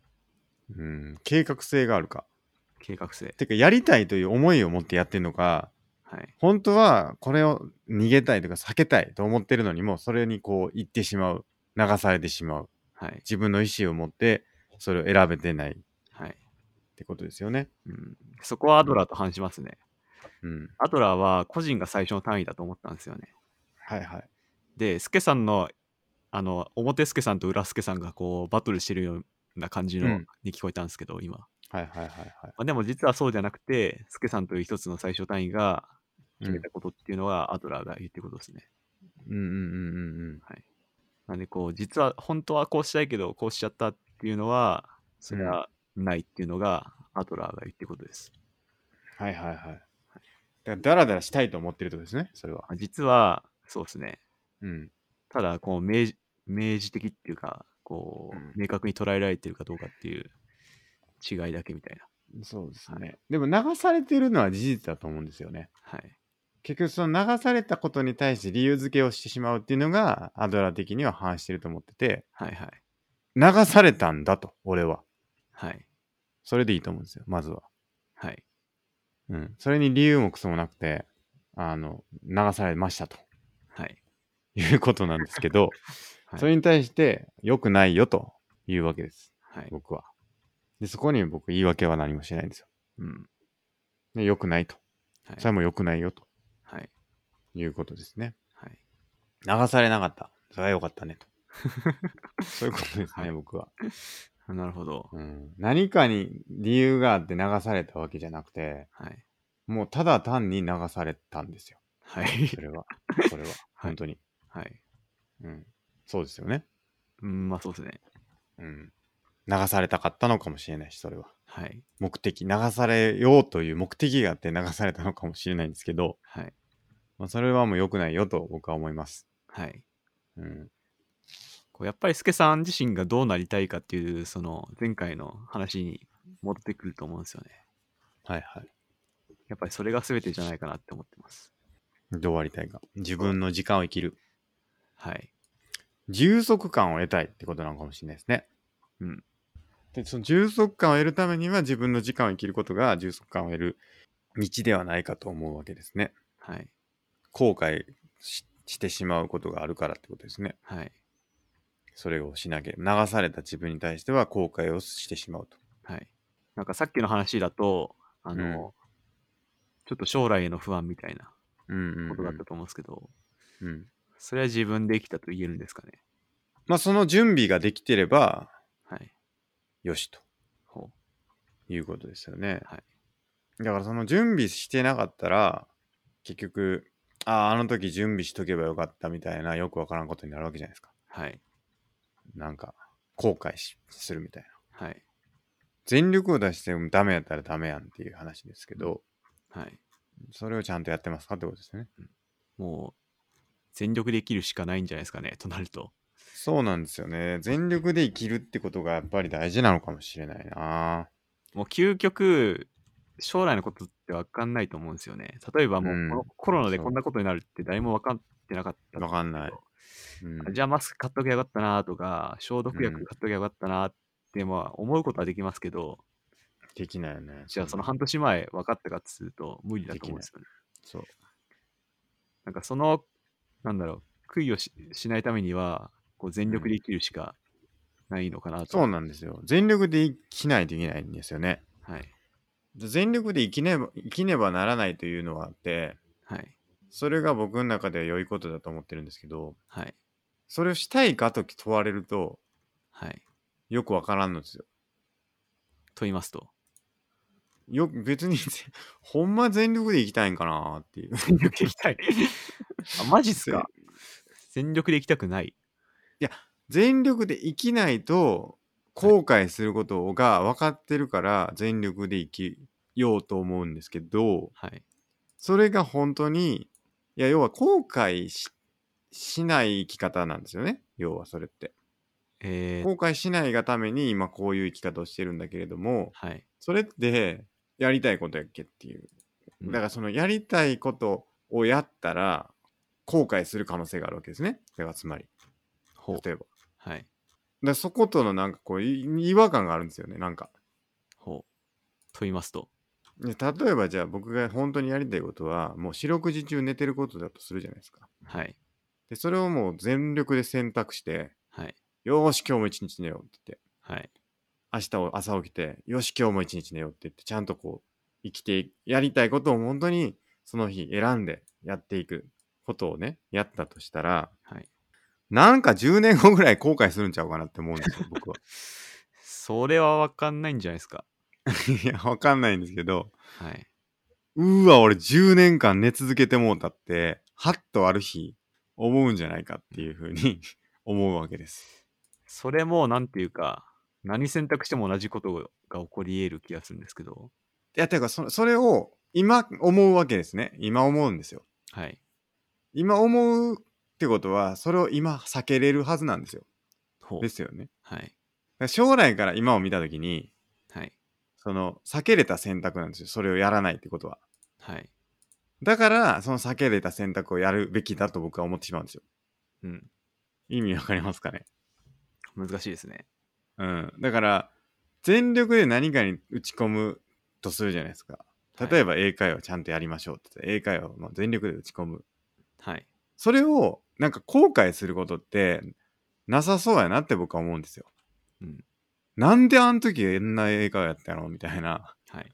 Speaker 1: うん、計画性があるか。
Speaker 2: 計画性。
Speaker 1: てか、やりたいという思いを持ってやってるのか、
Speaker 2: はい。
Speaker 1: 本当はこれを逃げたいとか避けたいと思ってるのにも、それにこう行ってしまう、流されてしまう、
Speaker 2: はい。
Speaker 1: 自分の意思を持って、それを選べてないっ
Speaker 2: はい。
Speaker 1: てことですよね。
Speaker 2: うん。そこはアドラーと反しますね。
Speaker 1: うん。
Speaker 2: アドラーは個人が最初の単位だと思ったんですよね。
Speaker 1: はいはい。
Speaker 2: で、スケさんの、あの、表スケさんと裏スケさんがこう、バトルしてるような感じの、
Speaker 1: うん
Speaker 2: に聞こえたんですけど、今。ま
Speaker 1: はいはいはいはい。
Speaker 2: あ、でも実はそうじゃなくて、スケさんという一つの最小単位が決めたことっていうのはアドラーが言ってることですね。
Speaker 1: うんうんうんうんうん。
Speaker 2: なんでこう実は本当はこうしたいけどこうしちゃったっていうのはそれはないっていうのがアドラーが言ってることです。
Speaker 1: はいはいはい。だから、ダラダラしたいと思ってるってことですね、それは。
Speaker 2: あ実はそうですね。
Speaker 1: うん。
Speaker 2: ただこう明示明示的っていうかこ
Speaker 1: うん
Speaker 2: う明確に捉えられてるかどうかっていう違いだけみたいな。
Speaker 1: そうですね。でも、流されてるのは事実だと思うんですよね。
Speaker 2: はい。
Speaker 1: 結局その流されたことに対して理由付けをしてしまうっていうのがアドラー的には反してると思ってて
Speaker 2: はいはい。
Speaker 1: 流されたんだと俺は
Speaker 2: はい。
Speaker 1: それでいいと思うんですよまずは
Speaker 2: はい。
Speaker 1: うんそれに理由もクソもなくてあの流されましたと
Speaker 2: はい。
Speaker 1: いうことなんですけど、
Speaker 2: はい
Speaker 1: それに対して良くないよというわけです
Speaker 2: はい。
Speaker 1: 僕はでそこに僕言い訳は何もしないんですよ
Speaker 2: うん。
Speaker 1: で良くないと
Speaker 2: はい
Speaker 1: そ。れも良くないよと
Speaker 2: はい。
Speaker 1: いうことですね
Speaker 2: はい。
Speaker 1: 流されなかったそれは良かった ねとそういうことですね、
Speaker 2: はい
Speaker 1: 僕は
Speaker 2: なるほど。
Speaker 1: うん何かに理由があって流されたわけじゃなくて、
Speaker 2: はい。
Speaker 1: もうただ単に流されたんですよ。
Speaker 2: はい
Speaker 1: そ。れは。それは。本当に。
Speaker 2: はい。
Speaker 1: うん。そうですよね。
Speaker 2: うん、まあそうですね。
Speaker 1: うん。流されたかったのかもしれないし、それは。
Speaker 2: はい。
Speaker 1: 目的、流されようという目的があって流されたのかもしれないんですけど、
Speaker 2: はい。
Speaker 1: まあ、それはもう良くないよと僕は思います。
Speaker 2: はい。
Speaker 1: うん。
Speaker 2: こうやっぱり助さん自身がどうなりたいかっていう、その前回の話に戻ってくると思うんですよね。
Speaker 1: はいはい。
Speaker 2: やっぱりそれが全てじゃないかなって思ってます。
Speaker 1: どうありたいか。自分の時間を生きる。
Speaker 2: はい。
Speaker 1: 充足感を得たいってことなのかもしれないですね。
Speaker 2: うん。
Speaker 1: で、その充足感を得るためには自分の時間を生きることが充足感を得る道ではないかと思うわけですね。
Speaker 2: はい。
Speaker 1: 後悔ししてしまうことがあるからってことですね。
Speaker 2: はい。
Speaker 1: それをしなければ。流された自分に対しては後悔をしてしまうと。
Speaker 2: はい。なんかさっきの話だと、あの、
Speaker 1: うん
Speaker 2: ちょっと将来への不安みたいな
Speaker 1: うんうん、
Speaker 2: ことだったと思うんですけど、
Speaker 1: うん。
Speaker 2: それは自分で生きたと言えるんですかね。
Speaker 1: まあその準備ができてれば
Speaker 2: はい。
Speaker 1: よしと
Speaker 2: ほ
Speaker 1: いうことですよね。
Speaker 2: はい
Speaker 1: だからその準備してなかったら結局あああの時準備しとけばよかったみたいなよくわからんことになるわけじゃないですか。
Speaker 2: う。はい。
Speaker 1: なんか後悔しするみたいな。
Speaker 2: はい。
Speaker 1: 全力を出してもダメやったらダメやんっていう話ですけど、
Speaker 2: はい。
Speaker 1: それをちゃんとやってますかってことですよね。
Speaker 2: もう、全力で生きるしかないんじゃないですかね、となると。
Speaker 1: そうなんですよね。全力で生きるってことがやっぱり大事なのかもしれないな。
Speaker 2: もう究極、将来のことって分かんないと思うんですよね。例えばもう、
Speaker 1: うん
Speaker 2: このコロナで
Speaker 1: そう
Speaker 2: こんなことになるって誰も分かってなかった。
Speaker 1: わかんない。うん、
Speaker 2: じゃあマスク買っときゃよかったなとか、消毒薬買っときゃよかったなって、まあ思うことはできますけど、
Speaker 1: できないよね。
Speaker 2: じゃあその半年前分かったかっつうと無理だと思うんですよね。
Speaker 1: そう。
Speaker 2: なんかその、なんだろう、悔いをししないためには、こう全力で生きるしかないのかなと。
Speaker 1: そうなんですよ。全力で生きないといけないんですよね。
Speaker 2: はい。
Speaker 1: 全力で生きねば生きねばならないというのはあって、
Speaker 2: はい。
Speaker 1: それが僕の中では良いことだと思ってるんですけど、
Speaker 2: はい。
Speaker 1: それをしたいかと問われると、
Speaker 2: はい。
Speaker 1: よくわからんのですよ。
Speaker 2: と言いますと。
Speaker 1: よく別に、 ほんま全力で生きたいんかなっていう。
Speaker 2: 全力で行きたい。 あ、マジっ すか。全力で行きたくない。
Speaker 1: 全力で生きないと後悔することが分かってるから全力で生きようと思うんですけど、
Speaker 2: はい。
Speaker 1: それが本当に、いや、要は後悔ししない生き方なんですよね。要はそれって。
Speaker 2: えー、
Speaker 1: 後悔しないがために今こういう生き方をしてるんだけれども、
Speaker 2: はい。
Speaker 1: それってやりたいことやっけっていう。
Speaker 2: うん
Speaker 1: だからそのやりたいことをやったら後悔する可能性があるわけですね。それはつまり、
Speaker 2: ほう。
Speaker 1: 例えば。だか
Speaker 2: はい。
Speaker 1: らそことのなんかこうい違和感があるんですよね。なんか。
Speaker 2: ほう。と言いますと。
Speaker 1: で例えばじゃあ僕が本当にやりたいことはもう四六時中寝てることだとするじゃないですか。
Speaker 2: はい。
Speaker 1: で、それをもう全力で選択して、
Speaker 2: はい。
Speaker 1: よーし、今日も一日寝ようって言って、
Speaker 2: はい。
Speaker 1: 明日を朝起きて、よし、今日も一日寝ようって言って、ちゃんとこう、生きて、やりたいことを本当にその日選んでやっていくことをね、やったとしたら、
Speaker 2: はい。
Speaker 1: なんか10年後ぐらい後悔するんちゃうかなって思うんですよ、僕は。
Speaker 2: それはわかんないんじゃないですか。
Speaker 1: いや、わかんないんですけど、
Speaker 2: はい。
Speaker 1: うーわ、俺10年間寝続けてもうたって、はっとある日、思うんじゃないかっていうふうに 思うわけです。
Speaker 2: それも、なんていうか、何選択しても同じことが起こり得る気がするんですけど。
Speaker 1: いや、てかそ、それを今思うわけですね。今思うんですよ。
Speaker 2: はい。
Speaker 1: 今思うってことは、それを今避けれるはずなんですよ。
Speaker 2: ほう
Speaker 1: で。すよね。だか
Speaker 2: はい。
Speaker 1: ら将来から今を見たときに、
Speaker 2: はい。
Speaker 1: その避けれた選択なんですよ。それをやらないってことは。
Speaker 2: はい。
Speaker 1: だから、その避けれた選択をやるべきだと僕は思ってしまうんですよ。
Speaker 2: うん。
Speaker 1: 意味わかりますかね
Speaker 2: 難しいですね。
Speaker 1: うん。だから、全力で何かに打ち込むとするじゃないですか。例え
Speaker 2: ば。
Speaker 1: ば英会話ちゃんとやりましょうって言って英会話をもう全力で打ち込む。
Speaker 2: はい。
Speaker 1: それをなんか後悔することってなさそうやなって僕は思うんですよ。
Speaker 2: うん
Speaker 1: なんであの時あんな映画やったのみたいな。
Speaker 2: はい。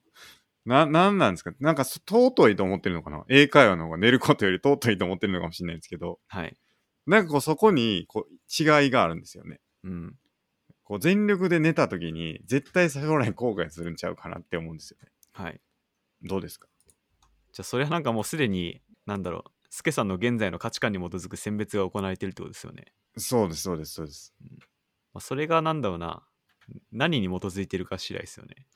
Speaker 1: な、なんなんですかなんかそ尊いと思ってるのかな英会話の方が寝ることより尊いと思ってるのかもしれないですけど、
Speaker 2: はい。
Speaker 1: なんかこうそこにこう違いがあるんですよね。
Speaker 2: うん。
Speaker 1: こう全力で寝た時に絶対将来後悔するんちゃうかなって思うんですよね。
Speaker 2: はい。
Speaker 1: どうですか
Speaker 2: じゃあそれはなんかもうすでになんだろうスケさんの現在の価値観に基づく選別が行われてるってことですよね、
Speaker 1: そうです、そうです、そうです。
Speaker 2: まあ、それがなんだろうな何に基づいてるか次第ですよね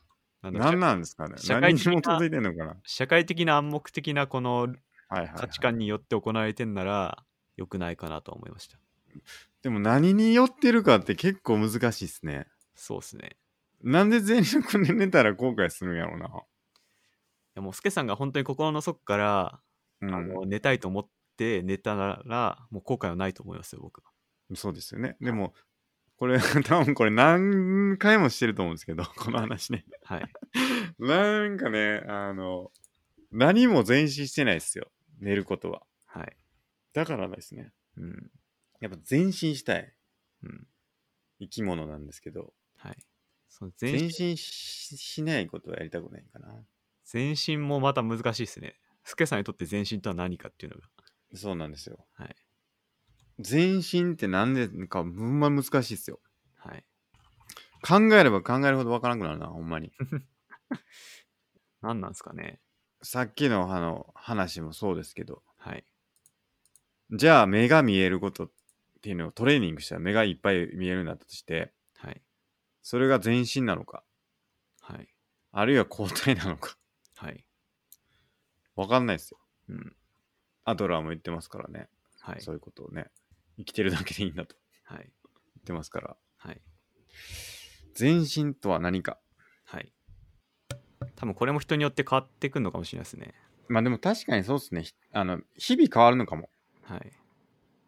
Speaker 2: なんだろう
Speaker 1: 何なんですかね
Speaker 2: 社
Speaker 1: 何
Speaker 2: 会
Speaker 1: に
Speaker 2: 的
Speaker 1: 基
Speaker 2: な
Speaker 1: づいてんのかな
Speaker 2: 社会的な暗黙的なこの
Speaker 1: はいはい、は
Speaker 2: 価
Speaker 1: い
Speaker 2: 値。観によって行われてんなら良くないかなとは思いました
Speaker 1: でも何に寄ってるかって結構難しいですね。
Speaker 2: そうですね
Speaker 1: なんで全力で寝たら後悔するんやろうな。
Speaker 2: いやもうスケさんが本当に心の底から、
Speaker 1: うん、
Speaker 2: あの寝たいと思って寝たならもう後悔はないと思いますよ僕は
Speaker 1: そうですよね。でも、これ、 多分これ何回もしてると思うんですけど、 この話ね。
Speaker 2: はい
Speaker 1: なんかね、あの、何も前進してないですよ。寝ることは。
Speaker 2: はい
Speaker 1: だからですね。
Speaker 2: うん
Speaker 1: やっぱ前進したい
Speaker 2: うん
Speaker 1: 生き物なんですけど、
Speaker 2: はいその全
Speaker 1: 前進ししないことはやりたくないかな。
Speaker 2: 全身もまた難しいですね。スケさんにとって全身とは何かっていうのが。
Speaker 1: そうなんですよ。
Speaker 2: はい。
Speaker 1: 前進ってなんでか、ほんま難しいですよ。
Speaker 2: はい。
Speaker 1: 考えれば考えるほどわからなくなるな、ほんま に。
Speaker 2: 何なんですかね。
Speaker 1: さっきのあの話もそうですけど、
Speaker 2: はい。
Speaker 1: じゃあ目が見えることっていうのをトレーニングしたら目がいっぱい見えるんだとして、
Speaker 2: はい。
Speaker 1: それが全身なのか、
Speaker 2: はい。
Speaker 1: あるいは交代なのか、
Speaker 2: はい。
Speaker 1: わかんないですよ。
Speaker 2: うん。
Speaker 1: アドラーも言ってますからね、
Speaker 2: はい。
Speaker 1: そういうことをね、生きてるだけでいいんだと
Speaker 2: はい。
Speaker 1: 言ってますから、
Speaker 2: はい。
Speaker 1: 全身とは何か。
Speaker 2: はい。多分これも人によって変わってくるのかもしれないですね。
Speaker 1: まあでも確かにそうですね、ひあの日々変わるのかも。
Speaker 2: はい。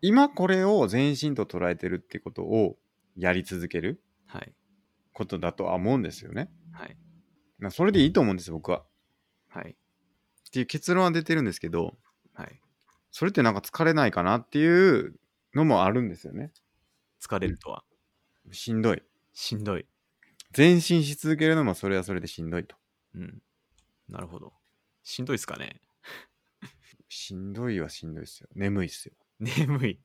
Speaker 1: 今これを全身と捉えてるってことをやり続ける
Speaker 2: はい。
Speaker 1: ことだとは思うんですよね。
Speaker 2: はい。
Speaker 1: まあそれでいいと思うんですよ、僕は。
Speaker 2: はい。
Speaker 1: っていう結論は出てるんですけど、
Speaker 2: はい。
Speaker 1: それってなんか疲れないかなっていうのもあるんですよね。
Speaker 2: 疲れるとは。
Speaker 1: しんどい。
Speaker 2: しんどい。
Speaker 1: 前進し続けるのもそれはそれでしんどいと。
Speaker 2: うん。なるほど。しんどいですかね。
Speaker 1: しんどいはしんどいですよ。眠いっすよ。
Speaker 2: 眠い。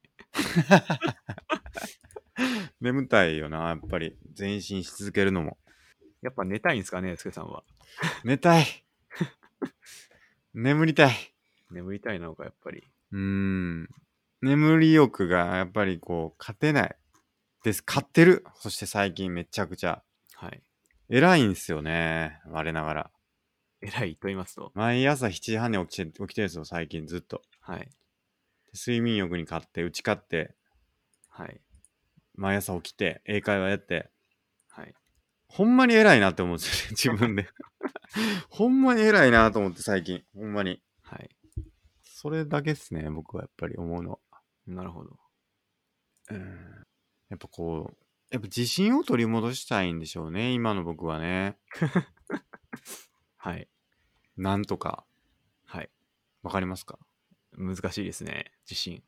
Speaker 1: 眠たいよな、やっぱり。前進し続けるのも。
Speaker 2: やっぱ寝たいんですかね、スケさんは。
Speaker 1: 寝たい 眠りたい
Speaker 2: 眠りたいなのか、やっぱり。
Speaker 1: うーん。眠り欲がやっぱりこう、勝てない。です。勝ってるそして最近めちゃくちゃ。
Speaker 2: はい。
Speaker 1: 偉いんすよね。我ながら。
Speaker 2: 偉いと言いますと。
Speaker 1: 毎朝7時半に起きて起きてるんですよ、最近ずっと。
Speaker 2: はい。
Speaker 1: 睡眠欲に勝って打ち勝って
Speaker 2: はい。
Speaker 1: 毎朝起きて英会話やって
Speaker 2: はい。
Speaker 1: ほんまに偉いなって思うんですよね 自分でほんまに偉いなと思って最近ほんまに
Speaker 2: はい。
Speaker 1: それだけっすね僕はやっぱり思うのは
Speaker 2: なるほど。
Speaker 1: うんやっぱこうやっぱ自信を取り戻したいんでしょうね今の僕はね
Speaker 2: はい。
Speaker 1: なんとか
Speaker 2: はい。
Speaker 1: わかりますか
Speaker 2: 難しいですね。自信。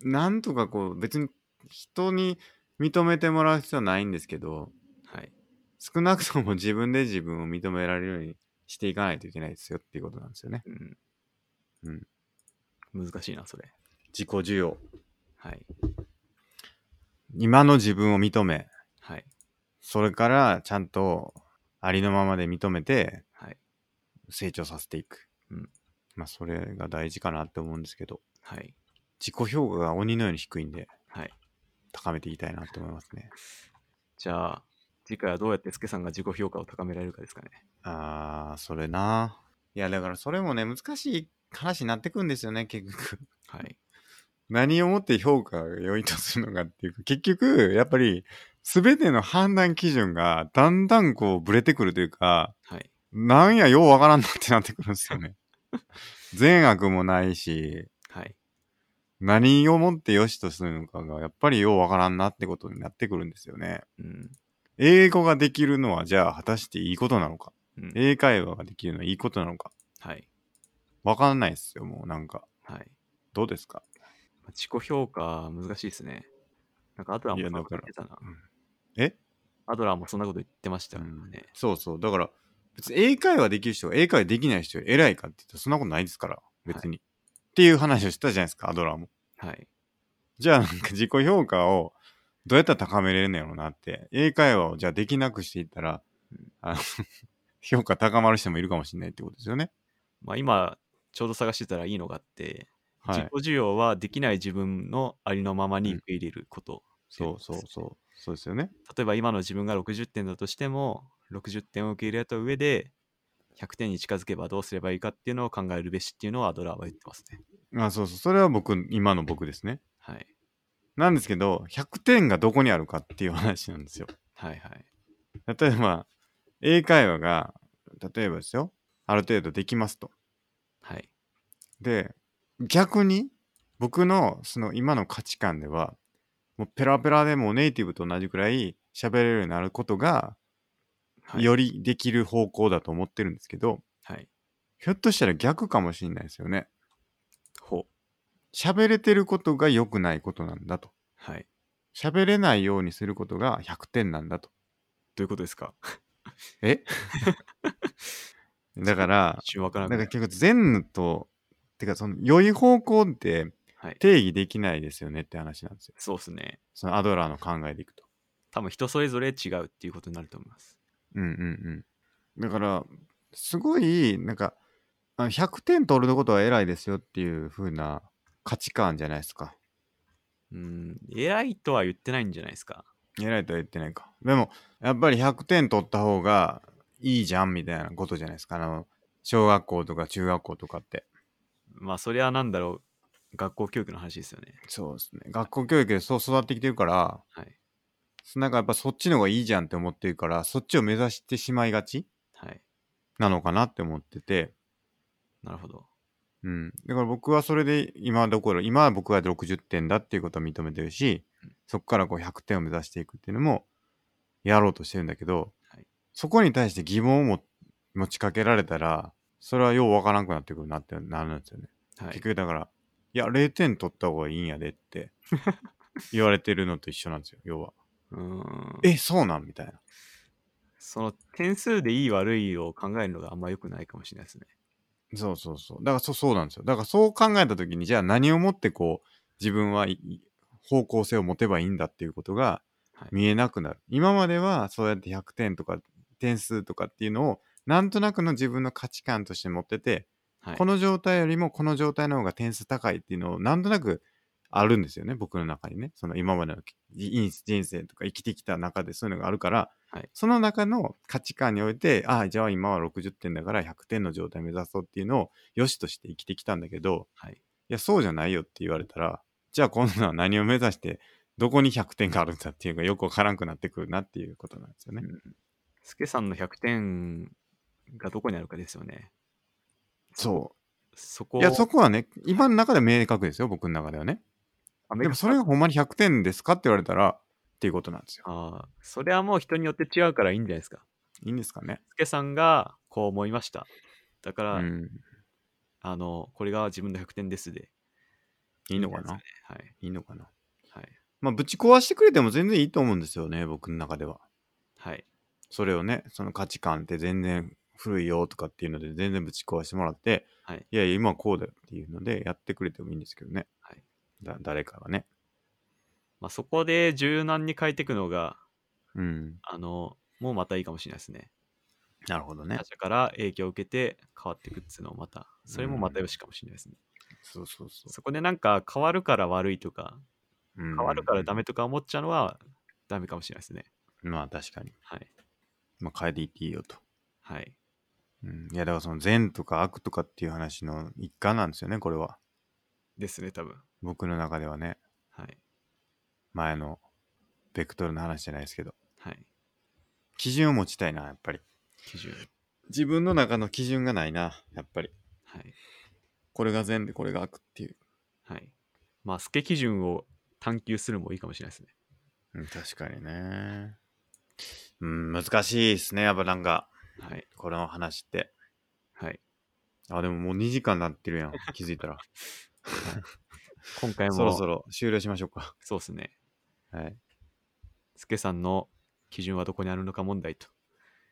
Speaker 1: なんとかこう別に人に認めてもらう必要はないんですけど
Speaker 2: はい。
Speaker 1: 少なくとも自分で自分を認められるようにしていかないといけないですよっていうことなんですよね
Speaker 2: うん。
Speaker 1: うん。
Speaker 2: 難しいな、それ。
Speaker 1: 自己需要
Speaker 2: はい。
Speaker 1: 今の自分を認め
Speaker 2: はい。
Speaker 1: それからちゃんとありのままで認めて
Speaker 2: はい。
Speaker 1: 成長させていく、
Speaker 2: うん
Speaker 1: まあそれが大事かなって思うんですけど
Speaker 2: はい。
Speaker 1: 自己評価が鬼のように低いんで
Speaker 2: はい。
Speaker 1: 高めていきたいなと思いますね
Speaker 2: じゃあ、次回はどうやってスケさんが自己評価を高められるかですかね。
Speaker 1: あーそれないやだからそれもね難しい話になってくんですよね結局
Speaker 2: はい。
Speaker 1: 何をもって評価を良いとするのかっていうか結局やっぱり全ての判断基準がだんだんこうブレてくるというか
Speaker 2: はい。
Speaker 1: なんや、ようわからんなってなってくるんですよね。善悪もないし、
Speaker 2: はい。
Speaker 1: 何をもって良しとするのかが、やっぱりようわからんなってことになってくるんですよね。
Speaker 2: うん。
Speaker 1: 英語ができるのは、じゃあ果たしていいことなのか
Speaker 2: うん
Speaker 1: 英会話ができるのはいいことなのか
Speaker 2: はい。
Speaker 1: わかんないですよ、もうなんか。
Speaker 2: はい。
Speaker 1: どうですか
Speaker 2: まあ自己評価、難しいですね。なんか、アドラー
Speaker 1: い
Speaker 2: も
Speaker 1: や
Speaker 2: そんなこと
Speaker 1: だ
Speaker 2: 言っ
Speaker 1: か
Speaker 2: てたな。
Speaker 1: え
Speaker 2: アドラーもそんなこと言ってましたよ
Speaker 1: うん
Speaker 2: ね。
Speaker 1: そうそう。だから、別に英会話できる人が英会話できない人より偉いかって言ったらそんなことないですから、別に。っていう話をしたじゃないですか、アドラーも。
Speaker 2: はい。
Speaker 1: じゃあなんか自己評価をどうやったら高めれるんやろうなって、英会話をじゃあできなくしていったら
Speaker 2: うん、
Speaker 1: あの評価高まる人もいるかもしれないってことですよね。
Speaker 2: まあ今、ちょうど探してたらいいのがあって、
Speaker 1: は
Speaker 2: 自
Speaker 1: い
Speaker 2: 己。需要はできない自分のありのままに受け入れること、
Speaker 1: そうそうそう。そうですよね。
Speaker 2: 例えば今の自分が60点だとしても60点を受け入れた上で100点に近づけばどうすればいいかっていうのを考えるべしっていうのをアドラーは言ってますね。
Speaker 1: あ、そうそう。それは僕、今の僕ですね。
Speaker 2: はい。
Speaker 1: なんですけど、100点がどこにあるかっていう話なんですよ。
Speaker 2: はいはい。
Speaker 1: 例えば、英会話が、例えばですよ、ある程度できますと。
Speaker 2: はい。
Speaker 1: で、逆に、僕のその今の価値観では、もうペラペラでもうネイティブと同じくらい喋れるようになることが、
Speaker 2: はい。
Speaker 1: よりできる方向だと思ってるんですけど、
Speaker 2: はい。
Speaker 1: ひょっとしたら逆かもしれないですよね。
Speaker 2: ほう。
Speaker 1: 喋れてることが良くないことなんだと。
Speaker 2: はい。
Speaker 1: 喋れないようにすることが100点なんだと。
Speaker 2: どういうことですか
Speaker 1: えだから、
Speaker 2: 一瞬わから
Speaker 1: なん
Speaker 2: な
Speaker 1: か
Speaker 2: い。
Speaker 1: 結局善と、てかその良い方向って
Speaker 2: はい。
Speaker 1: 定義できないですよねって話なんですよ。
Speaker 2: そうですね。
Speaker 1: そのアドラーの考えでいくと。
Speaker 2: 多分人それぞれ違うっていうことになると思います。
Speaker 1: うんうんうん。だから、すごい、なんか、あ100点取ることは偉いですよっていう風な価値観じゃないですか。
Speaker 2: うん。偉いとは言ってないんじゃないですか。
Speaker 1: 偉いとは言ってないか。でも、やっぱり100点取った方がいいじゃんみたいなことじゃないですか。あの、小学校とか中学校とかって。
Speaker 2: まあそれはなんだろう。学校教育の話ですよね。
Speaker 1: そうですね。学校教育でそう育ってきてるから、
Speaker 2: はい。
Speaker 1: なんかやっぱそっちの方がいいじゃんって思ってるから、そっちを目指してしまいがち
Speaker 2: はい。
Speaker 1: なのかなって思ってて。
Speaker 2: なるほど。
Speaker 1: うん。だから僕はそれで今どころ、今は僕は60点だっていうことを認めてるし、そこからこう100点を目指していくっていうのもやろうとしてるんだけど、
Speaker 2: はい
Speaker 1: そこに対して疑問をも持ちかけられたら、それはようわからんくなってくるなってなるんですよね。
Speaker 2: は
Speaker 1: 結
Speaker 2: い。
Speaker 1: 局だから、いや、0点取った方がいいんやでって 言われてるのと一緒なんですよ、要は。
Speaker 2: うん。
Speaker 1: え、そうなんみたいな。
Speaker 2: その点数でいい悪いを考えるのがあんま良くないかもしれないですね。
Speaker 1: そうそうそう。だからそそうなんですよ。だからそう考えたときに、じゃあ何をもってこう、自分はいい方向性を持てばいいんだっていうことが
Speaker 2: はい
Speaker 1: 見えなくなる。今まではそうやって100点とか点数とかっていうのを、なんとなくの自分の価値観として持ってて、
Speaker 2: はい。
Speaker 1: この状態よりもこの状態の方が点数高いっていうのをなんとなくあるんですよね、僕の中にね。その今までの人人生とか生きてきた中でそういうのがあるから、
Speaker 2: はい
Speaker 1: その中の価値観において、ああ、じゃあ今は60点だから100点の状態目指そうっていうのを良しとして生きてきたんだけど、
Speaker 2: はい。
Speaker 1: いや、そうじゃないよって言われたら、じゃあ今度は何を目指して、どこに100点があるんだっていうのがよくわからんくなってくるなっていうことなんですよね。
Speaker 2: スケさんの100点がどこにあるかですよね。
Speaker 1: そ。
Speaker 2: そうこ
Speaker 1: いや、そこはね、今の中では明確ですよ、僕の中ではね。
Speaker 2: ア
Speaker 1: で
Speaker 2: メリ
Speaker 1: も
Speaker 2: カ
Speaker 1: それがほんまに100点ですかって言われたらっていうことなんですよ。
Speaker 2: ああ、それはもう人によって違うからいいんじゃないですか。
Speaker 1: いいんですかね。
Speaker 2: スケさんがこう思いました。だから、
Speaker 1: うん。
Speaker 2: あの、これが自分の100点ですで。
Speaker 1: いいのかな。
Speaker 2: んじゃいですかね
Speaker 1: いいのかな。
Speaker 2: はい。はい。
Speaker 1: まあ、ぶち壊してくれても全然いいと思うんですよね、僕の中では。
Speaker 2: はい。
Speaker 1: それをね、その価値観って全然古いよとかっていうので、全然ぶち壊してもらって、
Speaker 2: はい、
Speaker 1: やいや、今はこうだよっていうので、やってくれてもいいんですけどね。
Speaker 2: はい
Speaker 1: だ誰かがね。
Speaker 2: まあ、そこで柔軟に変えていくのが、
Speaker 1: うん。
Speaker 2: あの、もうまたいいかもしれないですね。
Speaker 1: なるほどね
Speaker 2: 他。者から影響を受けて変わっていくっていうのをまた、それもまたよしかもしれないですね。
Speaker 1: そうそうそ
Speaker 2: そこでなんか変わるから悪いとか、
Speaker 1: う。変
Speaker 2: 変わるからダメとか思っちゃうのはダメかもしれないですね。
Speaker 1: まあ確かに。
Speaker 2: はい。
Speaker 1: まあ変えていっていいよと。
Speaker 2: はい。
Speaker 1: うん、いやだからその善とか悪とかっていう話の一環なんですよね、これは。
Speaker 2: ですね、多分。
Speaker 1: 僕の中ではね。
Speaker 2: はい。
Speaker 1: 前のベクトルの話じゃないですけど
Speaker 2: はい。
Speaker 1: 基準を持ちたいなやっぱり
Speaker 2: 基準。
Speaker 1: 自分の中の基準がないなやっぱり
Speaker 2: はい。
Speaker 1: これが善でこれが悪っていう、
Speaker 2: はい。まあ、スケ基準を探求するもいいかもしれないですね。
Speaker 1: うん、確かにねうん難しいですねやっぱなんか
Speaker 2: はい。
Speaker 1: これの話って
Speaker 2: はい。
Speaker 1: あでももう2時間なってるや ん気づいたら
Speaker 2: 今回も、
Speaker 1: そろそろ終了しましょうか
Speaker 2: そうですね。
Speaker 1: はい
Speaker 2: スケさんの基準はどこにあるのか問題と。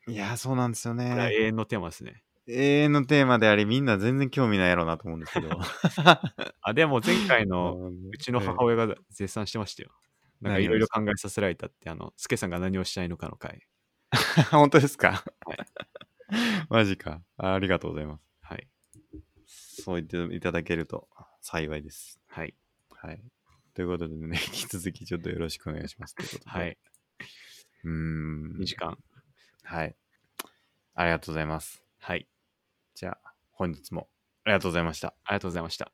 Speaker 1: いやーそうなんですよ
Speaker 2: これは
Speaker 1: ね
Speaker 2: 永遠のテーマですね。
Speaker 1: 永遠のテーマでありみんな全然興味ないやろうなと思うんですけ ど
Speaker 2: あ、でも前回
Speaker 1: あ
Speaker 2: の
Speaker 1: の
Speaker 2: うちの母親が絶賛してましたよ。なんかい
Speaker 1: 何を
Speaker 2: ろいろ考えさせられたって、あの、スケさんが何をしたいのかの回。
Speaker 1: 本当ですか、
Speaker 2: はい
Speaker 1: マジかあありがとうございます
Speaker 2: はい。
Speaker 1: そう言っていただけると幸いです。
Speaker 2: はい。
Speaker 1: はい。ということでね、引き続きちょっとよろしくお願いします。ということで
Speaker 2: はい。。
Speaker 1: うーん
Speaker 2: 2。時間。
Speaker 1: はい。ありがとうございます。
Speaker 2: はい。
Speaker 1: じゃあ、本日もありがとうございました。
Speaker 2: ありがとうございました。